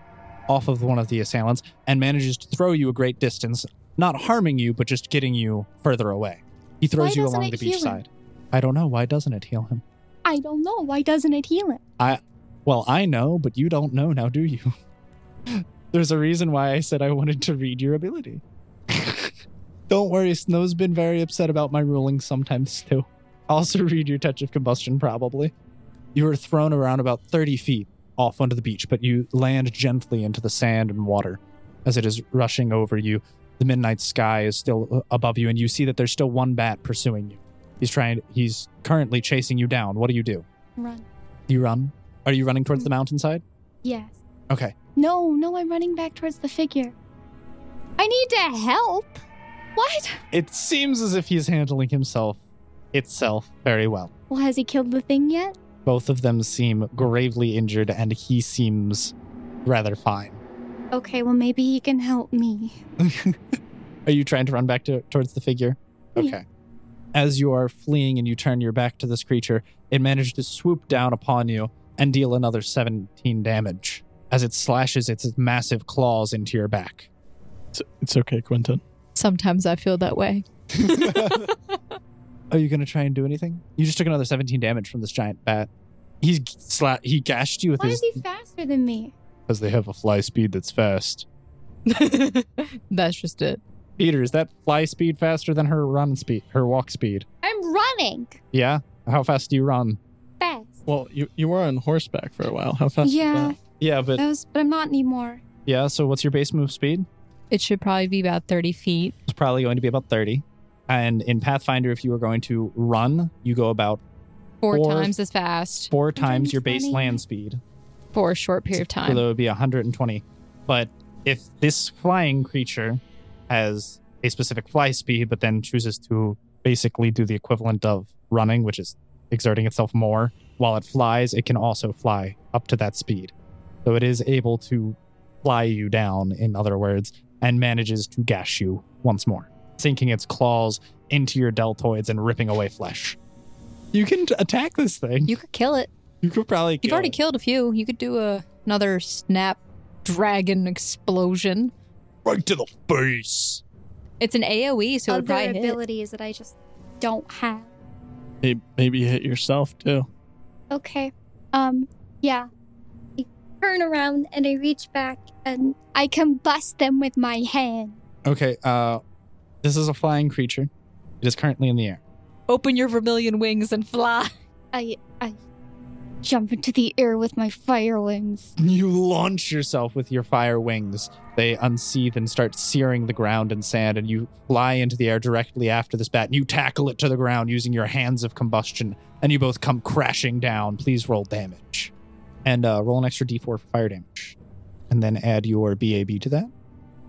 Speaker 2: off of one of the assailants and manages to throw you a great distance, not harming you, but just getting you further away. He throws
Speaker 1: Why
Speaker 2: you
Speaker 1: doesn't
Speaker 2: along the
Speaker 1: it heal
Speaker 2: beach
Speaker 1: him?
Speaker 2: side. I don't know. Why doesn't it heal him?
Speaker 1: I don't know. Why doesn't it heal him?
Speaker 2: Well, I know, but you don't know now, do you? There's a reason why I said I wanted to read your ability. don't worry, Snow's been very upset about my rulings sometimes too. I'll Also, read your touch of combustion, probably. You are thrown around about 30 feet off onto the beach, but you land gently into the sand and water as it is rushing over you. The midnight sky is still uh, above you, and you see that there's still one bat pursuing you. He's trying, he's currently chasing you down. What do you do?
Speaker 1: Run.
Speaker 2: You run? Are you running towards the mountainside?
Speaker 1: Yes.
Speaker 2: Okay.
Speaker 1: No, no, I'm running back towards the figure. I need to help. What?
Speaker 2: It seems as if he's handling himself itself very well.
Speaker 1: Well, has he killed the thing yet?
Speaker 2: Both of them seem gravely injured, and he seems rather fine.
Speaker 1: Okay, well, maybe he can help me.
Speaker 2: Are you trying to run back to, towards the figure?
Speaker 1: Yeah.
Speaker 2: Okay. As you are fleeing and you turn your back to this creature, it managed to swoop down upon you and deal another 17 damage as it slashes its massive claws into your back.
Speaker 9: It's, it's okay, Quentin.
Speaker 4: Sometimes I feel that way.
Speaker 2: Are you going to try and do anything? You just took another 17 damage from this giant bat. He's sla- he gashed you with
Speaker 1: Why
Speaker 2: his
Speaker 1: is he faster than me?
Speaker 2: because they have a fly speed that's fast.
Speaker 4: That's just it.
Speaker 2: Peter, is that fly speed faster than her run speed, her walk speed?
Speaker 1: I'm running
Speaker 2: Yeah. How fast do you run?
Speaker 1: fast.
Speaker 9: Well, you, you were on horseback for a while. How fast? is
Speaker 1: Yeah,
Speaker 9: that?
Speaker 2: Yeah, but
Speaker 1: that was, but I'm not anymore.
Speaker 2: yeah. So what's your base move speed?
Speaker 4: It should probably be about 30 feet.
Speaker 2: It's probably going to be about thirty. And in Pathfinder, if you were going to run, you go about
Speaker 4: Four,
Speaker 2: Four-
Speaker 4: times as fast
Speaker 2: four times your base
Speaker 1: 120.
Speaker 2: land speed,
Speaker 4: for a short period of time.
Speaker 2: so that would be 120. But if this flying creature has a specific fly speed, but then chooses to basically do the equivalent of running, which is exerting itself more while it flies, it can also fly up to that speed. So it is able to fly you down, in other words, and manages to gash you once more, sinking its claws into your deltoids and ripping away flesh. You can t- attack this thing.
Speaker 4: You could kill it.
Speaker 2: You could probably
Speaker 4: You've
Speaker 2: kill
Speaker 4: already
Speaker 2: it.
Speaker 4: killed a few. You could do a, another snap dragon explosion.
Speaker 2: right to the face.
Speaker 4: It's an AoE, so it would
Speaker 1: Other
Speaker 4: probably hit.
Speaker 1: abilities that I just don't have.
Speaker 9: May- Maybe you hit yourself too.
Speaker 1: Okay. Um. Yeah. I turn around and I reach back and I combust them with my hand.
Speaker 2: Okay, uh this is a flying creature. It is currently in the air.
Speaker 4: Open your vermilion wings and fly.
Speaker 1: I I jump into the air with my fire wings.
Speaker 2: You launch yourself with your fire wings. They unseathe and start searing the ground and sand, and you fly into the air directly after this bat, and you tackle it to the ground using your hands of combustion, and you both come crashing down. Please roll damage. And uh, roll an extra d4 for fire damage. And then add your BAB to that.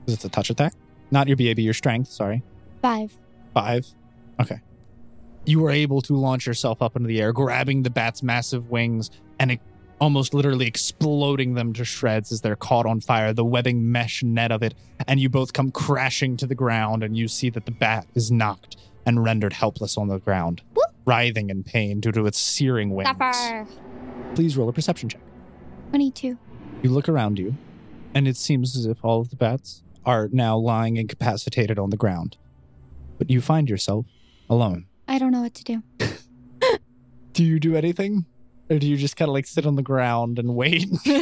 Speaker 2: Because it's a touch attack. Not your BAB, your strength, sorry.
Speaker 1: Five.
Speaker 2: Five. Okay. You were able to launch yourself up into the air, grabbing the bat's massive wings and it, almost literally exploding them to shreds as they're caught on fire, the webbing mesh net of it. And you both come crashing to the ground, and you see that the bat is knocked and rendered helpless on the ground, writhing in pain due to its searing wings.
Speaker 1: Suffer.
Speaker 2: Please roll a perception check.
Speaker 1: Twenty-two.
Speaker 2: You look around you, and it seems as if all of the bats are now lying incapacitated on the ground. But you find yourself alone.
Speaker 1: I don't know what to do.
Speaker 2: Do you do anything? Or do you just kind of like sit on the ground and wait?
Speaker 1: I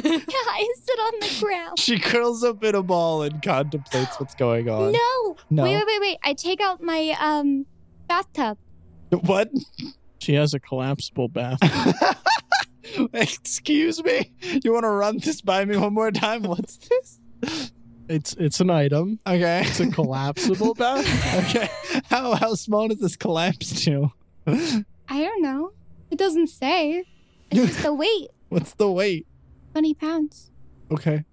Speaker 1: is it on the ground?
Speaker 2: She curls up in a ball and contemplates what's going on.
Speaker 1: No.
Speaker 2: No.
Speaker 1: Wait, wait, wait, wait. I take out my um bathtub.
Speaker 2: What?
Speaker 9: She has a collapsible bath.
Speaker 2: Excuse me. You want to run this by me one more time? What's this?
Speaker 9: It's it's an item.
Speaker 2: Okay.
Speaker 9: It's a collapsible bath.
Speaker 2: okay. How how small does this collapse to?
Speaker 1: I don't know. It doesn't say. It's just the weight.
Speaker 2: What's the weight?
Speaker 1: 20 pounds.
Speaker 2: Okay.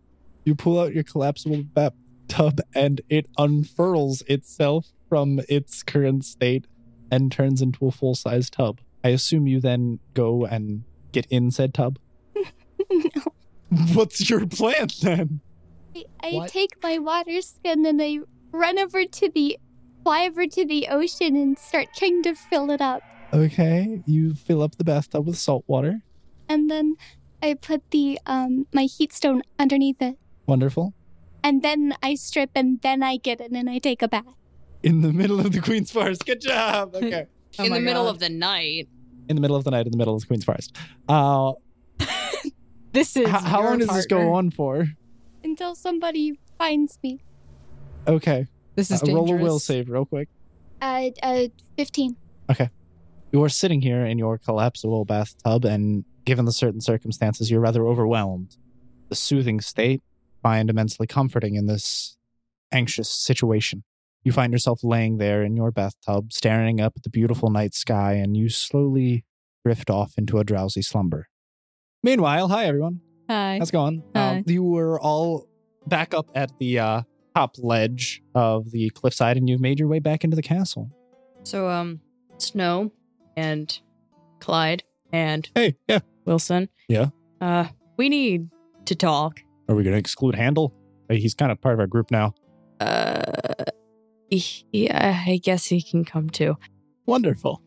Speaker 2: You pull out your collapsible bathtub and it unfurls itself from its current state and turns into a full size tub. I assume you then go and get in said tub. What's your plan then?
Speaker 1: I, I take my water skin and I run over to the fly over to the ocean and start trying to fill it up.
Speaker 2: Okay. You fill up the bathtub with salt water.
Speaker 1: And then I put the um my heat stone underneath it.
Speaker 2: Wonderful.
Speaker 1: And then I strip and then I get in and I take a bath.
Speaker 2: In the middle of the Queen's Forest. Good job. Okay.
Speaker 5: Oh
Speaker 7: in the middle of the night.
Speaker 2: in the middle of the night in the middle of the Queen's Forest. Uh,
Speaker 4: This
Speaker 2: h-
Speaker 4: is
Speaker 2: how
Speaker 4: your
Speaker 2: long does this go
Speaker 4: partner.
Speaker 2: on for?
Speaker 1: Until somebody finds me.
Speaker 2: Okay.
Speaker 4: This is
Speaker 2: Uh, roll a
Speaker 4: dangerous.
Speaker 2: will save real quick.
Speaker 1: Uh, uh, 15.
Speaker 2: You are sitting here in your collapsible bathtub, and given the certain circumstances, you're rather overwhelmed. The soothing state find immensely comforting in this anxious situation. You find yourself laying there in your bathtub, staring up at the beautiful night sky, and you slowly drift off into a drowsy slumber. Meanwhile, hi everyone.
Speaker 4: Hi.
Speaker 2: How's it going?
Speaker 4: Hi.
Speaker 2: Um, you were all back up at the uh, top ledge of the cliffside, and you've made your way back into the castle.
Speaker 7: So um, Snow and Clyde and
Speaker 2: Hey, yeah.
Speaker 7: Wilson.
Speaker 2: Yeah.
Speaker 7: Uh, we need to talk.
Speaker 2: Are we going to exclude Handel? Uh, He's kind of part of our group now.
Speaker 7: Uh, yeah, I guess he can come too.
Speaker 9: Wonderful.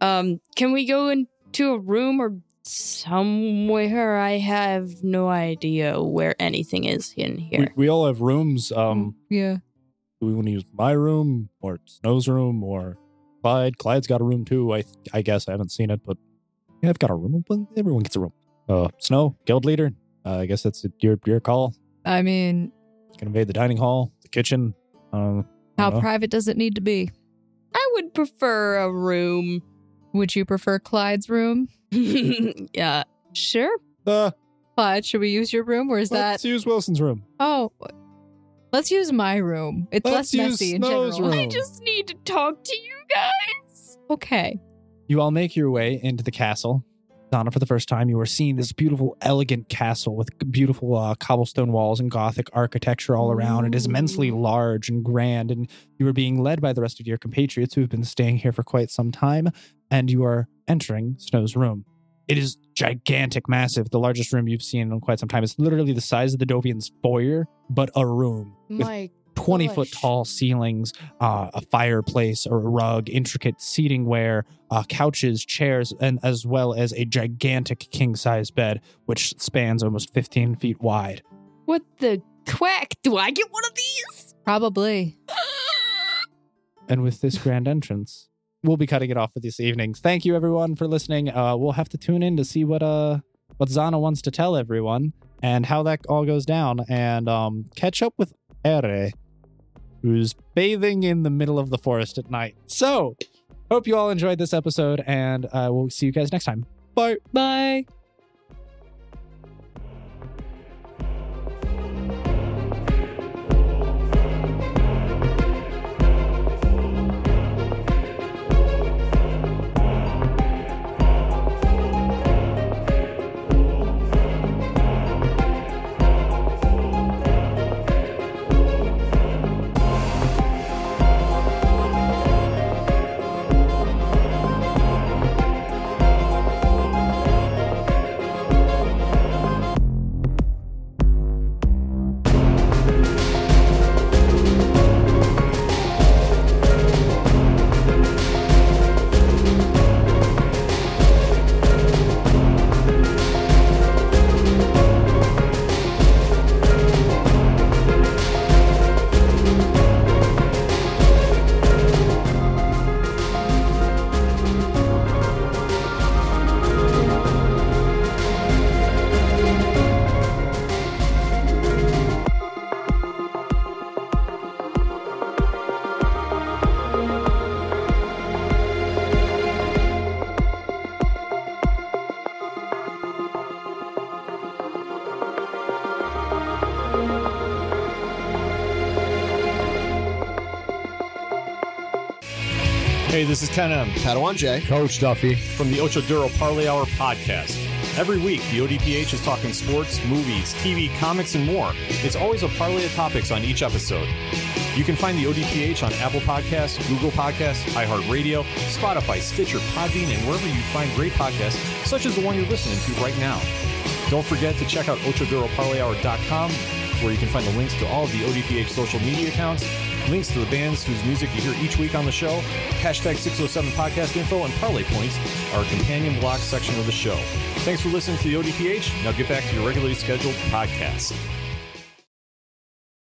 Speaker 7: um, can we go into a room or somewhere? I have no idea where anything is in
Speaker 2: We,
Speaker 7: here.
Speaker 2: we all have rooms. Um,
Speaker 4: Yeah.
Speaker 2: do we want to use my room or Snow's room or Clyde? Clyde's got a room too. I I guess I haven't seen it, but yeah, I've got a room. Open. Everyone gets a room. Uh, Snow, guild leader. Uh, I guess that's your your call.
Speaker 4: I mean,
Speaker 2: You can invade the dining hall, the kitchen. Um, I
Speaker 4: how
Speaker 2: don't know.
Speaker 4: private does it need to be?
Speaker 7: I would prefer a room.
Speaker 4: Would you prefer Clyde's room?
Speaker 7: yeah, sure.
Speaker 2: Uh,
Speaker 4: Clyde, should we use your room or is
Speaker 2: let's
Speaker 4: that
Speaker 2: use Wilson's room.
Speaker 4: Oh, let's use my room. It's
Speaker 2: Let's
Speaker 4: less
Speaker 2: use
Speaker 4: messy in
Speaker 2: Snow's
Speaker 4: general.
Speaker 2: room.
Speaker 7: I just need to talk to you guys.
Speaker 4: Okay.
Speaker 2: You all make your way into the castle. Donna, for the first time, you are seeing this beautiful, elegant castle with beautiful uh, cobblestone walls and Gothic architecture all around. It is immensely large and grand, and you are being led by the rest of your compatriots who have been staying here for quite some time, and you are entering Snow's room. It is gigantic, massive, the largest room you've seen in quite some time. It's literally the size of the Dovian's foyer, but a room with
Speaker 7: My
Speaker 2: 20 foot
Speaker 7: Gosh.
Speaker 2: tall ceilings, uh, a fireplace or a rug, intricate seating ware, uh, couches, chairs, and as well as a gigantic king size bed, which spans almost 15 feet wide.
Speaker 7: What the quack? Do I get one of these?
Speaker 4: Probably.
Speaker 2: And with this grand entrance, we'll be cutting it off for this evening. Thank you, everyone, for listening. Uh, we'll have to tune in to see what uh, what Zana wants to tell everyone and how that all goes down, and um, catch up with Ere, who's bathing in the middle of the forest at night. So, hope you all enjoyed this episode, and uh, we'll see you guys next time. Bye.
Speaker 4: Bye.
Speaker 10: Hey, this is Ken M.
Speaker 14: Padawan J.
Speaker 15: Coach Duffy.
Speaker 10: From the Ocho Duro Parlay Hour podcast. Every week, the ODPH is talking sports, movies, TV, comics, and more. It's always a parlay of topics on each episode. You can find the ODPH on Apple Podcasts, Google Podcasts, iHeartRadio, Spotify, Stitcher, Podbean, and wherever you find great podcasts, such as the one you're listening to right now. Don't forget to check out OchoDuroParlayHour.com, where you can find the links to all of the ODPH social media accounts, links to the bands whose music you hear each week on the show, hashtag 607 podcast info, and parlay points, our companion blog section of the show. Thanks for listening to the ODPH. Now get back to your regularly scheduled podcast.